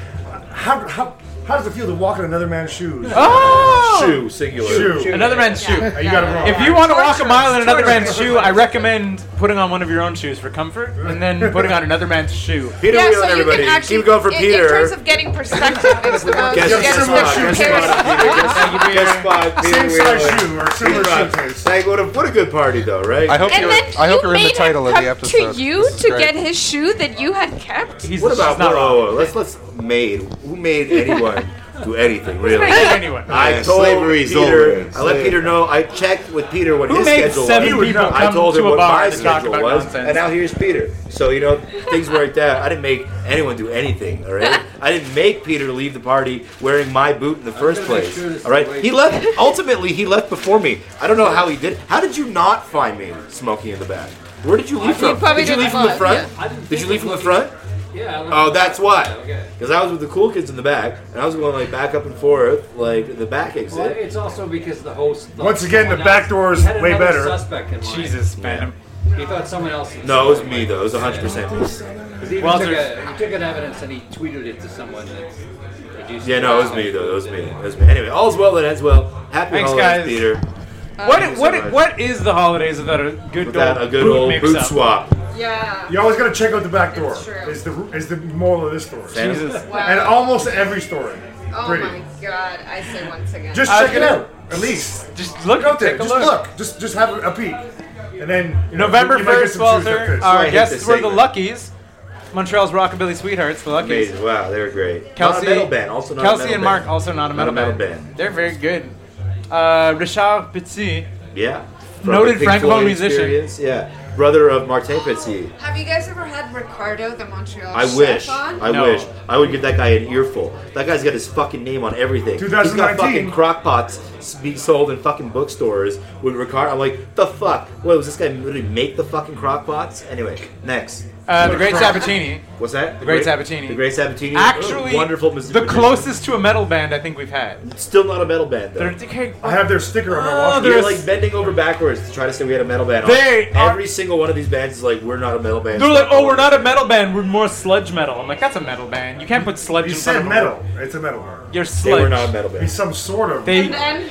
Speaker 9: how, how, how does it feel to walk in another man's shoes?
Speaker 4: Oh!
Speaker 5: Shoe, singular.
Speaker 9: Shoe.
Speaker 4: Another man's shoe.
Speaker 9: You got it wrong.
Speaker 4: If you want to walk a
Speaker 7: Torturous,
Speaker 4: mile in another
Speaker 7: torturous.
Speaker 4: man's shoe, I recommend putting on one of your own shoes for comfort, and then putting on another man's shoe.
Speaker 5: Peter
Speaker 7: yeah,
Speaker 5: Whelan,
Speaker 7: so you
Speaker 5: everybody.
Speaker 7: can actually
Speaker 5: Keep going for
Speaker 7: in,
Speaker 5: Peter.
Speaker 7: in terms of getting perspective, it's the most.
Speaker 5: Guess
Speaker 7: Guess
Speaker 5: spot,
Speaker 7: what
Speaker 5: guess
Speaker 7: you care
Speaker 5: spot,
Speaker 7: about.
Speaker 5: Peter, guess-
Speaker 4: Thank you, Peter.
Speaker 5: guess spot, Peter
Speaker 9: Same size
Speaker 5: Whelan.
Speaker 9: shoe or similar
Speaker 5: Peter
Speaker 9: shoe
Speaker 5: Whelan.
Speaker 9: taste.
Speaker 5: Like, what a, what a good party, though, right?
Speaker 3: I hope
Speaker 7: And
Speaker 3: you're.
Speaker 7: then
Speaker 3: I hope
Speaker 7: you
Speaker 3: you're in
Speaker 7: made
Speaker 3: the title
Speaker 7: him
Speaker 3: of
Speaker 7: come
Speaker 3: the episode.
Speaker 7: to you
Speaker 3: This is
Speaker 7: to
Speaker 3: great.
Speaker 7: get his shoe that you had kept.
Speaker 4: He's
Speaker 5: What
Speaker 4: she's
Speaker 5: about
Speaker 4: not
Speaker 5: whoa,
Speaker 4: wrong.
Speaker 5: whoa, whoa, Let's let's made. Who made anyone to anything really.
Speaker 4: Anyone.
Speaker 5: I
Speaker 4: Yeah,
Speaker 5: told
Speaker 4: slavery's
Speaker 5: Peter.
Speaker 4: over.
Speaker 5: I let
Speaker 4: Slavery.
Speaker 5: Peter know. I checked with Peter what
Speaker 4: Who
Speaker 5: his
Speaker 4: made
Speaker 5: schedule
Speaker 4: seven
Speaker 5: was.
Speaker 4: people
Speaker 5: I
Speaker 4: come
Speaker 5: told him
Speaker 4: to a
Speaker 5: what
Speaker 4: bar
Speaker 5: my
Speaker 4: to talk
Speaker 5: schedule
Speaker 4: about
Speaker 5: was,
Speaker 4: nonsense?
Speaker 5: and now here's Peter. So you know things were like that. I didn't make anyone do anything. All right, I didn't make Peter leave the party wearing my boot in the first
Speaker 21: gonna make
Speaker 5: place.
Speaker 21: sure this
Speaker 5: all right,
Speaker 21: is the way-
Speaker 5: he left. Ultimately, he left before me. I don't know how he did. How did you not find me smoking in the back? Where did you leave
Speaker 2: He
Speaker 5: from?
Speaker 2: probably
Speaker 5: Did
Speaker 2: didn't
Speaker 5: you leave from the
Speaker 2: look,
Speaker 5: front?
Speaker 2: yeah. I didn't
Speaker 5: Did you
Speaker 2: think
Speaker 5: leave
Speaker 2: he
Speaker 5: from the
Speaker 2: looked.
Speaker 5: front?
Speaker 2: Yeah.
Speaker 5: Oh, that's why.
Speaker 2: Okay.
Speaker 5: Because I was with the cool kids in the back, and I was going like back up and forth, like the back
Speaker 2: Well,
Speaker 5: exit.
Speaker 2: it's also because the host. the-
Speaker 5: Once again, the
Speaker 2: someone
Speaker 5: back
Speaker 2: else-
Speaker 5: door is
Speaker 2: he had
Speaker 5: way
Speaker 2: another
Speaker 5: better.
Speaker 2: Suspect in line.
Speaker 4: Jesus, man.
Speaker 5: Uh,
Speaker 2: He thought someone else. was-
Speaker 5: No, it was me though. It was 100 percent me.
Speaker 2: Because he, even
Speaker 5: Walter-
Speaker 2: took a, he took an evidence and he tweeted it to someone that's produced.
Speaker 5: Yeah, no, it was me though. It was me. It was me. Anyway, all's well that ends well. Happy
Speaker 4: Thanks,
Speaker 5: holidays,
Speaker 4: guys.
Speaker 5: Peter.
Speaker 4: What what what is the holidays without a good
Speaker 5: Without
Speaker 4: old
Speaker 5: a good
Speaker 4: boot
Speaker 5: old
Speaker 4: mix
Speaker 5: boot
Speaker 4: up?
Speaker 5: swap.
Speaker 7: Yeah.
Speaker 9: You always gotta check out the back door. Is the is the moral of this story?
Speaker 5: Sam? Jesus.
Speaker 7: Wow.
Speaker 9: And almost every story.
Speaker 7: Oh
Speaker 9: Pretty.
Speaker 7: my god, I say once again.
Speaker 9: Just check it out. At least.
Speaker 4: Just look
Speaker 9: out there.
Speaker 4: Take a
Speaker 9: Just
Speaker 4: look.
Speaker 9: look. Just just have a peek. And then you know,
Speaker 4: November
Speaker 9: you might get
Speaker 4: first,
Speaker 9: some shoes
Speaker 4: Walter.
Speaker 9: like this.
Speaker 4: Our guests were the Luckies, Montreal's Rockabilly Sweethearts, the Luckies.
Speaker 5: Amazing. Wow, they were great.
Speaker 4: Kelsey,
Speaker 5: not a metal band. Also not
Speaker 4: Kelsey
Speaker 5: a metal
Speaker 4: and
Speaker 5: band.
Speaker 4: Mark, also not a metal,
Speaker 5: metal
Speaker 4: band. They're very good. Uh, Richard Petit.
Speaker 5: Yeah. From
Speaker 4: Noted
Speaker 5: the Pink
Speaker 4: francophone
Speaker 5: Floyd
Speaker 4: musician.
Speaker 5: Experience, Yeah, brother of Martin Petit.
Speaker 7: Have you guys ever had Ricardo, the Montreal
Speaker 5: I
Speaker 7: chef
Speaker 5: wish.
Speaker 7: on?
Speaker 5: I wish. I would give that guy an earful. That guy's got his fucking name on everything. He's got
Speaker 9: 2019.
Speaker 5: fucking crock pots being sold in fucking bookstores with Ricardo. I'm like, the fuck? What was this guy literally make the fucking crock pots? Anyway, next.
Speaker 4: Uh, the Great Sabatini.
Speaker 5: What's that?
Speaker 4: The Great Sabatini.
Speaker 5: The Great Sabatini.
Speaker 4: Actually,
Speaker 5: wonderful music.
Speaker 4: the closest to a metal band I think we've had.
Speaker 5: Still not a metal band though.
Speaker 4: They're- they-
Speaker 5: I have their sticker on
Speaker 4: my wall. Oh,
Speaker 5: They're
Speaker 4: there's-
Speaker 5: like bending over backwards to try to say we had a metal band. on.
Speaker 4: They are-
Speaker 5: every single one of these bands is like, we're not a metal band.
Speaker 4: They're like, oh, we're not a metal band. We're more sludge metal. I'm like, that's a metal band. You can't put sludge.
Speaker 9: You
Speaker 4: in front
Speaker 9: said
Speaker 4: of a
Speaker 9: metal.
Speaker 4: word.
Speaker 9: It's a metal art.
Speaker 4: You're sludge.
Speaker 5: were not a metal band.
Speaker 9: He's some sort of.
Speaker 4: They-
Speaker 7: And then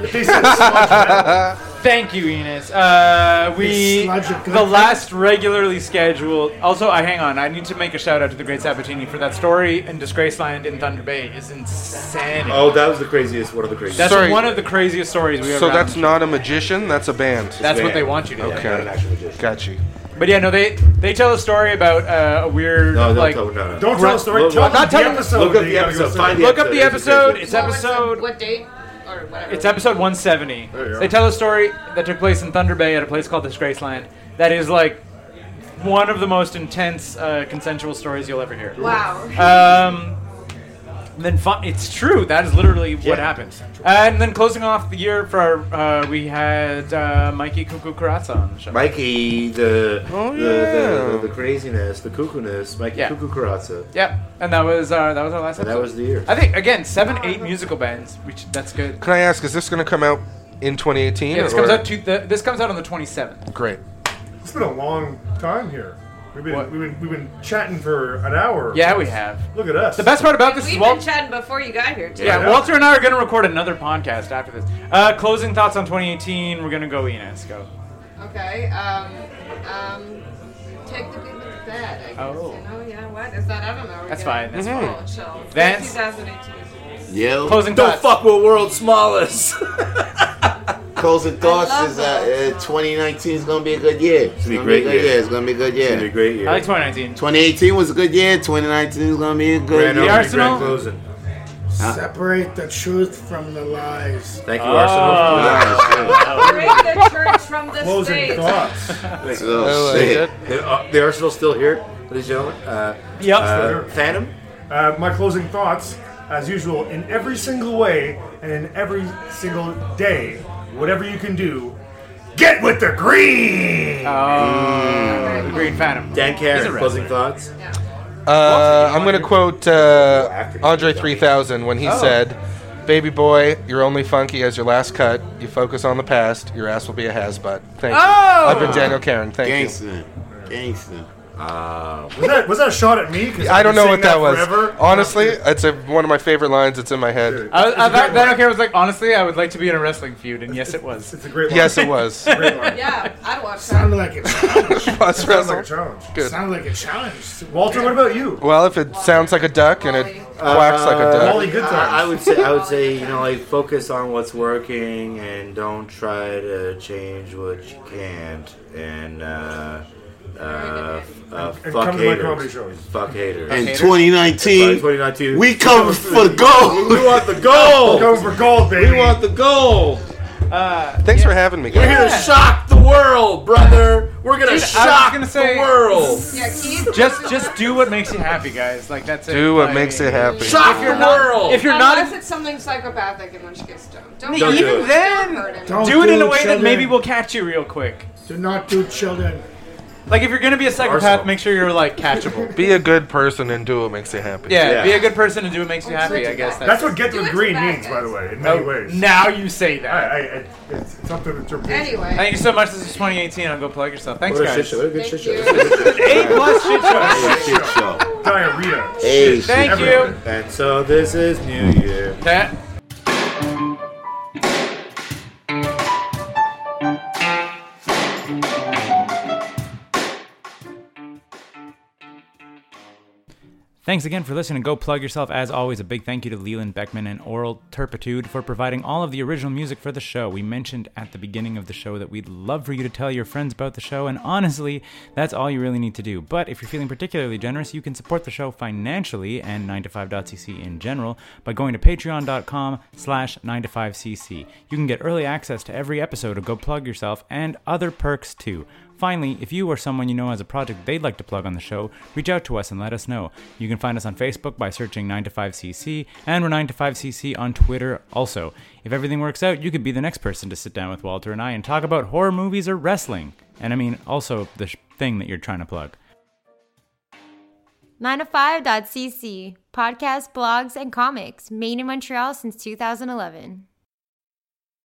Speaker 9: They said sludge metal.
Speaker 4: Thank you, Enos. Uh, we the last regularly scheduled. Also, I hang on. I need to make a shout out to the Great Sabatini for that story in Disgraceland in Thunder Bay is insanity.
Speaker 5: Oh, that was the craziest. One of the craziest.
Speaker 4: that's
Speaker 3: Sorry.
Speaker 4: one of the craziest stories we ever.
Speaker 3: So
Speaker 4: had.
Speaker 3: that's not a magician. That's a band.
Speaker 4: That's what they want you to do.
Speaker 3: Okay.
Speaker 4: Not
Speaker 5: an actual magician.
Speaker 3: Got you.
Speaker 4: But yeah, no, they they tell a story about uh, a weird
Speaker 3: No, don't
Speaker 4: like.
Speaker 3: tell- no, no.
Speaker 5: Don't tell the story,
Speaker 4: Look-
Speaker 5: tell
Speaker 4: I'm not
Speaker 5: the
Speaker 4: telling-
Speaker 5: episode Look up that the you gotta go episode, search. find the
Speaker 4: Look up the
Speaker 5: episode,
Speaker 4: episode.
Speaker 5: it's
Speaker 4: It's
Speaker 7: what was the-
Speaker 4: episode.
Speaker 7: what date or whatever?
Speaker 4: It's episode 170.
Speaker 7: There you are.
Speaker 4: They tell a story that took place in Thunder Bay at a place called Disgraceland that is like one of the most intense uh, consensual stories you'll ever hear.
Speaker 7: Wow.
Speaker 4: Um, then fi- it's true. That is literally what
Speaker 7: Yeah.
Speaker 4: happened. And then closing off the year for our, uh, we had uh, Mikey Cuckoo Carazza on the show.
Speaker 5: Mikey, the,
Speaker 4: Oh,
Speaker 5: the,
Speaker 4: yeah.
Speaker 5: the, the the craziness, the cuckoo-ness, Mikey
Speaker 4: Yeah.
Speaker 5: Cuckoo Karatza.
Speaker 4: Yep, and that was uh, that was our last.
Speaker 5: And that
Speaker 4: episode.
Speaker 5: was the year.
Speaker 4: I think again seven, eight musical bands, which that's good.
Speaker 3: Can I ask? Is this going to come out in 2018?
Speaker 4: Yeah, this
Speaker 3: or-
Speaker 4: comes out to the, this comes out on the twenty seventh.
Speaker 3: Great.
Speaker 9: It's been a long time here. We've been, we've been we've been chatting for an hour.
Speaker 4: Yeah, we have.
Speaker 9: Look at us.
Speaker 4: The best part about this
Speaker 7: We've
Speaker 4: is
Speaker 7: been
Speaker 4: Wal-
Speaker 7: chatting before you got here too.
Speaker 4: Yeah, Walter and I are going to record another podcast after this. Uh, closing thoughts on 2018. We're going to go Enos. Go.
Speaker 7: Okay. Um, um, take the good with the bad. I guess.
Speaker 4: Oh.
Speaker 7: You know, yeah. What is that? I don't know.
Speaker 4: That's
Speaker 7: We're
Speaker 4: fine,
Speaker 7: gonna-
Speaker 4: that's
Speaker 7: Oh,
Speaker 4: fine.
Speaker 7: chill.
Speaker 4: Vance?
Speaker 7: 2018.
Speaker 6: Yo.
Speaker 4: Closing
Speaker 6: thoughts.
Speaker 5: fuck with world's smallest.
Speaker 6: Closing thoughts is uh, uh, 2019 is gonna be a good year. It's
Speaker 5: be a
Speaker 6: gonna
Speaker 5: great
Speaker 6: be a good
Speaker 5: year.
Speaker 6: It's gonna be a good year.
Speaker 5: It's gonna be a great year. I like
Speaker 4: 2019.
Speaker 6: 2018 was a good year. 2019 is gonna be a good
Speaker 5: Grand
Speaker 6: year.
Speaker 5: opening, grand closing.
Speaker 6: Huh?
Speaker 22: Separate the truth from the lies.
Speaker 5: Thank
Speaker 6: you, Arsenal.
Speaker 7: Break the church from the state.
Speaker 5: Wait,
Speaker 6: Oh,
Speaker 5: wait.
Speaker 6: shit.
Speaker 5: The, uh, the Arsenal still here, ladies and gentlemen. Uh, uh, Phantom.
Speaker 9: Uh, my closing thoughts, as usual, in every single way and in every single day, whatever you can do, get with the green.
Speaker 4: the Green Phantom.
Speaker 5: Dan
Speaker 9: He's a
Speaker 5: Karen.
Speaker 9: wrestler.
Speaker 5: Closing thoughts.
Speaker 3: Uh, I'm going to quote uh, Andre 3000 when he
Speaker 5: Oh.
Speaker 3: said, Baby boy, you're only funky as your last cut. You focus on the past, your ass will be a has butt. Thank you.
Speaker 4: Oh!
Speaker 3: I've been Daniel Karen. Thank
Speaker 6: you. Gangster.
Speaker 5: Uh,
Speaker 9: Was that was that a shot at me? 'Cause
Speaker 3: I
Speaker 9: I've
Speaker 3: don't
Speaker 9: been
Speaker 3: know what
Speaker 9: saying
Speaker 3: that was.
Speaker 9: forever.
Speaker 3: Honestly, it's a, one of my favorite lines. It's in my head.
Speaker 4: I, I, Uh, that, that okay was like, honestly, I would like to be in a wrestling feud, and yes, it was. It's
Speaker 9: a great
Speaker 3: Yes, it was.
Speaker 7: yeah, I'd watch
Speaker 22: Sounded like a challenge.
Speaker 3: Sounds
Speaker 22: Sounded like
Speaker 3: wrestling.
Speaker 22: a challenge.
Speaker 3: Good.
Speaker 22: Sounded like a challenge.
Speaker 9: Walter, what about you?
Speaker 3: Well, if it sounds like a duck and it quacks like a duck.
Speaker 5: I, I would say I would say you know like focus on what's working and don't try to change what you can't and uh,
Speaker 4: Uh, f- uh,
Speaker 9: And
Speaker 4: fuck
Speaker 9: come to my comedy
Speaker 4: haters.
Speaker 9: shows.
Speaker 4: Fuck haters.
Speaker 6: In 2019,
Speaker 4: Fuck 2019.
Speaker 6: we come for gold.
Speaker 4: We want the gold.
Speaker 9: We're coming for gold, baby.
Speaker 4: We want the gold.
Speaker 2: Uh,
Speaker 3: Thanks for having me,
Speaker 4: We're
Speaker 3: guys.
Speaker 4: here to shock the world, brother. We're gonna
Speaker 2: Dude, I was
Speaker 4: shock
Speaker 2: gonna say-
Speaker 4: the world.
Speaker 5: Yeah, Keith.
Speaker 2: just just do what makes you happy, guys. Like that's it.
Speaker 3: Do what
Speaker 2: Like,
Speaker 3: makes you happy.
Speaker 4: Shock
Speaker 2: if you're
Speaker 4: the
Speaker 2: not-
Speaker 4: world.
Speaker 2: if you're
Speaker 5: Unless
Speaker 2: not
Speaker 5: it's something psychopathic, in which case don't. Don't.
Speaker 2: even
Speaker 4: do it.
Speaker 2: then,
Speaker 5: Don't hurt him.
Speaker 23: Don't
Speaker 2: do it
Speaker 23: do
Speaker 2: in a
Speaker 23: it,
Speaker 2: way that
Speaker 23: children.
Speaker 2: maybe will catch you real quick.
Speaker 23: Do not do children.
Speaker 2: Like if you're gonna be a psychopath,
Speaker 4: Arsenal.
Speaker 2: make sure you're like catchable.
Speaker 3: Be a good person and do what makes you happy.
Speaker 2: Yeah,
Speaker 4: Yeah.
Speaker 2: be a good person and do what makes you happy. I guess
Speaker 9: That's
Speaker 2: that's,
Speaker 9: what get
Speaker 5: Do
Speaker 9: with
Speaker 5: it
Speaker 9: green
Speaker 5: to bad
Speaker 9: means, by the way, in
Speaker 2: Oh,
Speaker 9: many ways.
Speaker 2: Now you say
Speaker 9: I,
Speaker 2: that.
Speaker 9: I, I, it's it's up to interpretation.
Speaker 5: Anyway.
Speaker 2: Thank you so much. This is 2018 on Go Plug Yourself. Thanks,
Speaker 4: What a shit
Speaker 2: guys.
Speaker 4: show. What a good shit
Speaker 5: Thank
Speaker 4: show.
Speaker 5: you.
Speaker 2: A plus shit show.
Speaker 6: Shit show.
Speaker 9: Diarrhea.
Speaker 6: Hey, shit
Speaker 2: Thank you.
Speaker 4: And so this is New Year.
Speaker 2: That- Thanks again for listening. Go plug yourself. As always, a big thank you to Leland Beckman and Oral Turpitude for providing all of the original music for the show. We mentioned at the beginning of the show that we'd love for you to tell your friends about the show, and honestly, that's all you really need to do. But if you're feeling particularly generous, you can support the show financially and 9to5.cc in general by going to patreon.com slash 9to5cc. You can get early access to every episode of Go Plug Yourself and other perks too. Finally, if you or someone you know has a project they'd like to plug on the show, reach out to us and let us know. You can find us on Facebook by searching 9to5cc, and we're 9to5cc on Twitter also. If everything works out, you could be the next person to sit down with Walter and I and talk about horror movies or wrestling. And I mean, also the sh- thing that you're trying to plug.
Speaker 7: 905.cc, podcast, blogs, and comics, made in Montreal since 2011.